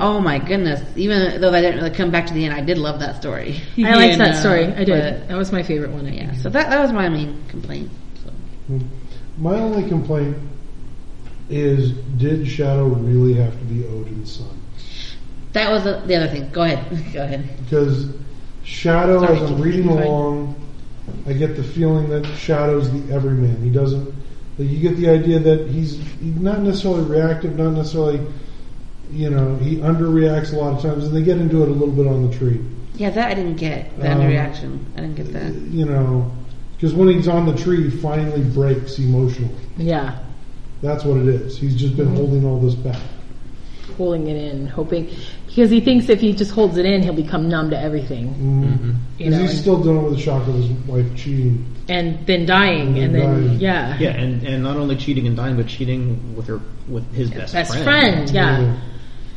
I: Oh my goodness! Even though I didn't really come back to the end, I did love that story. [LAUGHS]
D: I liked that story. I
I: uh, But-
D: did. that was my favorite one, I
I: Yeah,
D: guess.
I: so that that was my main complaint. So.
A: My only complaint is: Did Shadow really have to be Odin's son?
I: That was the, the other thing. Go ahead, [LAUGHS] go ahead.
A: Because Shadow,
D: Sorry,
A: as I'm
D: keep-
A: reading
D: keep going.
A: along, I get the feeling that Shadow's the everyman. He doesn't. That you get the idea that he's, he's not necessarily reactive, not necessarily. You know, he underreacts a lot of times, and they get into it a little bit on the tree.
I: Yeah, that I didn't get. The
A: Um,
I: underreaction. I didn't get that.
A: You know, because when he's on the tree, he finally breaks emotionally.
D: Yeah.
A: That's what it is. He's just
D: Mm-hmm.
A: been holding all this back.
D: Holding it in, hoping because he thinks if he just holds it in, he'll become numb to everything,
A: mm
D: you know,
A: he's
D: and-
A: still dealing with the shock of his wife cheating.
D: and then dying,
A: And
D: and then
A: dying.
D: yeah,
L: Yeah, and, and not only cheating and dying, but cheating with her with his best,
D: best friend, yeah,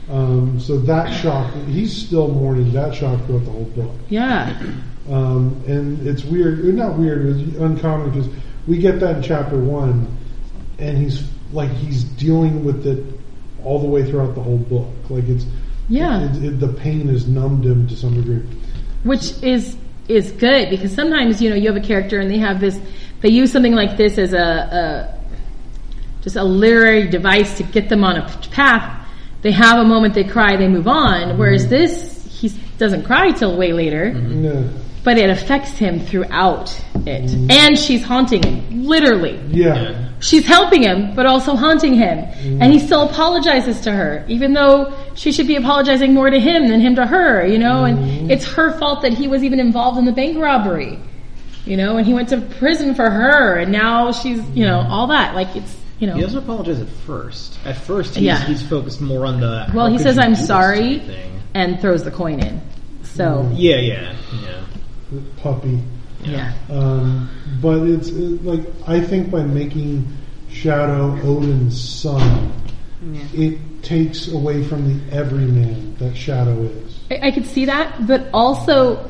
A: Um, so that shock, he's still mourning that shock throughout the whole book.
D: yeah,
A: Um, and it's weird, or not weird, it's uncommon because we get that in chapter one, and he's like he's dealing with it all the way throughout the whole book. Like it's
D: yeah.
A: it, it, the pain has numbed him to some degree.
D: which is is good because sometimes you know you have a character and they have this they use something like this as a, a just a literary device to get them on a p- path they have a moment they cry they move on whereas this he doesn't cry till way later
A: Yeah,
D: but it affects him throughout it and she's haunting him literally
A: yeah,
D: she's helping him but also haunting him and he still apologizes to her even though she should be apologizing more to him than him to her you know and it's her fault that he was even involved in the bank robbery you know and he went to prison for her and now she's you know all that like it's you know
L: He doesn't apologize at first. At first, he's,
D: Yeah.
L: he's focused more on the. how
D: well he
L: could
D: says
L: you do
D: i'm
L: this to me
D: sorry
L: thing.
D: and throws the coin in so
L: Yeah, yeah, yeah.
A: puppy.
D: yeah
A: Um, but it's it, like I think by making Shadow Odin's son, it takes away from the everyman that Shadow is.
D: I, I could see that, but also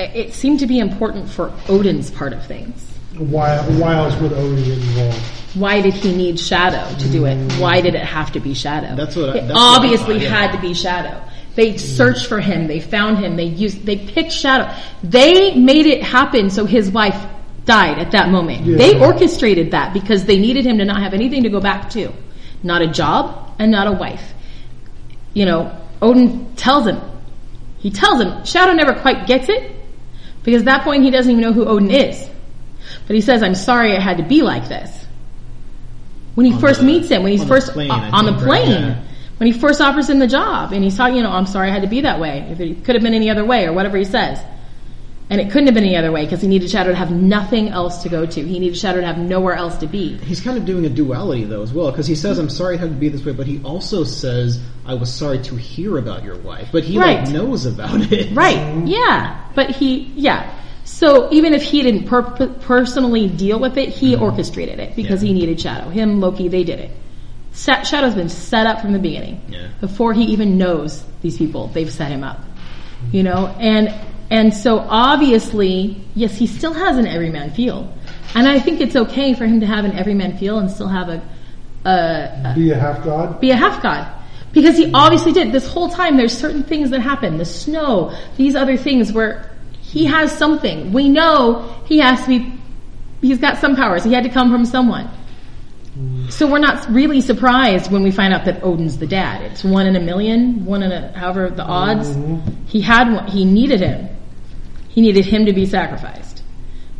D: i- it seemed to be important for Odin's part of things.
A: Why why else would Odin get involved?
D: Why did he need Shadow to do it? Why did it have to be Shadow?
L: Mm. That's what I-
D: it
L: that's what I
D: obviously
L: thought, yeah. Mm.
D: had to be Shadow. They searched for him. They found him. They used. They picked Shadow. They made it happen. So his wife died at that moment.
A: Yeah.
D: They orchestrated that because they needed him to not have anything to go back to, not a job and not a wife. You know, Odin tells him. He tells him. Shadow never quite gets it because at that point he doesn't even know who Odin is. But he says, "I'm sorry it had to be like this." When he first
L: the-
D: meets him, when he's
L: on the
D: first
L: plane,
D: o-
L: I
D: on the
L: think, right?
D: plane,
L: Yeah.
D: when he first offers him the job, and he's talking, you know, I'm sorry I had to be that way. If it could have been any other way, or whatever he says, and it couldn't have been any other way because he needed Shadow to have nothing else to go to. He needed Shadow to have nowhere else to be.
L: He's kind of doing a duality though as well, because he says, "I'm sorry it had to be this way," but he also says, "I was sorry to hear about your wife," but he
D: Right.
L: like knows
B: [LAUGHS]
L: about it,
D: Right. Yeah. But he, yeah. So even if he didn't per- personally deal with it, he
L: Mm-hmm.
D: orchestrated it because he needed Shadow. Him, Loki, they did it. Sa- Shadow's been set up from the beginning.
L: Yeah.
D: Before he even knows these people, they've set him up. You know, and and so obviously, yes, he still has an everyman feel, and I think it's okay for him to have an everyman feel and still have a a,
A: Be a half god?
D: be a half god because he obviously did this whole time there's certain things that happen the snow these other things where he has something we know he has to be he's got some powers he had to come from someone so we're not really surprised when we find out that odin's the dad it's one in a million one in a however the odds he had one he needed him he needed him to be sacrificed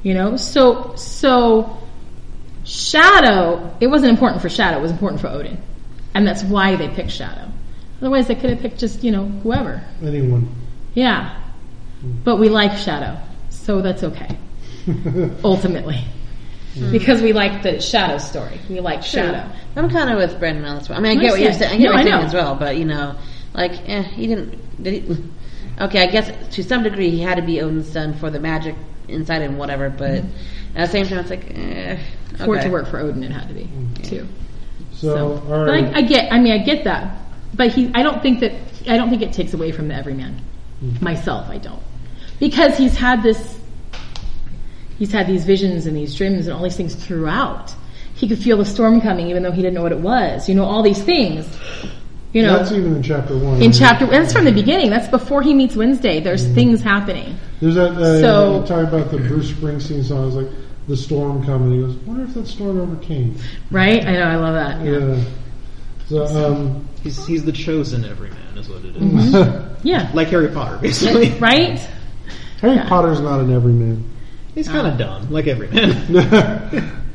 D: you know so so Shadow, it wasn't important for Shadow, it was important for Odin. And that's why they picked Shadow. Otherwise, they could have picked just, you know, whoever.
A: Anyone.
D: Yeah. But we like Shadow, so that's okay. Ultimately. Because we like the Shadow story. We like Shadow.
I: I'm kind of with Brendan on this one. I mean, I
D: No,
I: get what you're
D: yeah.
I: saying. I get
D: No,
I: what
D: I
I: you're saying
D: know.
I: as well, but you know, like, eh, he didn't. Did he? [LAUGHS] Okay, I guess to some degree he had to be Odin's son for the magic inside him, whatever. But at the same time, it's like, eh, okay.
D: For it to work for Odin, it had to be, too.
A: Mm-hmm. So, all
D: But
A: right.
D: I, I get, I mean, I get that. But he, I don't think that, I don't think it takes away from the everyman.
A: Mm-hmm.
D: Myself, I don't. Because he's had this, he's had these visions and these dreams and all these things throughout. He could feel the storm coming even though he didn't know what it was. You know, all these things. You know,
A: That's even in chapter one.
D: in chapter, that's from the beginning. That's before he meets Wednesday. There's
A: Mm-hmm.
D: things happening.
A: There's that uh,
D: So-
A: you talk about the Bruce Springsteen song. It's like the storm coming. He goes, "Wonder if that storm ever came."
D: Right? I know, I love that. Yeah.
A: Yeah. So, um,
L: He's he's the chosen everyman, is what it is.
D: Yeah.
L: like Harry Potter, basically.
D: Mm-hmm. Right?
A: Harry
D: Yeah.
A: Potter's not an [LAUGHS] everyman.
B: He's kind
D: Uh.
B: of dumb, like every man. [LAUGHS]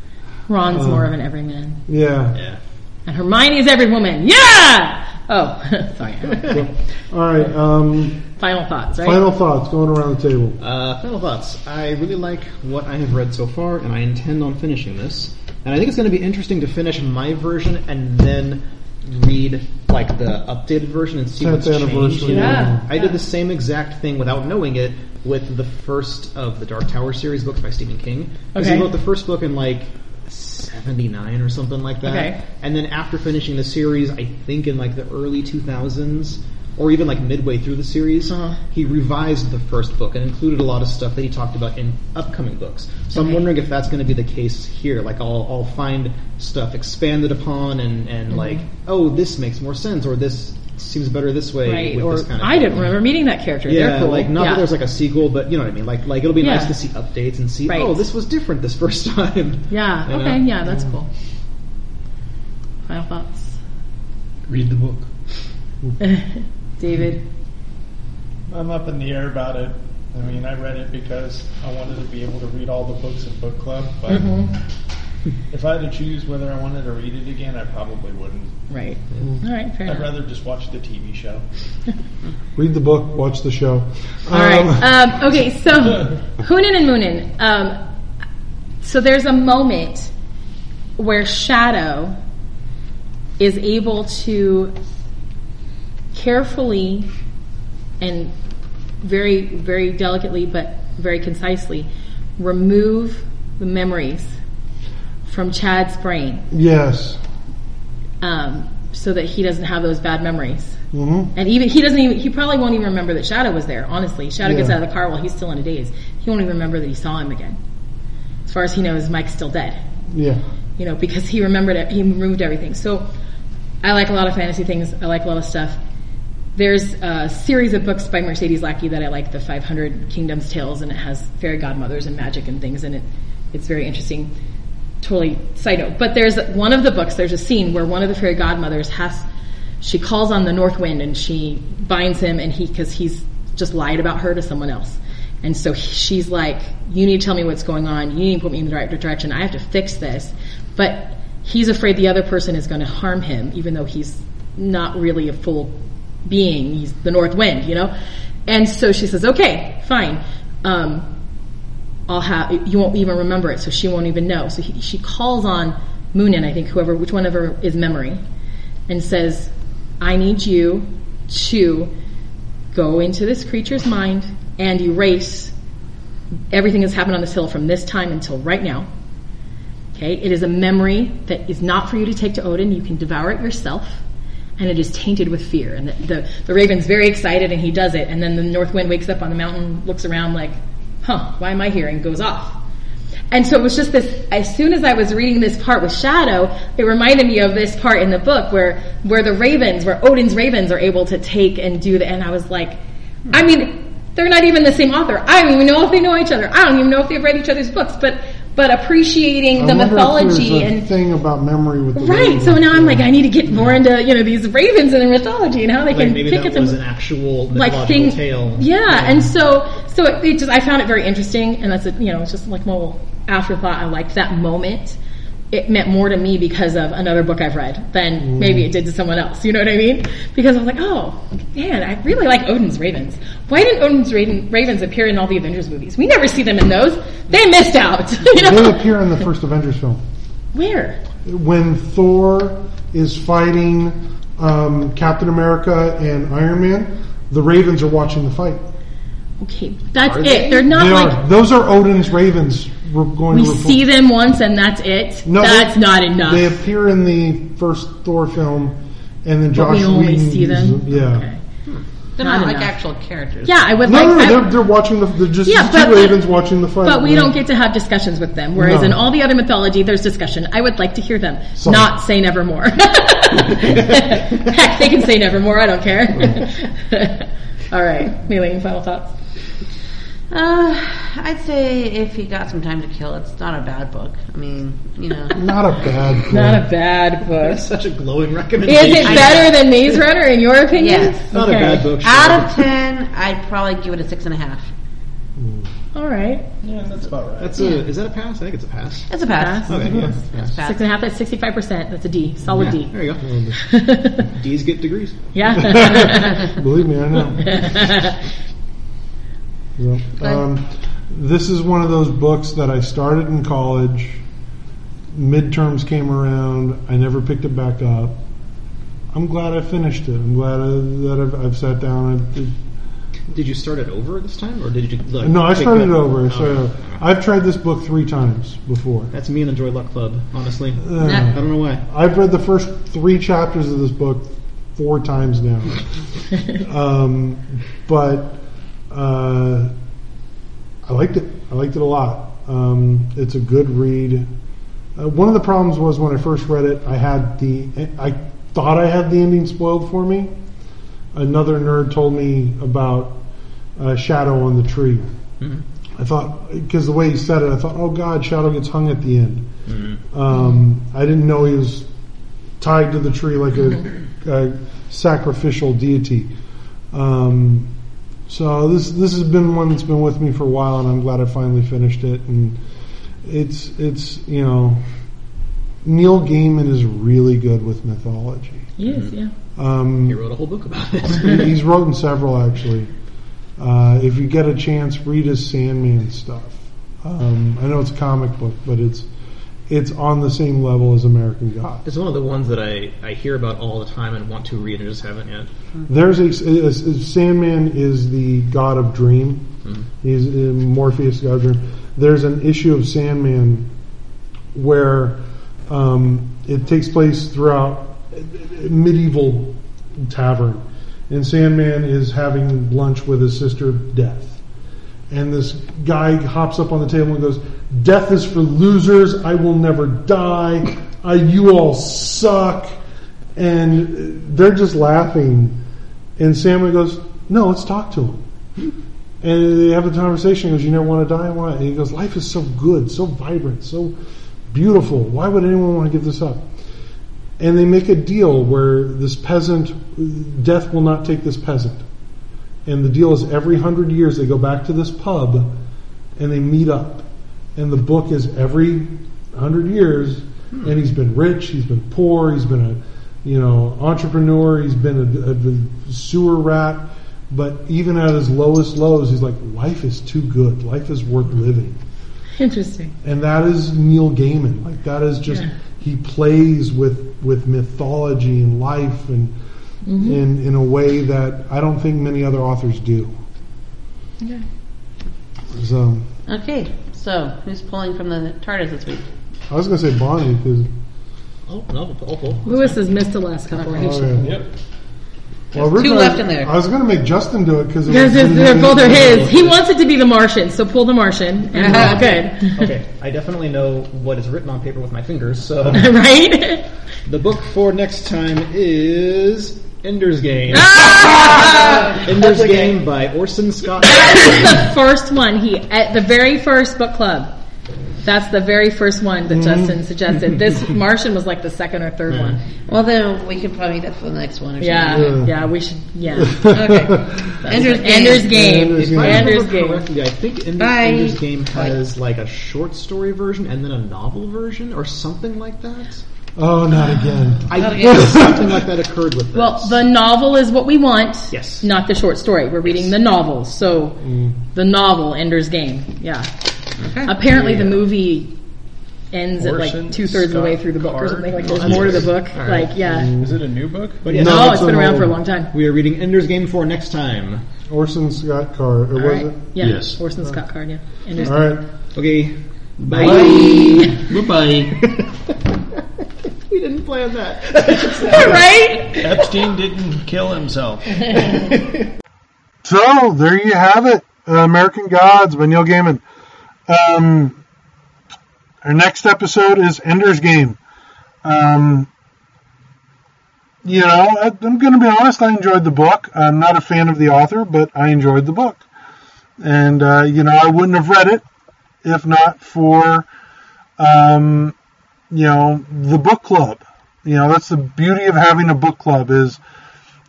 D: Ron's
A: Uh,
D: more of an everyman.
A: Yeah.
B: yeah.
D: And Hermione's every woman. Yeah! Oh, [LAUGHS]
B: [LAUGHS]
D: sorry. Alex.
A: All right. Um,
D: Final thoughts, right?
A: final thoughts going around the table.
B: Uh, final thoughts. I really like what I have read so far, and I intend on finishing this. And I think it's going to be interesting to finish my version and then read like the updated version and see
A: Tenth
B: what's changed.
A: anniversary.
B: in it.
D: Yeah.
B: I did the same exact thing without knowing it with the first of the Dark Tower series books by Stephen King. Because
D: Okay.
B: he wrote the first book in like 79 or something like that.
D: Okay.
B: And then after finishing the series, I think in like the early 2000s, or even like midway through the series,
D: Uh-huh.
B: he revised the first book and included a lot of stuff that he talked about in upcoming books. So I'm
D: Okay.
B: wondering if that's going to be the case here. Like I'll, I'll find stuff expanded upon and,
D: Mm-hmm.
B: and like, oh, this makes more sense, or this seems better this way.
D: Right,
B: with
D: or
B: this kind of
D: I
B: thing.
D: didn't remember meeting that character.
B: Yeah,
D: They're cool.
B: like not
D: yeah.
B: that there's like a sequel, but you know what I mean. Like, like it'll be nice
D: Yeah.
B: to see updates and see,
D: Right.
B: oh, this was different this first [LAUGHS] time.
D: Yeah,
B: you know? Mm-hmm.
D: okay, yeah, that's cool. Final thoughts.
N: Read the book.
D: [LAUGHS] David.
K: I'm up in the air about it. I mean, I read it because I wanted to be able to read all the books in book club, but
B: Mm-hmm.
K: if I had to choose whether I wanted to read it again, I probably wouldn't.
D: Right.
B: Mm-hmm.
D: All right, fair
K: I'd
D: enough.
K: rather just watch the TV show.
A: Read the book. Watch the show.
D: All right. Um, okay, so Hoonin and Moonin. Um, so there's a moment where Shadow is able to carefully and very, very delicately, but very concisely, remove the memories from Chad's brain
A: Yes.
D: um, so that he doesn't have those bad memories.
A: Mm-hmm.
D: And even he doesn't even he probably won't even remember that Shadow was there. Honestly, Shadow gets
A: Yeah.
D: out of the car while he's still in a daze. He won't even remember that he saw him again. As far as he knows, Mike's still dead.
A: Yeah.
D: You know, because he remembered it, he removed everything. So I like a lot of fantasy things. I like a lot of stuff. There's a series of books by Mercedes Lackey that I like, the 500 Kingdoms Tales, and it has fairy godmothers and magic and things in it. It's very interesting. Totally side note. But there's one of the books, there's a scene where one of the fairy godmothers has, she calls on the north wind and she binds him and he, cause he's just lied about her to someone else. And so he- she's like, you need to tell me what's going on. You need to put me in the right direction. I have to fix this. But he's afraid the other person is going to harm him, even though he's not really a full being. He's the north wind, you know? And so she says, okay, fine. Um, I'll have, you won't even remember it, so she won't even know. So he, she calls on Moonin, I think, whoever, which one of her is memory, and says, I need you to go into this creature's mind and erase everything that's happened on this hill from this time until right now. Okay, it is a memory that is not for you to take to Odin. You can devour it yourself, and it is tainted with fear. And the, the, the raven's very excited, and he does it. And then the north wind wakes up on the mountain, looks around like, huh, why am I here? And goes off. And so it was just this, as soon as I was reading this part with Shadow, it reminded me of this part in the book where, where the ravens, where Odin's ravens are able to take and do the, and I was like, I mean, they're not even the same author. I don't even know if they know each other. I don't even know if they've read each other's books, but, but appreciating the
A: I wonder if
D: mythology
A: there's a
D: and
A: thing about memory with the
D: Right,
A: Raven.
D: so now I'm like, I need to get more into you know these ravens and their mythology and how they
B: Like
D: can
B: maybe
D: pick
B: that
D: at them
B: was an actual
D: like
B: mythological
D: thing.
B: tale.
D: Yeah, and so so it, it just I found it very interesting, and that's a, you know it's just like well afterthought. I liked that moment. It meant more to me because of another book I've read than
A: Mm.
D: maybe it did to someone else. You know what I mean? Because I was like, oh man, I really like Odin's ravens. Why didn't Odin's Raven, ravens appear in all the Avengers movies? We never see them in those. They missed out. [LAUGHS] you know?
A: They appear in the first Avengers film.
D: Where?
A: when Thor is fighting um, Captain America and Iron Man, the Ravens are watching the fight.
D: Okay, that's it. They're not
A: they
D: like
A: are. Those are Odin's Ravens. We're going
D: We
A: to report.
D: see them once and that's it.
A: No,
D: that's
A: they-
D: not enough.
A: They appear in the first Thor film, and then
D: but
A: Josh
D: we only
A: Whedon
D: see them.
A: uses Yeah.
D: Okay.
I: They're not,
D: Not
I: like
D: enough.
I: actual characters.
D: Yeah, I would
A: No,
D: like.
A: no, no,
D: I-
A: they're, they're watching the. They're just
D: Yeah,
A: two
D: but- but-
A: Ravens watching the fight.
D: but we don't get to have discussions with them. Whereas
A: No.
D: in all the other mythology, there's discussion. I would like to hear them
A: Sorry.
D: not say nevermore. [LAUGHS] Heck, they can say nevermore. I don't care. [LAUGHS] all right, Maylene, final thoughts.
I: Uh, I'd say if you got some time to kill, it's not a bad book. I mean, you [LAUGHS] know.
A: Not a bad. book.
D: [LAUGHS] Not a bad book.
B: That's
D: Is
B: such a glowing recommendation.
D: it better than Maze Runner in your opinion?
I: Yes.
B: Not a
D: Okay.
B: bad book.
I: Out of ten, I'd probably give it a six and a half.
D: All right.
B: Yeah, that's about right. That's a. Is that a pass? I think it's a
D: [LAUGHS]
B: pass.
I: It's a pass.
D: Pass.
B: Okay, yeah, pass.
I: Pass.
D: Six and a half, that's 65%. That's a D. Solid
B: Yeah,
D: D.
B: There you go.
D: [LAUGHS]
B: D's get degrees.
D: yeah.
A: Believe me, I
D: [LAUGHS]
A: know. So, um, this is one of those books that I started in college. Midterms came around. I never picked it back up. I'm glad I finished it. I'm glad I, that I've, I've sat down. I've,
B: Did you start it over this time, or did you? Like,
A: no, I
B: pick
A: started it
B: up-
A: over. I
B: Oh,
A: started it over. I've tried this book three times before.
B: That's me and the Joy Luck Club. Honestly, I
A: Uh,
B: don't know why.
A: I've read the first three chapters of this book four times now. um, but uh, I liked it. I liked it a lot. Um, it's a good read. Uh, one of the problems was when I first read it, I had the I thought I had the ending spoiled for me. Another nerd told me about uh, Shadow on the tree. I thought because the way he said it, I thought, oh God, Shadow gets hung at the end. Um, I didn't know he was tied to the tree like a, a sacrificial deity. Um, so this this has been one that's been with me for a while, and I'm glad I finally finished it. And it's it's you know Neil Gaiman is really good with mythology.
D: yes, yeah.
A: Um,
B: He wrote a whole book about it.
A: [LAUGHS] he- he's written several actually. Uh, if you get a chance, read his Sandman stuff. Um, I know it's a comic book, but it's it's on the same level as American God.
B: It's one of the ones that I, I hear about all the time and want to read and just haven't yet.
A: There's a, a- a- Sandman is the god of dream. He's uh, Morpheus, god of dream. There's an issue of Sandman where um, it takes place throughout a medieval tavern, and Sandman is having lunch with his sister Death, and this guy hops up on the table and goes, "Death is for losers. I will never die. I, you all suck." And they're just laughing, and Sandman goes, "No, let's talk to him." And they have a conversation. He goes, "You never want to die, why?" And he goes, "Life is so good, so vibrant, so beautiful. Why would anyone want to give this up?" And they make a deal where this peasant, death will not take this peasant. And the deal is every hundred years they go back to this pub and they meet up. And the book is every hundred years. And he's been rich, he's been poor, he's been a you know entrepreneur, he's been a, a- a sewer rat. But even at his lowest lows, he's like, life is too good. Life is worth living
D: Interesting.
A: and that is Neil Gaiman. Like that is just he plays with with mythology and life and in in a way that I don't think many other authors do.
D: Okay.
A: So
I: Okay, so who's pulling from the TARDIS this week?
A: I was gonna say Bonnie because
B: Oh, no, oh, oh.
D: Lewis has missed the last couple. I
A: oh,
D: think.
A: yeah.
K: Yep.
A: Well, we're
I: two
A: gonna-
I: left in there.
A: I was gonna make Justin do it because
D: Because it's- they're both are his. He wants it to be the Martian, so pull the Martian. And we're all good. [LAUGHS]
B: Okay, [LAUGHS] I definitely know what is written on paper with my fingers, so.
D: right? [LAUGHS]
B: the book for next time is Ender's Game.
D: Ah!
B: Ender's Game by Orson Scott.
D: the first one he at the very first book club. That's the very first one that Justin suggested. This Martian was like the second or third one.
I: Well, then we could probably get for the next one or
D: Yeah,
A: Yeah.
D: yeah, we should.
A: [LAUGHS]
D: Yeah,
I: [LAUGHS] something. Ender's Game.
D: Ender's Game.
A: Ender's
D: Ender's
A: Game.
D: Game.
A: If I
B: If I remember correctly, I think Ender,
I: Bye.
B: Ender's Game has like a short story version and then a novel version or something like that.
A: Oh, not again.
B: I think something like that occurred with this.
D: Well, the novel is what we want.
B: Yes.
D: Not the short story. We're reading the novel. So
K: Mm.
D: the novel Ender's Game. Yeah. Apparently the movie ends at
K: Orson
D: like two thirds of the way
K: Scott
D: through the book or
K: Card?
D: something. Like there's more to the book. Like yeah.
K: Is it a new book?
B: but yes,
D: No,
A: it's
D: it's been
A: an
D: around for a
A: old-
D: long time.
B: we are reading Ender's Game for next time.
A: Orson Scott Card, or was
I: right.
A: it?
D: Yeah.
O: Yes.
D: Orson Scott Card. Yeah. Ender's
A: All right.
B: Okay. Bye. [LAUGHS]
O: Bye-bye.
B: We didn't plan that.
D: right?
K: Epstein didn't kill himself.
P: So there you have it, uh, American Gods by Neil Gaiman. Um, our next episode is Ender's Game. Um, you know, I, I'm going to be honest. I enjoyed the book. I'm not a fan of the author, but I enjoyed the book. And uh, you know, I wouldn't have read it if not for, um, you know, the book club. You know, that's the beauty of having a book club is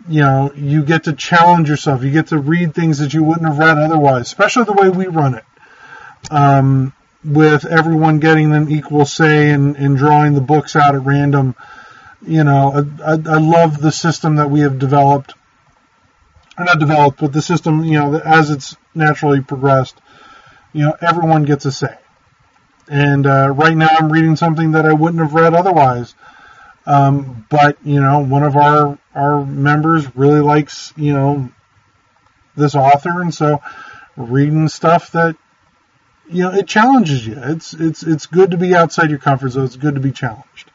A: you know, you get to challenge yourself. You get to read things that you wouldn't have read otherwise, especially the way we run it. Um, with everyone getting an equal say and, and drawing the books out at random. You know, I, I, I love the system that we have developed. Or not developed, but the system, you know, as it's naturally progressed, you know, everyone gets a say. And uh, right now I'm reading something that I wouldn't have read otherwise. Um, but, you know, one of our, our members really likes, you know, this author. And so reading stuff that, you know, it challenges you. It's it's it's good to be outside your comfort zone. It's good to be challenged.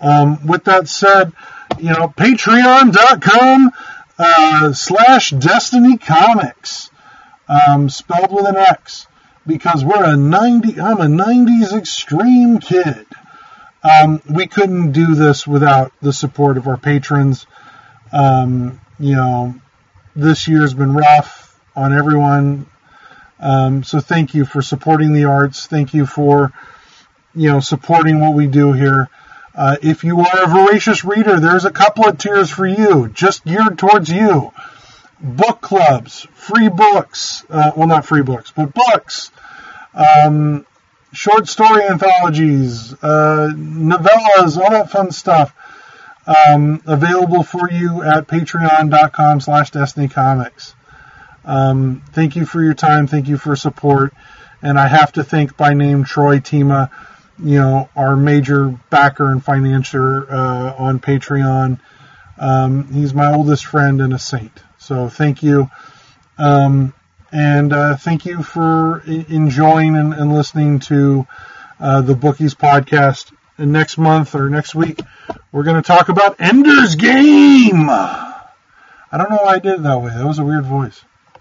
A: Um, with that said, you know, Patreon.com uh, slash Destiny Comics, um, spelled with an X, because we're a ninety. I'm a '90s extreme kid. Um, we couldn't do this without the support of our patrons. Um, you know, this year's been rough on everyone. Um, so thank you for supporting the arts. Thank you for, you know, supporting what we do here. Uh, if you are a voracious reader, there's a couple of tiers for you, just geared towards you. Book clubs, free books, uh, well, not free books, but books, um, short story anthologies, uh, novellas, all that fun stuff. Um, available for you at patreon.com slash destiny comics. Um, thank you for your time. Thank you for support. And I have to thank by name Troy Tima, you know, our major backer and financier uh, on Patreon. Um, he's my oldest friend and a saint. So thank you. Um, and uh, thank you for e- enjoying and, and listening to uh, the Bookies podcast. And next month or next week, we're going to talk about Ender's Game. I don't know why I did it that way. That was a weird voice.